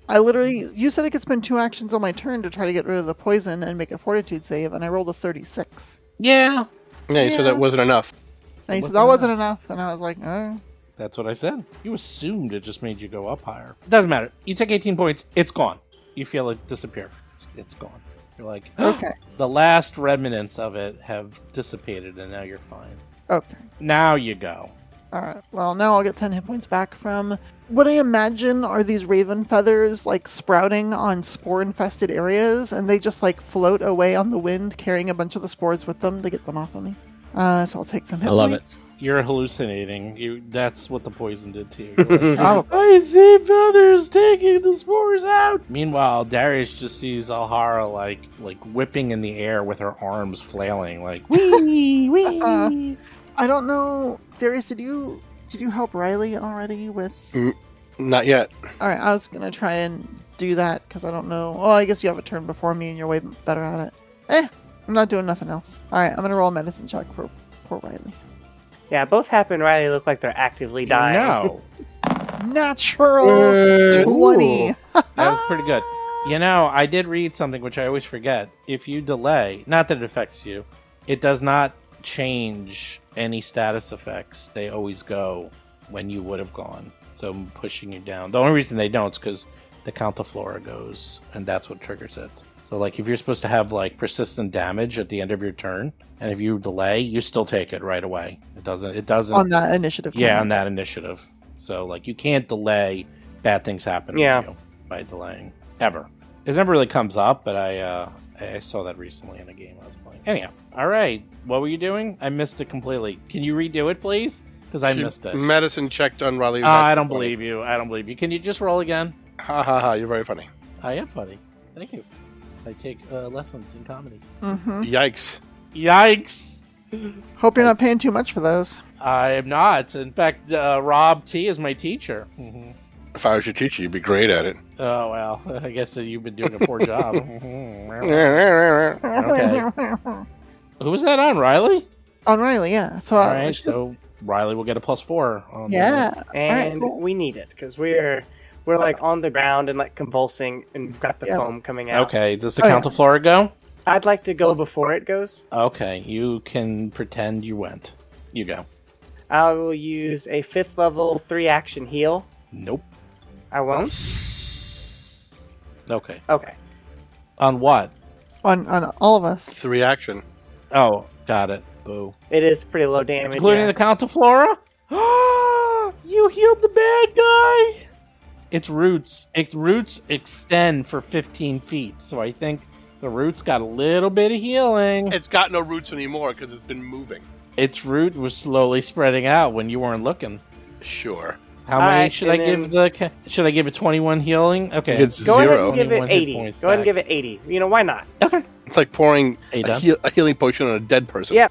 [SPEAKER 3] I literally. You said I could spend two actions on my turn to try to get rid of the poison and make a Fortitude save, and I rolled a thirty-six.
[SPEAKER 2] Yeah.
[SPEAKER 5] Yeah, you said that wasn't enough.
[SPEAKER 3] And you
[SPEAKER 2] Wasn't
[SPEAKER 3] said that wasn't enough, and I was like, uh,
[SPEAKER 2] That's what I said. You assumed it just made you go up higher. Doesn't matter. You take 18 points, it's gone. You feel it disappear. It's, it's gone. You're like, <gasps>
[SPEAKER 3] okay,
[SPEAKER 2] the last remnants of it have dissipated and now you're fine.
[SPEAKER 3] okay.
[SPEAKER 2] Now you go.
[SPEAKER 3] All right. Well, now I'll get 10 hit points back from what I imagine are these raven feathers like sprouting on spore infested areas, and they just like float away on the wind, carrying a bunch of the spores with them to get them off of me. Uh, so I'll take some hit
[SPEAKER 4] I love it.
[SPEAKER 3] points.
[SPEAKER 2] You're hallucinating. You That's what the poison did to you. You're like,
[SPEAKER 3] Oh,
[SPEAKER 2] I see feathers taking the spores out. Meanwhile, Darius just sees Alhara like like whipping in the air with her arms flailing, like wee wee.
[SPEAKER 3] I don't know. Darius, did you did you help Riley already with?
[SPEAKER 5] Not yet.
[SPEAKER 3] All right, I was gonna try and do that because I don't know. Oh, I guess you have a turn before me, and you're way better at it. Eh, I'm not doing nothing else. All right, I'm gonna roll a medicine check for poor Riley.
[SPEAKER 6] Yeah, both Hap and Riley look like they're actively dying.
[SPEAKER 2] No,
[SPEAKER 3] Natural
[SPEAKER 4] Hey.
[SPEAKER 3] 20.
[SPEAKER 2] That was pretty good. You know, I did read something which I always forget. If you delay, not that it affects you, it does not change any status effects. They always go when you would have gone. So I'm pushing you down. The only reason they don't is because the count to flora goes, and that's what triggers it. So like if you're supposed to have like persistent damage at the end of your turn, and if you delay, you still take it right away. It doesn't. It doesn't.
[SPEAKER 3] On that initiative.
[SPEAKER 2] Yeah,
[SPEAKER 3] count.
[SPEAKER 2] on that initiative. So like you can't delay bad things happening
[SPEAKER 6] Yeah.
[SPEAKER 2] to you by delaying ever. It never really comes up, but I uh, I I saw that recently in a game I was playing. Anyhow, all right, what were you doing? I missed it completely. Can you redo it, please? Because I
[SPEAKER 5] She-
[SPEAKER 2] missed it.
[SPEAKER 5] Medicine check done, Riley.
[SPEAKER 2] Ah, I don't believe you. I don't believe you. Can you just roll again?
[SPEAKER 5] Ha ha ha! You're very funny.
[SPEAKER 2] I am funny. Thank you. I take uh, lessons in comedy.
[SPEAKER 3] Mhm.
[SPEAKER 6] Mm-hmm.
[SPEAKER 5] Yikes!
[SPEAKER 2] Yikes!
[SPEAKER 3] Hope you're not paying too much for those.
[SPEAKER 2] I am not. In fact, uh, Rob T is my teacher. hmm
[SPEAKER 5] If I was your teacher, you'd be great at it.
[SPEAKER 2] Oh well, I guess that you've been doing a poor job. Okay. Who was that on Riley?
[SPEAKER 3] <laughs> On Riley, yeah. So,
[SPEAKER 2] All
[SPEAKER 3] I-
[SPEAKER 2] right,
[SPEAKER 3] <laughs>
[SPEAKER 2] so Riley will get a plus four. On the-
[SPEAKER 3] Uh, yeah.
[SPEAKER 6] and
[SPEAKER 3] Alright, cool.
[SPEAKER 6] we need it because we're we're like on the ground and like convulsing and we've got the
[SPEAKER 3] Yeah.
[SPEAKER 6] foam coming out.
[SPEAKER 2] Okay. Does the
[SPEAKER 3] Oh,
[SPEAKER 2] count to Flora go?
[SPEAKER 6] I'd like to go before it goes.
[SPEAKER 2] Okay, you can pretend you went. You go.
[SPEAKER 6] I will use a fifth level three action heal.
[SPEAKER 2] Nope.
[SPEAKER 6] I won't.
[SPEAKER 2] Okay.
[SPEAKER 6] Okay.
[SPEAKER 2] On what?
[SPEAKER 3] On on all of us.
[SPEAKER 5] It's the reaction.
[SPEAKER 2] Oh, got it. Boo.
[SPEAKER 6] It is pretty low damage.
[SPEAKER 2] Including
[SPEAKER 6] yeah.
[SPEAKER 2] the count to Flora. <gasps> you healed the bad guy. Its roots, its roots extend for 15 feet, so I think the roots got a little bit of healing.
[SPEAKER 5] It's got no roots anymore because it's been moving.
[SPEAKER 2] its root was slowly spreading out when you weren't looking.
[SPEAKER 5] Sure.
[SPEAKER 2] How
[SPEAKER 6] All
[SPEAKER 2] many
[SPEAKER 6] right,
[SPEAKER 2] should I
[SPEAKER 6] and
[SPEAKER 2] give the? ca- Should I give it twenty-one healing? Okay,
[SPEAKER 5] It's
[SPEAKER 6] Go ahead
[SPEAKER 5] zero.
[SPEAKER 6] and give
[SPEAKER 2] Only
[SPEAKER 6] it
[SPEAKER 2] one hit
[SPEAKER 6] 80.
[SPEAKER 2] point
[SPEAKER 6] Go ahead
[SPEAKER 2] back.
[SPEAKER 6] and give it 80. You know, why not?
[SPEAKER 5] It's like pouring a,
[SPEAKER 2] Ada.
[SPEAKER 5] heal- a healing potion on a dead person.
[SPEAKER 6] Yeah.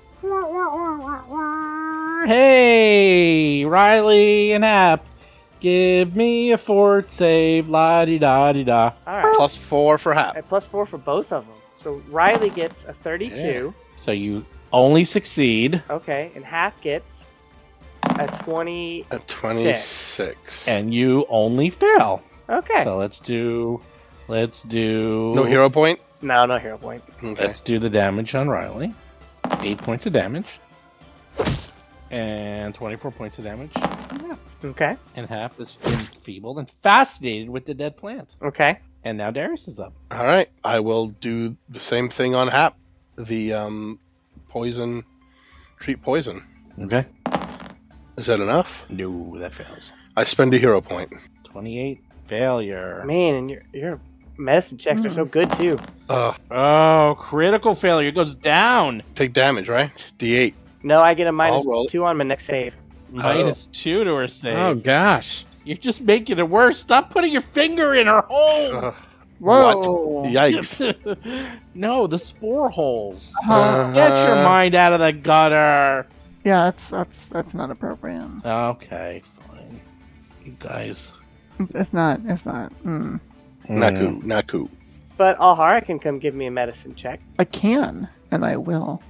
[SPEAKER 2] Hey, Riley and App, give me a fort save. La di da di da.
[SPEAKER 6] All right.
[SPEAKER 5] Plus four for
[SPEAKER 6] A
[SPEAKER 5] half.
[SPEAKER 6] plus four for both of them. So Riley gets a 32.
[SPEAKER 2] So you only succeed,
[SPEAKER 6] Okay. And Hap gets a 20.
[SPEAKER 5] A twenty-six.
[SPEAKER 2] and you only fail.
[SPEAKER 6] Okay.
[SPEAKER 2] So let's do, let's do.
[SPEAKER 5] no hero point.
[SPEAKER 6] No, no hero point.
[SPEAKER 5] Okay.
[SPEAKER 2] Let's do the damage on Riley. Eight points of damage, and twenty-four points of damage.
[SPEAKER 6] Okay.
[SPEAKER 2] and half is enfeebled and fascinated with the dead plant.
[SPEAKER 6] Okay.
[SPEAKER 2] And now Darius is up.
[SPEAKER 5] All right. I will do the same thing on Hap. The um, poison. Treat poison.
[SPEAKER 2] Okay.
[SPEAKER 5] Is that enough?
[SPEAKER 2] No, that fails.
[SPEAKER 5] I spend a hero point.
[SPEAKER 2] 28. Failure.
[SPEAKER 6] Man, and your, your medicine checks are so good, too.
[SPEAKER 5] Uh,
[SPEAKER 2] Oh, critical failure. It goes down.
[SPEAKER 5] take damage, right? D8.
[SPEAKER 6] No, I get a minus
[SPEAKER 5] I'll roll it.
[SPEAKER 6] two on my next save.
[SPEAKER 2] Minus two to her save.
[SPEAKER 4] Oh gosh.
[SPEAKER 2] You're just making it worse. Stop putting your finger in her
[SPEAKER 5] Ugh.
[SPEAKER 2] holes.
[SPEAKER 6] Oh.
[SPEAKER 3] Whoa.
[SPEAKER 5] Yikes.
[SPEAKER 2] <laughs> no, the spore holes.
[SPEAKER 3] Uh,
[SPEAKER 2] Get your
[SPEAKER 5] Uh,
[SPEAKER 2] mind out of the gutter.
[SPEAKER 3] yeah, that's that's that's not appropriate.
[SPEAKER 2] Okay, fine. You guys.
[SPEAKER 3] It's not. It's not. Mm.
[SPEAKER 6] Hmm.
[SPEAKER 5] Naku, Naku.
[SPEAKER 6] But Alhara can come give me a medicine check.
[SPEAKER 3] I can and I will.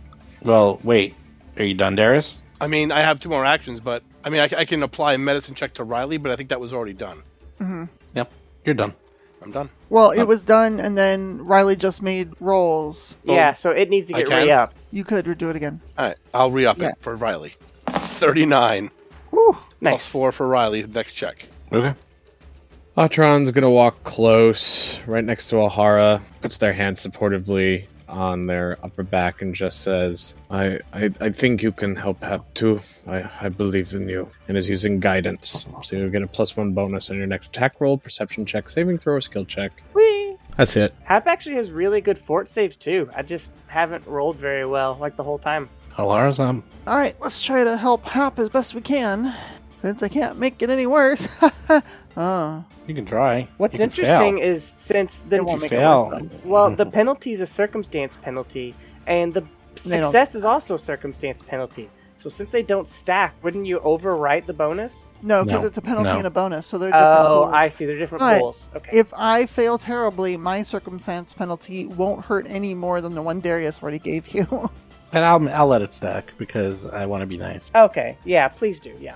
[SPEAKER 2] Well, wait. Are you done, Darius?
[SPEAKER 5] I mean, I have two more actions, but I mean, I, I can apply a medicine check to Riley, but I think that was already done.
[SPEAKER 2] Yep. You're done.
[SPEAKER 5] I'm done.
[SPEAKER 3] Well, it was done, and then Riley just made rolls.
[SPEAKER 6] yeah, so it needs to
[SPEAKER 5] I
[SPEAKER 6] get
[SPEAKER 5] can?
[SPEAKER 6] re up.
[SPEAKER 3] You could do it again.
[SPEAKER 5] All right. I'll re up
[SPEAKER 3] Yeah.
[SPEAKER 5] it for Riley. 39
[SPEAKER 3] Whew.
[SPEAKER 6] Nice.
[SPEAKER 5] plus 4 for Riley. Next check.
[SPEAKER 2] Okay.
[SPEAKER 4] Atron's gonna walk close, right next to Alhara, puts their hand supportively on their upper back and just says, I I, I think you can help Hap too. I, I believe in you. And is using guidance. So you get a plus one bonus on your next attack roll, perception check, saving throw, or skill check.
[SPEAKER 3] Whee.
[SPEAKER 4] That's it.
[SPEAKER 6] Hap actually has really good fort saves, too. I just haven't rolled very well, like the whole time.
[SPEAKER 2] Alara's on.
[SPEAKER 3] All right, let's try to help Hop as best we can, since I can't make it any worse. <laughs> oh,
[SPEAKER 2] You can try.
[SPEAKER 6] What's
[SPEAKER 2] You can
[SPEAKER 6] interesting
[SPEAKER 2] fail.
[SPEAKER 6] is since the
[SPEAKER 3] They won't
[SPEAKER 2] You
[SPEAKER 3] make
[SPEAKER 2] fail.
[SPEAKER 6] well, <laughs> the penalty is a circumstance penalty, and the
[SPEAKER 3] They don't-
[SPEAKER 6] success is also a circumstance penalty. So since they don't stack, wouldn't you overwrite the bonus?
[SPEAKER 3] no, because
[SPEAKER 2] No,
[SPEAKER 3] it's a penalty
[SPEAKER 2] no.
[SPEAKER 3] and a bonus, so they're different.
[SPEAKER 6] Oh,
[SPEAKER 3] rules.
[SPEAKER 6] I see. They're different
[SPEAKER 3] But
[SPEAKER 6] rules. Okay.
[SPEAKER 3] If I fail terribly, my circumstance penalty won't hurt any more than the one Darius already gave you. <laughs>
[SPEAKER 2] But I'll, I'll let it stack because I want to be nice.
[SPEAKER 6] Okay. Yeah. Please do. Yeah.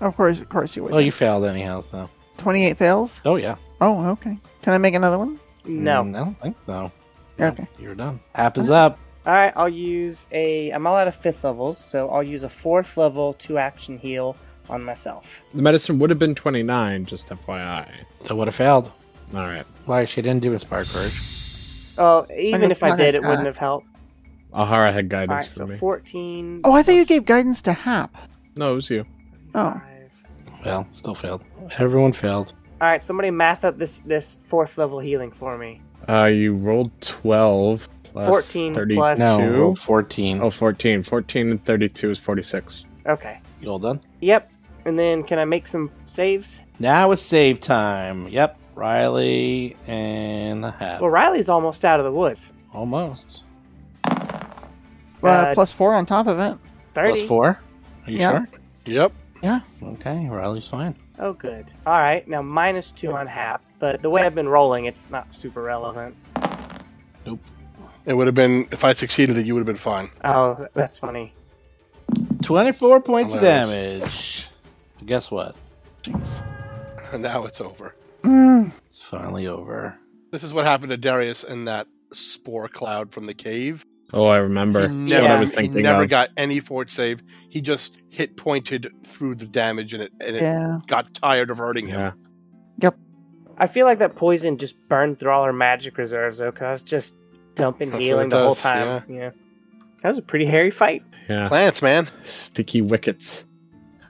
[SPEAKER 3] Of course, of course you would.
[SPEAKER 2] Well, you failed anyhow, so.
[SPEAKER 3] 28 fails.
[SPEAKER 2] Oh, yeah.
[SPEAKER 3] Oh, okay. Can I make another one?
[SPEAKER 6] No.
[SPEAKER 2] Mm, I don't think so.
[SPEAKER 3] Okay.
[SPEAKER 2] You're done. App is up.
[SPEAKER 6] All right, I'll use a. I'm all out of fifth levels, so I'll use a fourth level two action heal on myself.
[SPEAKER 4] The medicine would have been 29, just FYI.
[SPEAKER 2] So would have failed.
[SPEAKER 4] All right.
[SPEAKER 2] Why she didn't do inspired courage?
[SPEAKER 6] Oh, even if I
[SPEAKER 3] gonna
[SPEAKER 6] did, it
[SPEAKER 3] die.
[SPEAKER 6] wouldn't have helped.
[SPEAKER 4] Ahara had
[SPEAKER 6] All
[SPEAKER 4] guidance
[SPEAKER 6] right,
[SPEAKER 4] for
[SPEAKER 6] so
[SPEAKER 4] me.
[SPEAKER 6] 14.
[SPEAKER 3] Oh, I thought you gave guidance to Hap.
[SPEAKER 4] No, it was you.
[SPEAKER 3] Oh,
[SPEAKER 2] Well, still failed. Everyone failed.
[SPEAKER 6] All right, somebody math up this this fourth level healing for me.
[SPEAKER 4] Uh, you rolled 12 plus
[SPEAKER 6] 14
[SPEAKER 4] 32.
[SPEAKER 6] plus-
[SPEAKER 2] No, rolled 14.
[SPEAKER 4] Oh, 14. 14 and 32 is 46.
[SPEAKER 6] Okay.
[SPEAKER 2] You all done?
[SPEAKER 6] Yep. And then can I make some saves?
[SPEAKER 2] Now it's save time. Yep. Riley and the hat.
[SPEAKER 6] Well, Riley's almost out of the woods.
[SPEAKER 2] Almost.
[SPEAKER 3] well,
[SPEAKER 6] Uh,
[SPEAKER 3] plus four on top of it.
[SPEAKER 6] Thirty.
[SPEAKER 2] Plus four. Are you
[SPEAKER 3] Yeah.
[SPEAKER 5] Yep.
[SPEAKER 2] sure? Okay, Riley's fine.
[SPEAKER 6] Oh, good. All right. Now minus two on half, but the way I've been rolling, it's not super relevant.
[SPEAKER 5] It would have been if I succeeded it, you would have been fine. <laughs>
[SPEAKER 6] Oh, that's funny.
[SPEAKER 2] 24 points
[SPEAKER 5] Hilarious.
[SPEAKER 2] of damage. Guess what?
[SPEAKER 5] now it's over.
[SPEAKER 3] Mm,
[SPEAKER 2] It's finally over.
[SPEAKER 5] This is what happened to Darius in that spore cloud from the cave.
[SPEAKER 4] Oh, I remember.
[SPEAKER 5] He never,
[SPEAKER 6] what I
[SPEAKER 4] was
[SPEAKER 5] he
[SPEAKER 4] thinking
[SPEAKER 5] never
[SPEAKER 4] of.
[SPEAKER 5] got any fort save. He just hit pointed through the damage and it and it
[SPEAKER 3] yeah.
[SPEAKER 5] got tired of hurting him.
[SPEAKER 4] Yeah.
[SPEAKER 6] I feel like that poison just burned through all our magic reserves, though, because I was just dumping
[SPEAKER 5] That's what
[SPEAKER 6] healing
[SPEAKER 5] it
[SPEAKER 6] the whole
[SPEAKER 5] does,
[SPEAKER 6] time. Yeah. That was a pretty hairy fight.
[SPEAKER 4] Yeah.
[SPEAKER 5] Plants, man.
[SPEAKER 4] Sticky wickets.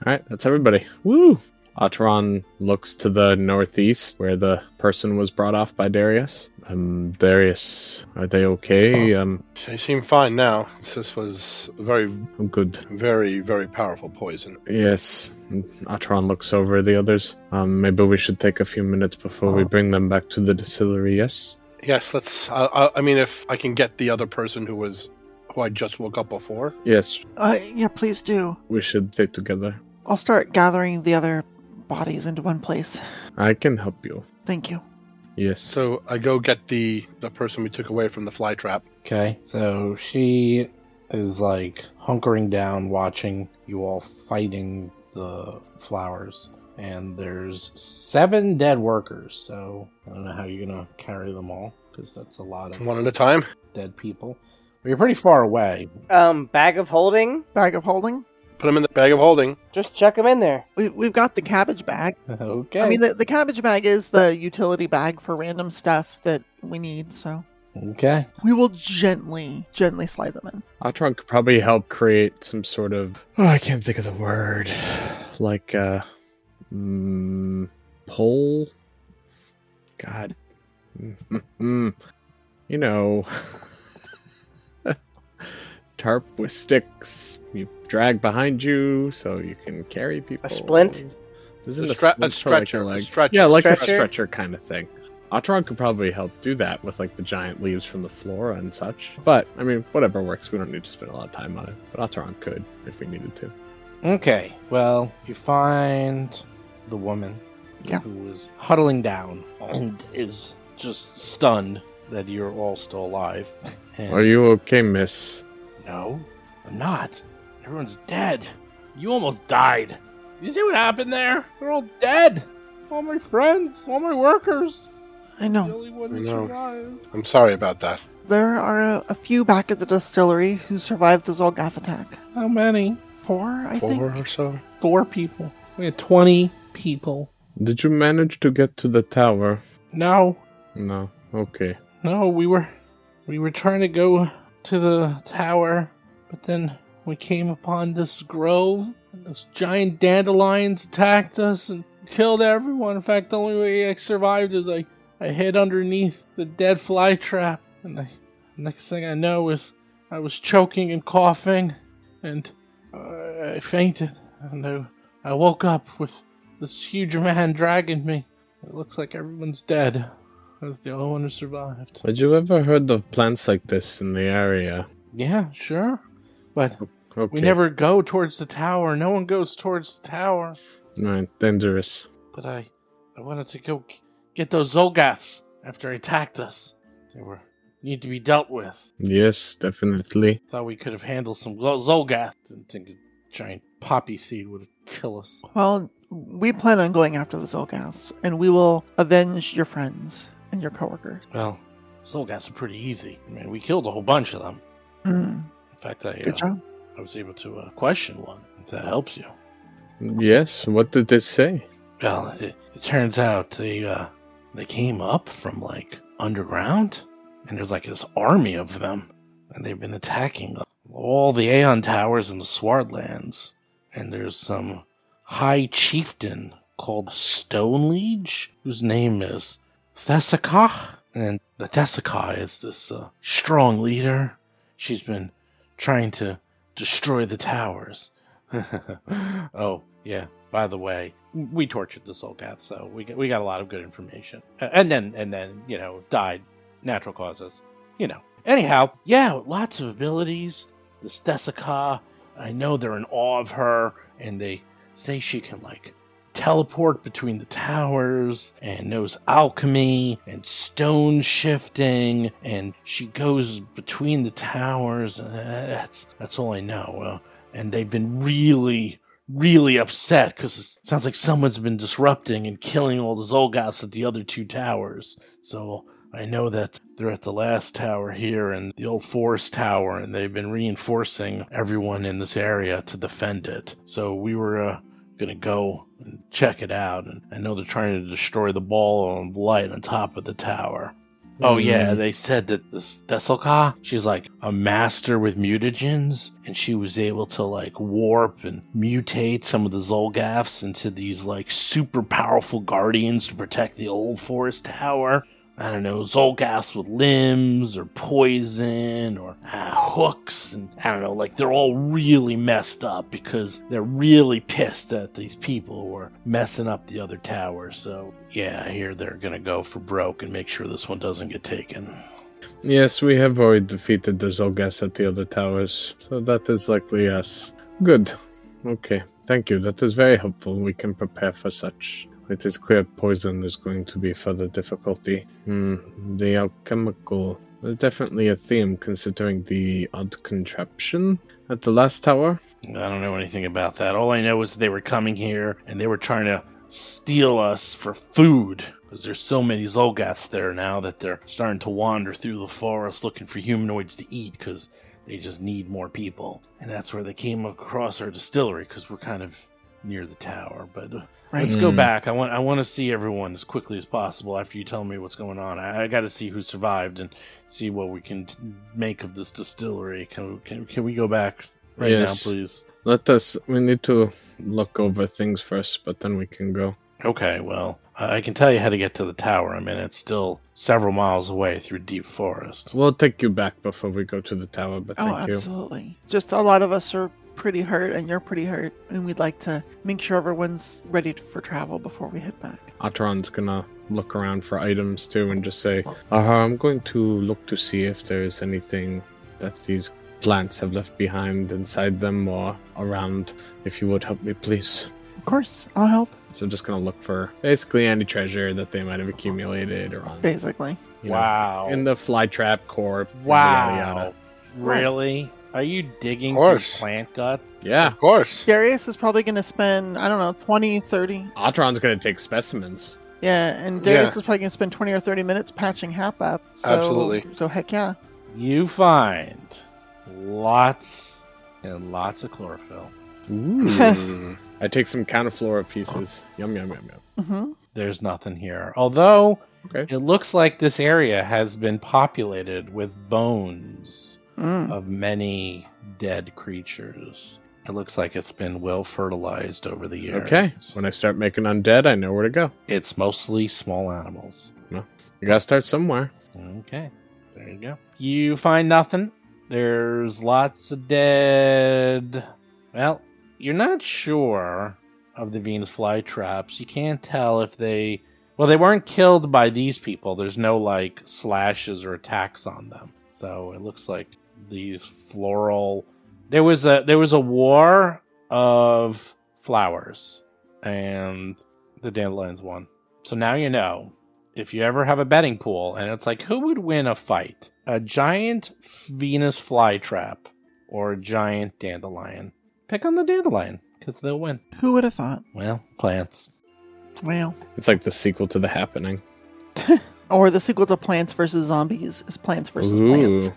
[SPEAKER 4] All right, that's everybody. Woo! Atron looks to the northeast where the person was brought off by Darius. Um, Darius, are they okay? Um,
[SPEAKER 5] They seem fine now. This was very,
[SPEAKER 4] I'm oh, good.
[SPEAKER 5] very, very powerful poison.
[SPEAKER 4] Yes. Atron looks over the others. Um, maybe we should take a few minutes before we bring them back to the distillery, yes?
[SPEAKER 5] Yes, let's. I I, I mean, if I can get the other person who was, who I just woke up before.
[SPEAKER 4] Yes,
[SPEAKER 3] Uh, yeah, please do.
[SPEAKER 4] we should stay together.
[SPEAKER 3] I'll start gathering the other bodies into one place.
[SPEAKER 4] I can help you.
[SPEAKER 3] Thank you.
[SPEAKER 4] Yes.
[SPEAKER 5] So I go get the the person we took away from the fly trap.
[SPEAKER 2] Okay, so she is like hunkering down, watching you all fighting the flowers. And there's seven dead workers, so I don't know how you're gonna carry them all because that's a lot of
[SPEAKER 5] One at a time.
[SPEAKER 2] dead people. But you're pretty far away.
[SPEAKER 6] Um, bag of holding.
[SPEAKER 3] Bag of holding.
[SPEAKER 5] Put him in the bag of holding.
[SPEAKER 6] Just chuck them in there.
[SPEAKER 3] We, we've got the cabbage bag.
[SPEAKER 2] <laughs> Okay.
[SPEAKER 3] I mean, the, the cabbage bag is the utility bag for random stuff that we need, so
[SPEAKER 2] okay.
[SPEAKER 3] we will gently, gently slide them in.
[SPEAKER 4] Atron could probably help create some sort of oh, I can't think of the word, like uh, mm, pole. God, Mm, you know, <laughs> tarp with sticks you drag behind you so you can carry people.
[SPEAKER 6] splint?
[SPEAKER 4] Isn't
[SPEAKER 5] A
[SPEAKER 4] a,
[SPEAKER 5] stra-
[SPEAKER 4] splint for,
[SPEAKER 5] a
[SPEAKER 4] like,
[SPEAKER 5] stretcher,
[SPEAKER 4] your
[SPEAKER 5] a
[SPEAKER 4] leg?
[SPEAKER 5] stretcher.
[SPEAKER 4] Yeah, like a
[SPEAKER 6] Stretcher?
[SPEAKER 4] stretcher kind of thing. Atron could probably help do that with like the giant leaves from the flora and such. But I mean, whatever works. We don't need to spend a lot of time on it. But Atron could if we needed to.
[SPEAKER 2] Okay. Well, you find the woman
[SPEAKER 3] Yeah.
[SPEAKER 2] who is huddling down and is just stunned that you're all still alive. And
[SPEAKER 4] Are you okay, Miss?
[SPEAKER 2] No, I'm not. Everyone's dead. You almost died. You see what happened there? They're all dead. All my friends, all my workers.
[SPEAKER 3] I
[SPEAKER 2] The
[SPEAKER 3] know.
[SPEAKER 2] only one
[SPEAKER 5] I
[SPEAKER 2] who
[SPEAKER 5] know.
[SPEAKER 2] survived.
[SPEAKER 5] I'm sorry about that.
[SPEAKER 3] There are a, a few back at the distillery who survived the Zolgath attack.
[SPEAKER 2] How many?
[SPEAKER 3] Four, I
[SPEAKER 5] Four
[SPEAKER 3] think.
[SPEAKER 5] or so.
[SPEAKER 2] Four people. We had 20 people.
[SPEAKER 4] Did you manage to get to the tower?
[SPEAKER 2] No,
[SPEAKER 4] No. Okay.
[SPEAKER 2] no, we were, we were trying to go to the tower, but then we came upon this grove. And those giant dandelions attacked us and killed everyone. In fact, the only way I survived is I, I hid underneath the dead fly trap, and I, next thing I know is I was choking and coughing, and uh, I fainted, and I, I woke up with this huge man dragging me. It looks like everyone's dead. I was the only one who survived.
[SPEAKER 4] Had you ever heard of plants like this in the area?
[SPEAKER 2] Yeah, sure. But
[SPEAKER 4] Okay.
[SPEAKER 2] we never go towards the tower. No one goes towards the tower.
[SPEAKER 4] Right. Dangerous.
[SPEAKER 2] But I, I wanted to go g- get those Zolgaths after they attacked us. They were need to be dealt with.
[SPEAKER 4] Yes, definitely.
[SPEAKER 2] Thought we could have handled some Lo- Zolgath. Didn't think a giant poppy seed would kill us.
[SPEAKER 3] Well, we plan on going after the Zolgaths, and we will avenge your friends and your coworkers.
[SPEAKER 2] Well, Solgas are pretty easy. I mean, we killed a whole bunch of them.
[SPEAKER 3] Hmm,
[SPEAKER 2] In fact, I,
[SPEAKER 3] Good
[SPEAKER 2] uh,
[SPEAKER 3] job.
[SPEAKER 2] I was able to uh, question one, if that helps you.
[SPEAKER 4] Yes, what did they say?
[SPEAKER 2] Well, it, it turns out they uh, they came up from like underground, and there's like this army of them, and they've been attacking all the Aeon towers in the Swardlands. And there's some high chieftain called Stone Liege, whose name is Thessakah. And the Thessakah is this uh, strong leader. She's been trying to destroy the towers. <laughs> oh, yeah. By the way, we tortured this old cat, so we got, we got a lot of good information. Uh, And then and then you know died natural causes. You know. Anyhow, yeah, lots of abilities. This Desica, I know they're in awe of her, and they say she can like teleport between the towers and knows alchemy and stone shifting and she goes between the towers and that's that's all i know uh, and they've been really really upset because it sounds like someone's been disrupting and killing all the Zolgoths at the other two towers. So I know that they're at the last tower here and the old forest tower, and they've been reinforcing everyone in this area to defend it. So we were uh, gonna go and check it out, and I know they're trying to destroy the ball of light on top of the tower. Oh yeah, they said that this Thessalka, she's like a master with mutagens, and she was able to like warp and mutate some of the Zolgaths into these like super powerful guardians to protect the old forest tower. I don't know, Zolgaths with limbs or poison or uh, hooks, and I don't know, like they're all really messed up because they're really pissed that these people were messing up the other tower. So, yeah, I hear they're gonna go for broke and make sure this one doesn't get taken.
[SPEAKER 4] Yes, we have already defeated the Zolgas at the other towers, so that is likely us. Good. Okay, thank you. That is very helpful. We can prepare for such. It is clear poison is going to be further difficulty. Hmm, the alchemical. Definitely a theme considering the odd contraption at the last tower.
[SPEAKER 2] I don't know anything about that. All I know is that they were coming here and they were trying to steal us for food. Because there's so many Zolgaths there now that they're starting to wander through the forest looking for humanoids to eat because they just need more people. And that's where they came across our distillery because we're kind of near the tower. But uh,
[SPEAKER 3] Right.
[SPEAKER 2] let's go
[SPEAKER 4] Mm.
[SPEAKER 2] back. I want I want to see everyone as quickly as possible after you tell me what's going on. I, I got to see who survived and see what we can t- make of this distillery. Can, can, can we go back right
[SPEAKER 4] Yes.
[SPEAKER 2] now, please?
[SPEAKER 4] Let us. We need to look over things first, but then we can go.
[SPEAKER 2] Okay, well, I I can tell you how to get to the tower. I mean, it's still several miles away through deep forest.
[SPEAKER 4] We'll take you back before we go to the tower, but
[SPEAKER 3] Oh,
[SPEAKER 4] thank you.
[SPEAKER 3] absolutely. Just a lot of us are pretty hurt, and you're pretty hurt, and we'd like to make sure everyone's ready for travel before we head back.
[SPEAKER 4] Atron's gonna look around for items too and just say, uh, I'm going to look to see if there is anything that these plants have left behind inside them or around. If you would help me, please.
[SPEAKER 3] Of course, I'll help.
[SPEAKER 4] So I'm just gonna look for basically any treasure that they might have accumulated or on.
[SPEAKER 3] Basically,
[SPEAKER 4] you know,
[SPEAKER 2] wow.
[SPEAKER 4] in the flytrap corp.
[SPEAKER 2] wow.
[SPEAKER 4] Yada, yada.
[SPEAKER 2] Really? Are you digging
[SPEAKER 5] Of
[SPEAKER 2] through
[SPEAKER 5] course.
[SPEAKER 2] plant gut?
[SPEAKER 4] Yeah.
[SPEAKER 3] <laughs>
[SPEAKER 5] Of course.
[SPEAKER 3] Darius is probably going to spend I don't know 20, 30.
[SPEAKER 4] Atron's gonna take specimens.
[SPEAKER 3] Yeah, and Darius is probably going to spend twenty or thirty minutes patching Hap up. So,
[SPEAKER 5] Absolutely.
[SPEAKER 3] So heck yeah.
[SPEAKER 2] You find lots and lots of chlorophyll.
[SPEAKER 5] Hmm. <laughs>
[SPEAKER 4] I take some counterflora pieces. Yum yum yum yum.
[SPEAKER 3] hmm
[SPEAKER 2] There's nothing here. Although,
[SPEAKER 4] Okay.
[SPEAKER 2] it looks like this area has been populated with bones.
[SPEAKER 3] Mm.
[SPEAKER 2] of many dead creatures. It looks like it's been well fertilized over the years.
[SPEAKER 4] Okay. When I start making undead, I know where to go.
[SPEAKER 2] It's mostly small animals.
[SPEAKER 4] You gotta start somewhere.
[SPEAKER 2] Okay. There you go. You find nothing. There's lots of dead. Well, you're not sure of the Venus flytraps. You can't tell if they. Well, they weren't killed by these people. There's no, like, slashes or attacks on them. So it looks like these floral. There was a there was a war of flowers, and the dandelions won. So now you know if you ever have a betting pool and it's like who would win a fight a giant venus flytrap or a giant dandelion pick on the dandelion because they'll win.
[SPEAKER 3] Who would have thought?
[SPEAKER 2] Well, plants.
[SPEAKER 3] Well,
[SPEAKER 4] It's like the sequel to The Happening.
[SPEAKER 3] or the sequel to Plants vs. Zombies is Plants vs. Plants.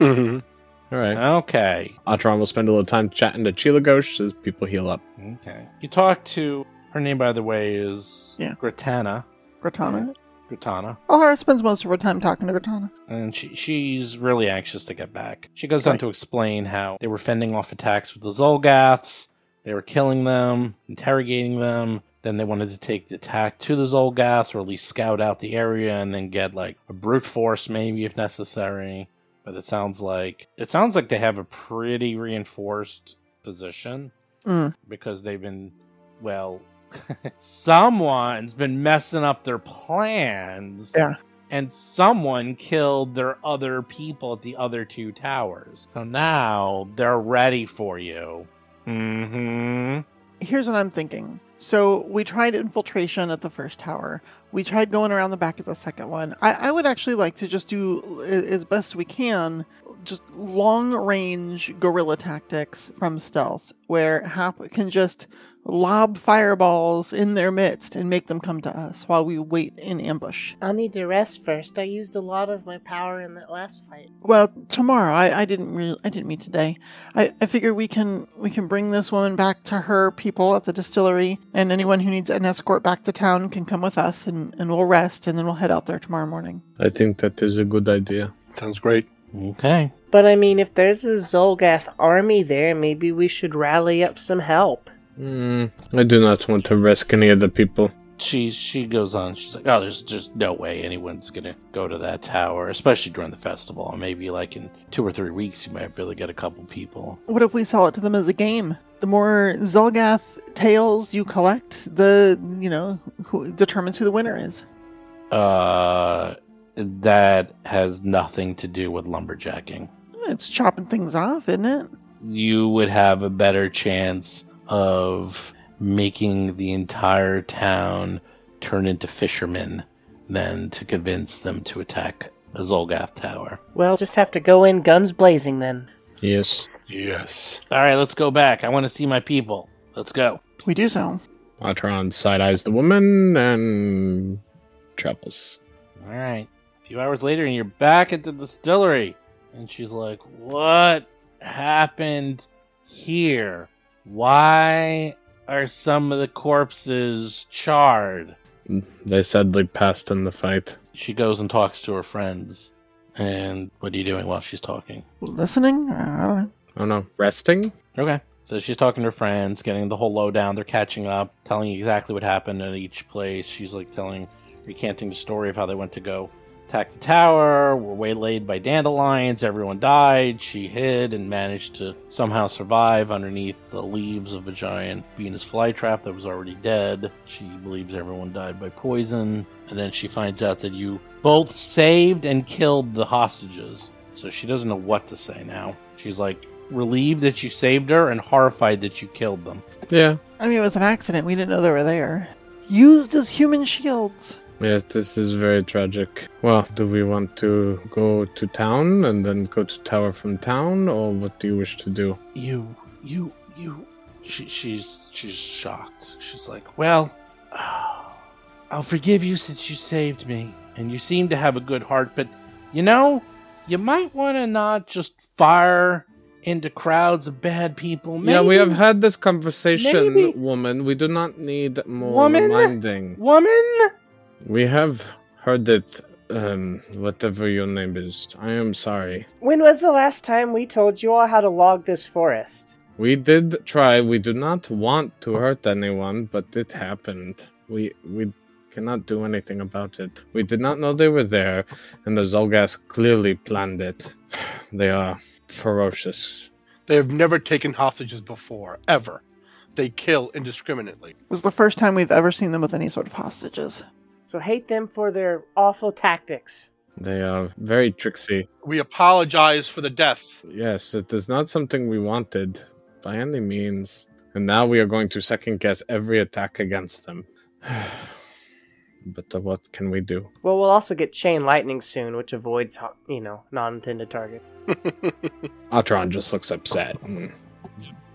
[SPEAKER 4] All right.
[SPEAKER 2] Okay.
[SPEAKER 4] Atron will spend a little time chatting to Chilagosh as people heal up.
[SPEAKER 2] Okay. You talk to her name, by the way, is
[SPEAKER 3] Yeah.
[SPEAKER 2] Gratana.
[SPEAKER 3] Gratana.
[SPEAKER 2] Gratana,
[SPEAKER 3] O'Hara spends most of her time talking to Gratana.
[SPEAKER 2] and she she's really anxious to get back. She goes on
[SPEAKER 3] Right.
[SPEAKER 2] to explain how they were fending off attacks with the Zolgaths. They were killing them, interrogating them. Then they wanted to take the attack to the Zolgaths, or at least scout out the area, and then get like a brute force, maybe if necessary. But it sounds like it sounds like they have a pretty reinforced position.
[SPEAKER 3] Mm.
[SPEAKER 2] because they've been well <laughs> someone's been messing up their plans
[SPEAKER 3] Yeah.
[SPEAKER 2] and someone killed their other people at the other two towers so now they're ready for you mm-hmm
[SPEAKER 3] Here's what I'm thinking. So we tried infiltration at the first tower. We tried going around the back of the second one. I, I would actually like to just do a- as best we can, just long range guerrilla tactics from stealth, where Hap can just lob fireballs in their midst and make them come to us while we wait in ambush.
[SPEAKER 9] I'll need to rest first. I used a lot of my power in that last fight.
[SPEAKER 3] Well, tomorrow. I, I didn't re- I didn't mean today. I, I figure we can we can bring this woman back to her people at the distillery, and anyone who needs an escort back to town can come with us, and, and we'll rest, and then we'll head out there tomorrow morning.
[SPEAKER 4] I think that is a good idea.
[SPEAKER 5] Sounds great.
[SPEAKER 2] okay
[SPEAKER 9] But I mean, if there's a Zolgath army there, maybe we should rally up some help.
[SPEAKER 4] Hmm. I do not want to risk any of the people.
[SPEAKER 2] she she goes on she's like oh there's just no way anyone's gonna go to that tower especially during the festival and maybe like in two or three weeks you might really get a couple people
[SPEAKER 3] What if we sell it to them as a game? The more Zolgath tails you collect, the you know who determines who the winner is.
[SPEAKER 2] uh that has nothing to do with lumberjacking
[SPEAKER 3] It's chopping things off, isn't it?
[SPEAKER 2] you would have a better chance of making the entire town turn into fishermen than to convince them to attack a Zolgath tower.
[SPEAKER 9] Well, just have to go in guns blazing then.
[SPEAKER 4] Yes.
[SPEAKER 5] Yes.
[SPEAKER 2] All right, let's go back. I want to see my people. Let's go.
[SPEAKER 3] We do so.
[SPEAKER 4] Atron side eyes the woman and travels.
[SPEAKER 2] All right. A few hours later, and you're back at the distillery. And she's like, What happened here? Why are some of the corpses charred?
[SPEAKER 4] They sadly passed in the fight.
[SPEAKER 2] she goes and talks to her friends. And what are you doing while she's talking?
[SPEAKER 3] Listening? I don't know.
[SPEAKER 4] Oh no. Resting?
[SPEAKER 2] Okay. So she's talking to her friends, getting the whole lowdown. They're catching up, telling you exactly what happened at each place. She's like telling, recanting the story of how they went to go attack the tower, were waylaid by dandelions, everyone died. She hid and managed to somehow survive underneath the leaves of a giant Venus flytrap that was already dead. She believes everyone died by poison. And then she finds out that you both saved and killed the hostages. So she doesn't know what to say now. She's like, relieved that you saved her and horrified that you killed them.
[SPEAKER 4] Yeah.
[SPEAKER 3] I mean, it was an accident. We didn't know they were there. Used as human shields.
[SPEAKER 4] Yes, this is very tragic. Well, do we want to go to town and then go to tower from town, or what do you wish to do?
[SPEAKER 2] You, you, you. She, she's she's shocked. She's like, well, <sighs> I'll forgive you since you saved me, and you seem to have a good heart. But you know, you might want to not just fire into crowds of bad people.
[SPEAKER 4] yeah, we have
[SPEAKER 2] Maybe-
[SPEAKER 4] had this conversation,
[SPEAKER 2] Maybe-
[SPEAKER 4] woman. We do not need more
[SPEAKER 2] Woman?
[SPEAKER 4] reminding.
[SPEAKER 2] woman.
[SPEAKER 4] We have heard it. Um, whatever your name is, I am sorry.
[SPEAKER 6] When was the last time we told you all how to log this forest?
[SPEAKER 4] We did try. We do not want to hurt anyone, but it happened. We we cannot do anything about it. We did not know they were there, and the Zolgas clearly planned it. <sighs> They are ferocious.
[SPEAKER 5] They have never taken hostages before, ever. They kill indiscriminately.
[SPEAKER 3] It was the first time we've ever seen them with any sort of hostages.
[SPEAKER 9] So hate them for their awful tactics.
[SPEAKER 4] They are very tricksy.
[SPEAKER 5] We apologize for the death. <laughs>
[SPEAKER 4] Yes, it is not something we wanted by any means. And now we are going to second guess every attack against them. <sighs> but uh, what can we do?
[SPEAKER 9] Well, we'll also get chain lightning soon, which avoids, ho- you know, non intended targets.
[SPEAKER 4] Atron just looks upset. Mm.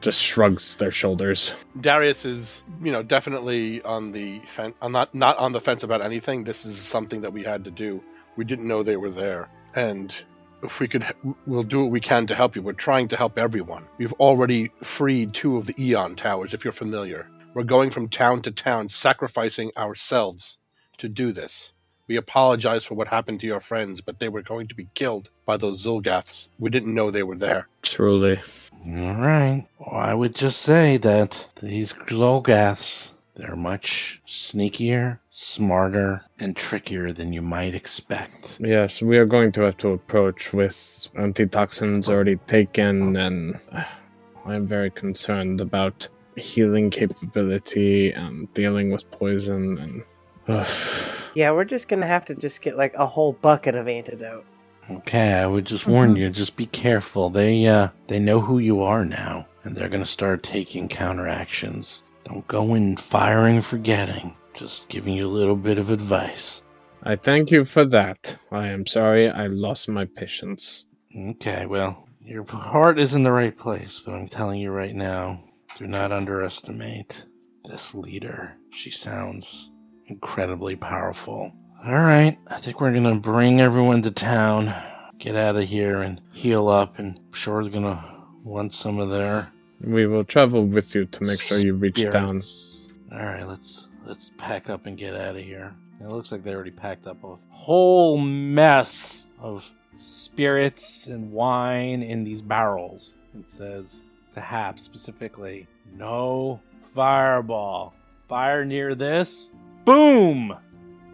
[SPEAKER 4] just shrugs their shoulders.
[SPEAKER 5] Darius is, you know, definitely on the fence. I'm not not on the fence about anything. This is something that we had to do. We didn't know they were there, and if we could, we'll do what we can to help you. We're trying to help everyone. We've already freed two of the Eon Towers, if you're familiar. We're going from town to town, sacrificing ourselves to do this. We apologize for what happened to your friends, but they were going to be killed by those Zulgaths. We didn't know they were there.
[SPEAKER 4] Truly.
[SPEAKER 2] All right. Well, I would just say that these Glogaths, they're much sneakier, smarter, and trickier than you might expect.
[SPEAKER 4] Yes, we are going to have to approach with antitoxins already taken, and <sighs> uh, I am very concerned about healing capability and dealing with poison and. <sighs> Ugh.
[SPEAKER 6] Yeah, we're just gonna have to just get like a whole bucket of antidote.
[SPEAKER 2] Okay, I would just warn you, just be careful. They uh they know who you are now, and they're gonna start taking counteractions. Don't go in firing forgetting. Just giving you a little bit of advice.
[SPEAKER 4] I thank you for that. I am sorry I lost my patience.
[SPEAKER 2] Okay, well, your heart is in the right place, but I'm telling you right now, do not underestimate this leader. She sounds incredibly powerful. All right, I think we're gonna bring everyone to town, get out of here, and heal up. And I'm sure they're gonna want some of their.
[SPEAKER 4] We will travel with you to make sure you reach town.
[SPEAKER 2] All right, let's let's pack up and get out of here. It looks like they already packed up a whole mess of spirits and wine in these barrels. It says to Hap specifically, no fireball. Fire near this. Boom.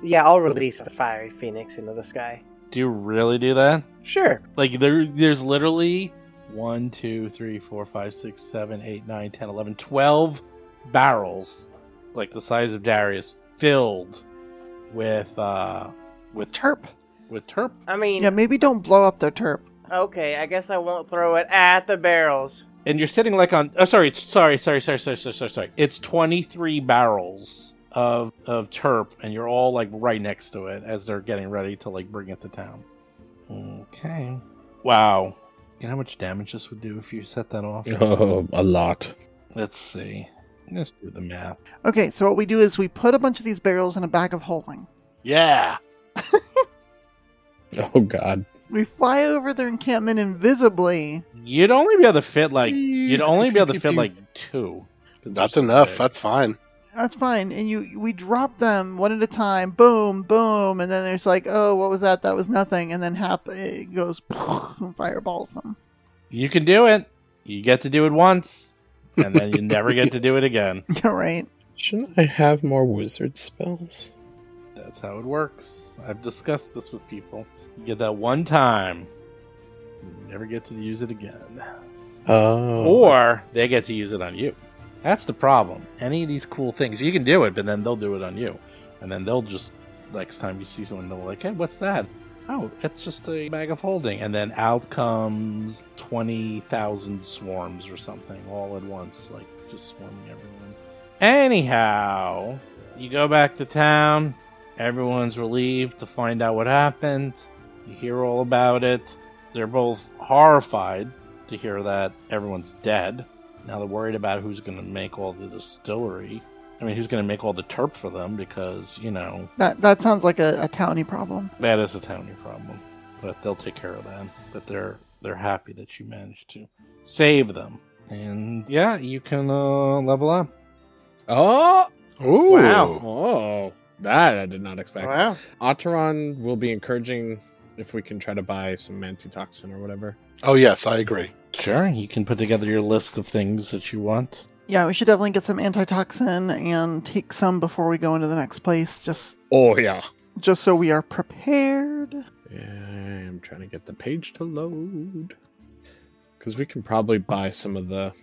[SPEAKER 6] Yeah, I'll release the fiery phoenix into the sky.
[SPEAKER 2] Do you really do that?
[SPEAKER 6] Sure.
[SPEAKER 2] Like there, there's literally one, two, three, four, five, six, seven, eight, nine, ten, eleven, twelve barrels, like the size of Darius, filled with uh with
[SPEAKER 3] Terp.
[SPEAKER 2] with terp.
[SPEAKER 6] I mean,
[SPEAKER 3] Yeah, maybe don't blow up their terp.
[SPEAKER 6] okay, I guess I won't throw it at the barrels.
[SPEAKER 2] And you're sitting like on. Oh, sorry. It's sorry, sorry, sorry, sorry, sorry, sorry, sorry. It's 23 barrels of of terp, and you're all like right next to it as they're getting ready to like bring it to town. Okay. Wow. You know how much damage this would do if you set that off?
[SPEAKER 4] Oh, a lot.
[SPEAKER 2] Let's see. Let's do the math.
[SPEAKER 3] Okay, so what we do is we put a bunch of these barrels in a bag of holding.
[SPEAKER 5] Yeah.
[SPEAKER 4] Oh God.
[SPEAKER 3] We fly over their encampment invisibly.
[SPEAKER 2] You'd only be able to fit like you'd only be able to fit like two.
[SPEAKER 5] That's enough. That's fine.
[SPEAKER 3] That's fine. And you we drop them one at a time. Boom, boom, and then there's like, oh, what was that? That was nothing. And then Hap it goes <laughs> and fireballs them. <laughs>
[SPEAKER 2] You can do it. You get to do it once, and then you never get to do it again.
[SPEAKER 3] You're right.
[SPEAKER 4] Shouldn't I have more wizard spells?
[SPEAKER 2] That's how it works. I've discussed this with people. You get that one time, you never get to use it again.
[SPEAKER 4] Oh.
[SPEAKER 2] Or they get to use it on you. That's the problem. Any of these cool things, you can do it, but then they'll do it on you. And then they'll just, next time you see someone, they'll like, hey, what's that? Oh, it's just a bag of holding. And then out comes 20,000 swarms or something all at once, like just swarming everyone. Anyhow, you go back to town. Everyone's relieved to find out what happened. You hear all about it. They're both horrified to hear that everyone's dead. Now they're worried about who's going to make all the distillery. I mean, who's going to make all the terp for them because, you know,
[SPEAKER 3] That that sounds like a, a townie problem.
[SPEAKER 2] that is a townie problem. But they'll take care of that. But they're they're happy that you managed to save them. And yeah, you can uh, level up.
[SPEAKER 4] Oh.
[SPEAKER 5] Ooh.
[SPEAKER 4] Wow. Oh. That I did not expect.
[SPEAKER 6] Wow.
[SPEAKER 4] Otteron will be encouraging if we can try to buy some antitoxin or whatever.
[SPEAKER 5] Oh yes, I agree.
[SPEAKER 2] Sure, you can put together your list of things that you want.
[SPEAKER 3] Yeah, we should definitely get some antitoxin and take some before we go into the next place, just
[SPEAKER 4] Oh yeah.
[SPEAKER 3] just so we are prepared.
[SPEAKER 4] Yeah, I'm trying to get the page to load. Because we can probably buy some of the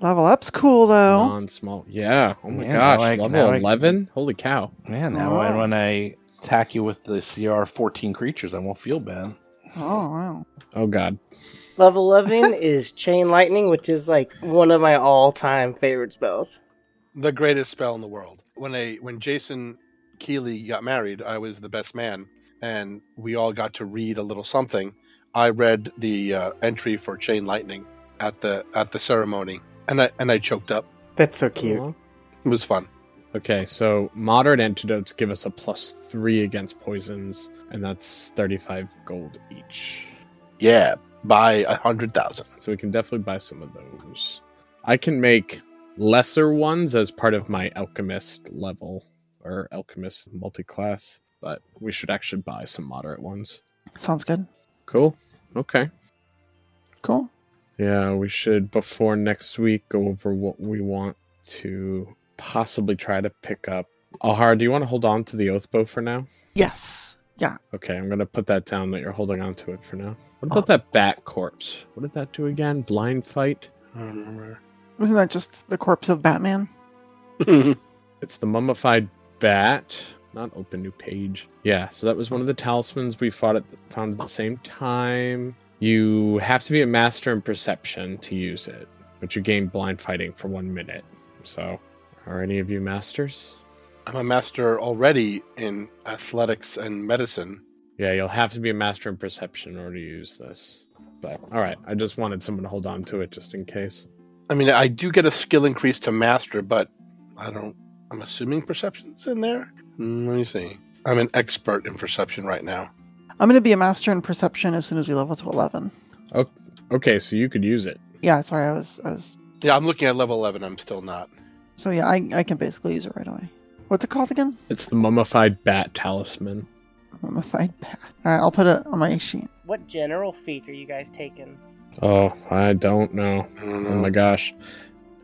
[SPEAKER 3] Level up's cool though.
[SPEAKER 4] non-small. Yeah. Oh my
[SPEAKER 2] Yeah,
[SPEAKER 4] gosh.
[SPEAKER 2] now I- now
[SPEAKER 4] level
[SPEAKER 2] I-
[SPEAKER 4] eleven. Holy cow.
[SPEAKER 2] Yeah, now I- when I attack you with the CR 14 creatures, I won't feel bad.
[SPEAKER 3] Oh wow.
[SPEAKER 4] Oh god.
[SPEAKER 6] Level 11 <laughs> is Chain Lightning, which is like one of my all time favorite spells.
[SPEAKER 5] The greatest spell in the world. When I when Jason Keeley got married, I was the best man, and we all got to read a little something. I read the uh, entry for Chain Lightning at the at the ceremony, and I and I choked up.
[SPEAKER 6] That's so cute.
[SPEAKER 4] Aw.
[SPEAKER 5] It was fun.
[SPEAKER 4] Okay, so moderate antidotes give us a plus three against poisons, and that's 35 gold each.
[SPEAKER 5] Yeah, by a hundred thousand.
[SPEAKER 4] So we can definitely buy some of those. I can make lesser ones as part of my alchemist level or alchemist multi-class, but we should actually buy some moderate ones.
[SPEAKER 3] Sounds good.
[SPEAKER 4] Cool. Okay.
[SPEAKER 3] Cool.
[SPEAKER 4] Yeah, we should before next week go over what we want to possibly try to pick up. Ahar, do you want to hold on to the oath bow for now?
[SPEAKER 3] Yes. Yeah.
[SPEAKER 4] Okay, I'm gonna put that down that you're holding on to it for now. What about that bat corpse? What did that do again? Blind fight?
[SPEAKER 5] I don't remember.
[SPEAKER 3] Isn't that just the corpse of Batman?
[SPEAKER 4] It's the mummified bat. Not open new page. Yeah, so that was one of the talismans we fought at the, found at the same time. You have to be a master in perception to use it, but you gain blind fighting for one minute. So, are any of you masters?
[SPEAKER 5] I'm a master already in athletics and medicine.
[SPEAKER 4] Yeah, you'll have to be a master in perception in order to use this. But all right, I just wanted someone to hold on to it just in case.
[SPEAKER 5] I mean, I do get a skill increase to master, but I don't. I'm assuming perception's in there. Mm, let me see. I'm an expert in perception right now.
[SPEAKER 3] I'm going to be a master in perception as soon as we level to 11.
[SPEAKER 4] Okay, so you could use it.
[SPEAKER 3] Yeah, sorry, I was, I was.
[SPEAKER 5] Yeah, I'm looking at level 11. I'm still not.
[SPEAKER 3] So yeah, I, I can basically use it right away. What's it called again?
[SPEAKER 4] It's the mummified bat talisman.
[SPEAKER 3] Mummified bat. All right, I'll put it on my sheet.
[SPEAKER 9] What general feat are you guys taking?
[SPEAKER 4] Oh, I don't know.
[SPEAKER 5] I don't
[SPEAKER 4] Oh my
[SPEAKER 5] know.
[SPEAKER 4] gosh.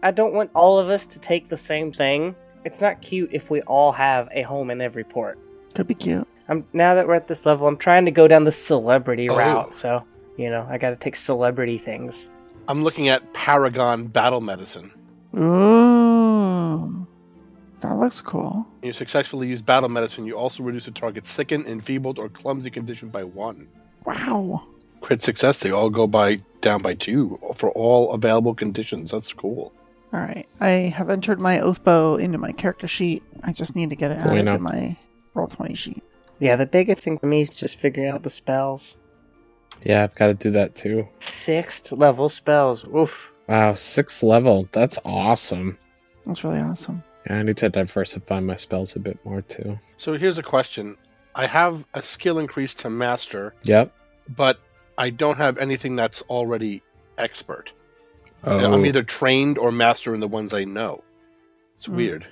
[SPEAKER 9] I don't want all of us to take the same thing. It's not cute if we all have a home in every port.
[SPEAKER 3] Could be cute.
[SPEAKER 9] I'm now that we're at this level, I'm trying to go down the celebrity
[SPEAKER 5] Oh.
[SPEAKER 9] route, so you know, I gotta take celebrity things.
[SPEAKER 5] I'm looking at Paragon Battle Medicine.
[SPEAKER 3] Ooh. That looks cool.
[SPEAKER 5] When you successfully use battle medicine, you also reduce the target's sickened, enfeebled, or clumsy condition by one.
[SPEAKER 3] Wow.
[SPEAKER 5] Crit success, they all go by down by two for all available conditions. That's cool.
[SPEAKER 3] All right, I have entered my oath bow into my character sheet. I just need to get it out
[SPEAKER 4] Bueno.
[SPEAKER 3] into my roll twenty sheet.
[SPEAKER 9] Yeah, the biggest thing for me is just figuring out the spells.
[SPEAKER 4] Yeah, I've got to do that too.
[SPEAKER 9] Sixth level spells. Oof.
[SPEAKER 4] Wow, sixth level. That's awesome.
[SPEAKER 3] That's really awesome.
[SPEAKER 4] Yeah, I need to diversify my spells a bit more too.
[SPEAKER 5] So here's a question I have a skill increase to master,
[SPEAKER 4] Yep.
[SPEAKER 5] but I don't have anything that's already expert.
[SPEAKER 4] Oh,
[SPEAKER 5] I'm either trained or master in the ones I know. It's
[SPEAKER 3] Hmm.
[SPEAKER 5] weird.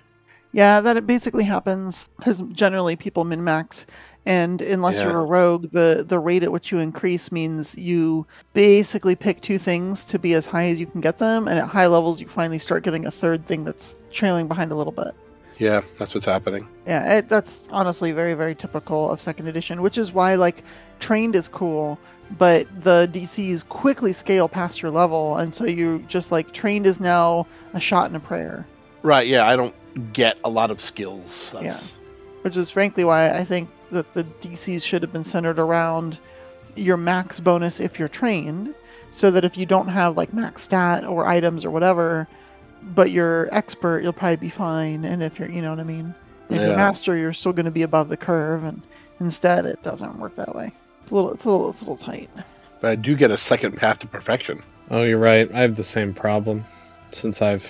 [SPEAKER 3] Yeah, that it basically happens because generally people min max, and unless
[SPEAKER 5] Yeah.
[SPEAKER 3] you're a rogue, the the rate at which you increase means you basically pick two things to be as high as you can get them, and at high levels you finally start getting a third thing that's trailing behind a little bit.
[SPEAKER 5] Yeah, that's what's happening.
[SPEAKER 3] Yeah, it, that's honestly very, very typical of second edition, which is why like trained is cool, but the DCs quickly scale past your level, and so you just like trained is now a shot and a prayer,
[SPEAKER 5] Right, yeah, I don't get a lot of skills. That's,
[SPEAKER 3] which is frankly why I think that the DCs should have been centered around your max bonus if you're trained, so that if you don't have like max stat or items or whatever, but you're expert, you'll probably be fine, and if you're, you know what I mean. if
[SPEAKER 5] Yeah.
[SPEAKER 3] you're master, you're still going to be above the curve, and instead, it doesn't work that way. It's a little, it's a little, it's a little tight.
[SPEAKER 5] But I do get a second path to perfection.
[SPEAKER 4] oh, you're right. I have the same problem since I've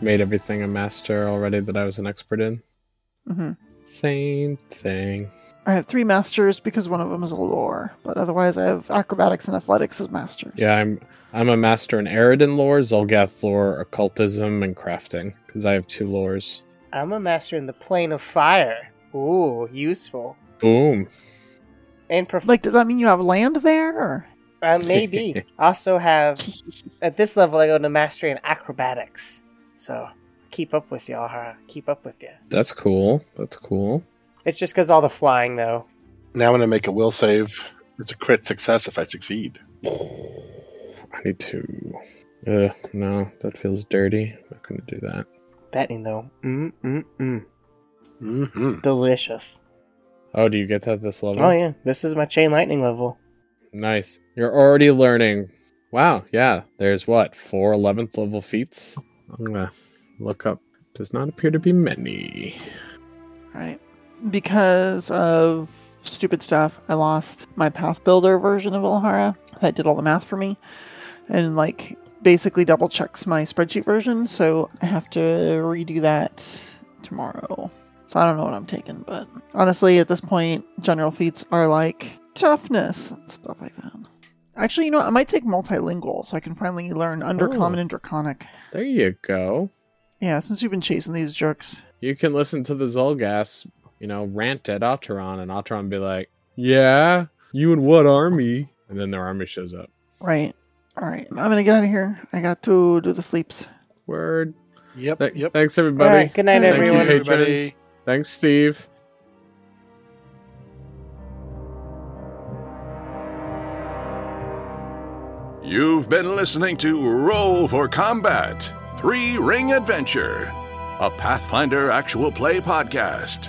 [SPEAKER 4] made everything a master already that I was an expert in.
[SPEAKER 3] hmm
[SPEAKER 4] Same thing.
[SPEAKER 3] I have three masters because one of them is a lore, but otherwise, I have acrobatics and athletics as masters.
[SPEAKER 4] Yeah, I'm I'm a master in Aridin lore, Zolgath lore, occultism, and crafting because I have two lores.
[SPEAKER 9] I'm a master in the plane of fire. Ooh, useful.
[SPEAKER 4] Boom.
[SPEAKER 9] And prof-
[SPEAKER 3] Like, does that mean you have land there? Or?
[SPEAKER 9] uh, maybe also have at this level I go to mastery in acrobatics. So keep up with y'all, huh? Keep up with you.
[SPEAKER 4] That's cool. That's cool.
[SPEAKER 9] It's just because all the flying though.
[SPEAKER 5] Now I'm going to make a will save. It's a crit success if I succeed.
[SPEAKER 4] I need to. Uh, no, that feels dirty. I'm not gonna do that.
[SPEAKER 9] Betting though, mm mm mm,
[SPEAKER 5] hmm
[SPEAKER 9] delicious.
[SPEAKER 4] Oh, do you get that this level?
[SPEAKER 9] Oh yeah, this is my chain lightning level.
[SPEAKER 4] Nice. You're already learning. Wow. Yeah. There's what four 11th level feats. I'm gonna look up. Does not appear to be many.
[SPEAKER 3] Right. Because of stupid stuff, I lost my Path Builder version of Alhara that did all the math for me. And like basically double checks my spreadsheet version, so I have to redo that tomorrow. So I don't know what I'm taking, but honestly, at this point, general feats are like toughness and stuff like that. Actually, you know, what? I might take multilingual, so I can finally learn undercommon
[SPEAKER 4] Oh.
[SPEAKER 3] and draconic.
[SPEAKER 4] There you go.
[SPEAKER 3] Yeah, since you've been chasing these jerks,
[SPEAKER 4] You can listen to the Zulgas, you know, rant at Otteron, and Otteron be like, "Yeah, you and what army?" And then their army shows up.
[SPEAKER 3] right? All right, I'm gonna get out of here. I got to do the sleeps.
[SPEAKER 4] Word.
[SPEAKER 5] Yep.
[SPEAKER 4] Th-
[SPEAKER 5] yep.
[SPEAKER 4] Thanks everybody.
[SPEAKER 9] All right, good night,
[SPEAKER 4] Thank
[SPEAKER 9] everyone.
[SPEAKER 4] you, patrons.
[SPEAKER 5] Everybody.
[SPEAKER 4] Thanks, Steve.
[SPEAKER 1] You've been listening to Roll for Combat Three Ring Adventure, a Pathfinder actual play podcast.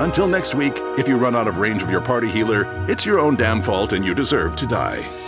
[SPEAKER 1] Until next week, if you run out of range of your party healer, it's your own damn fault and you deserve to die.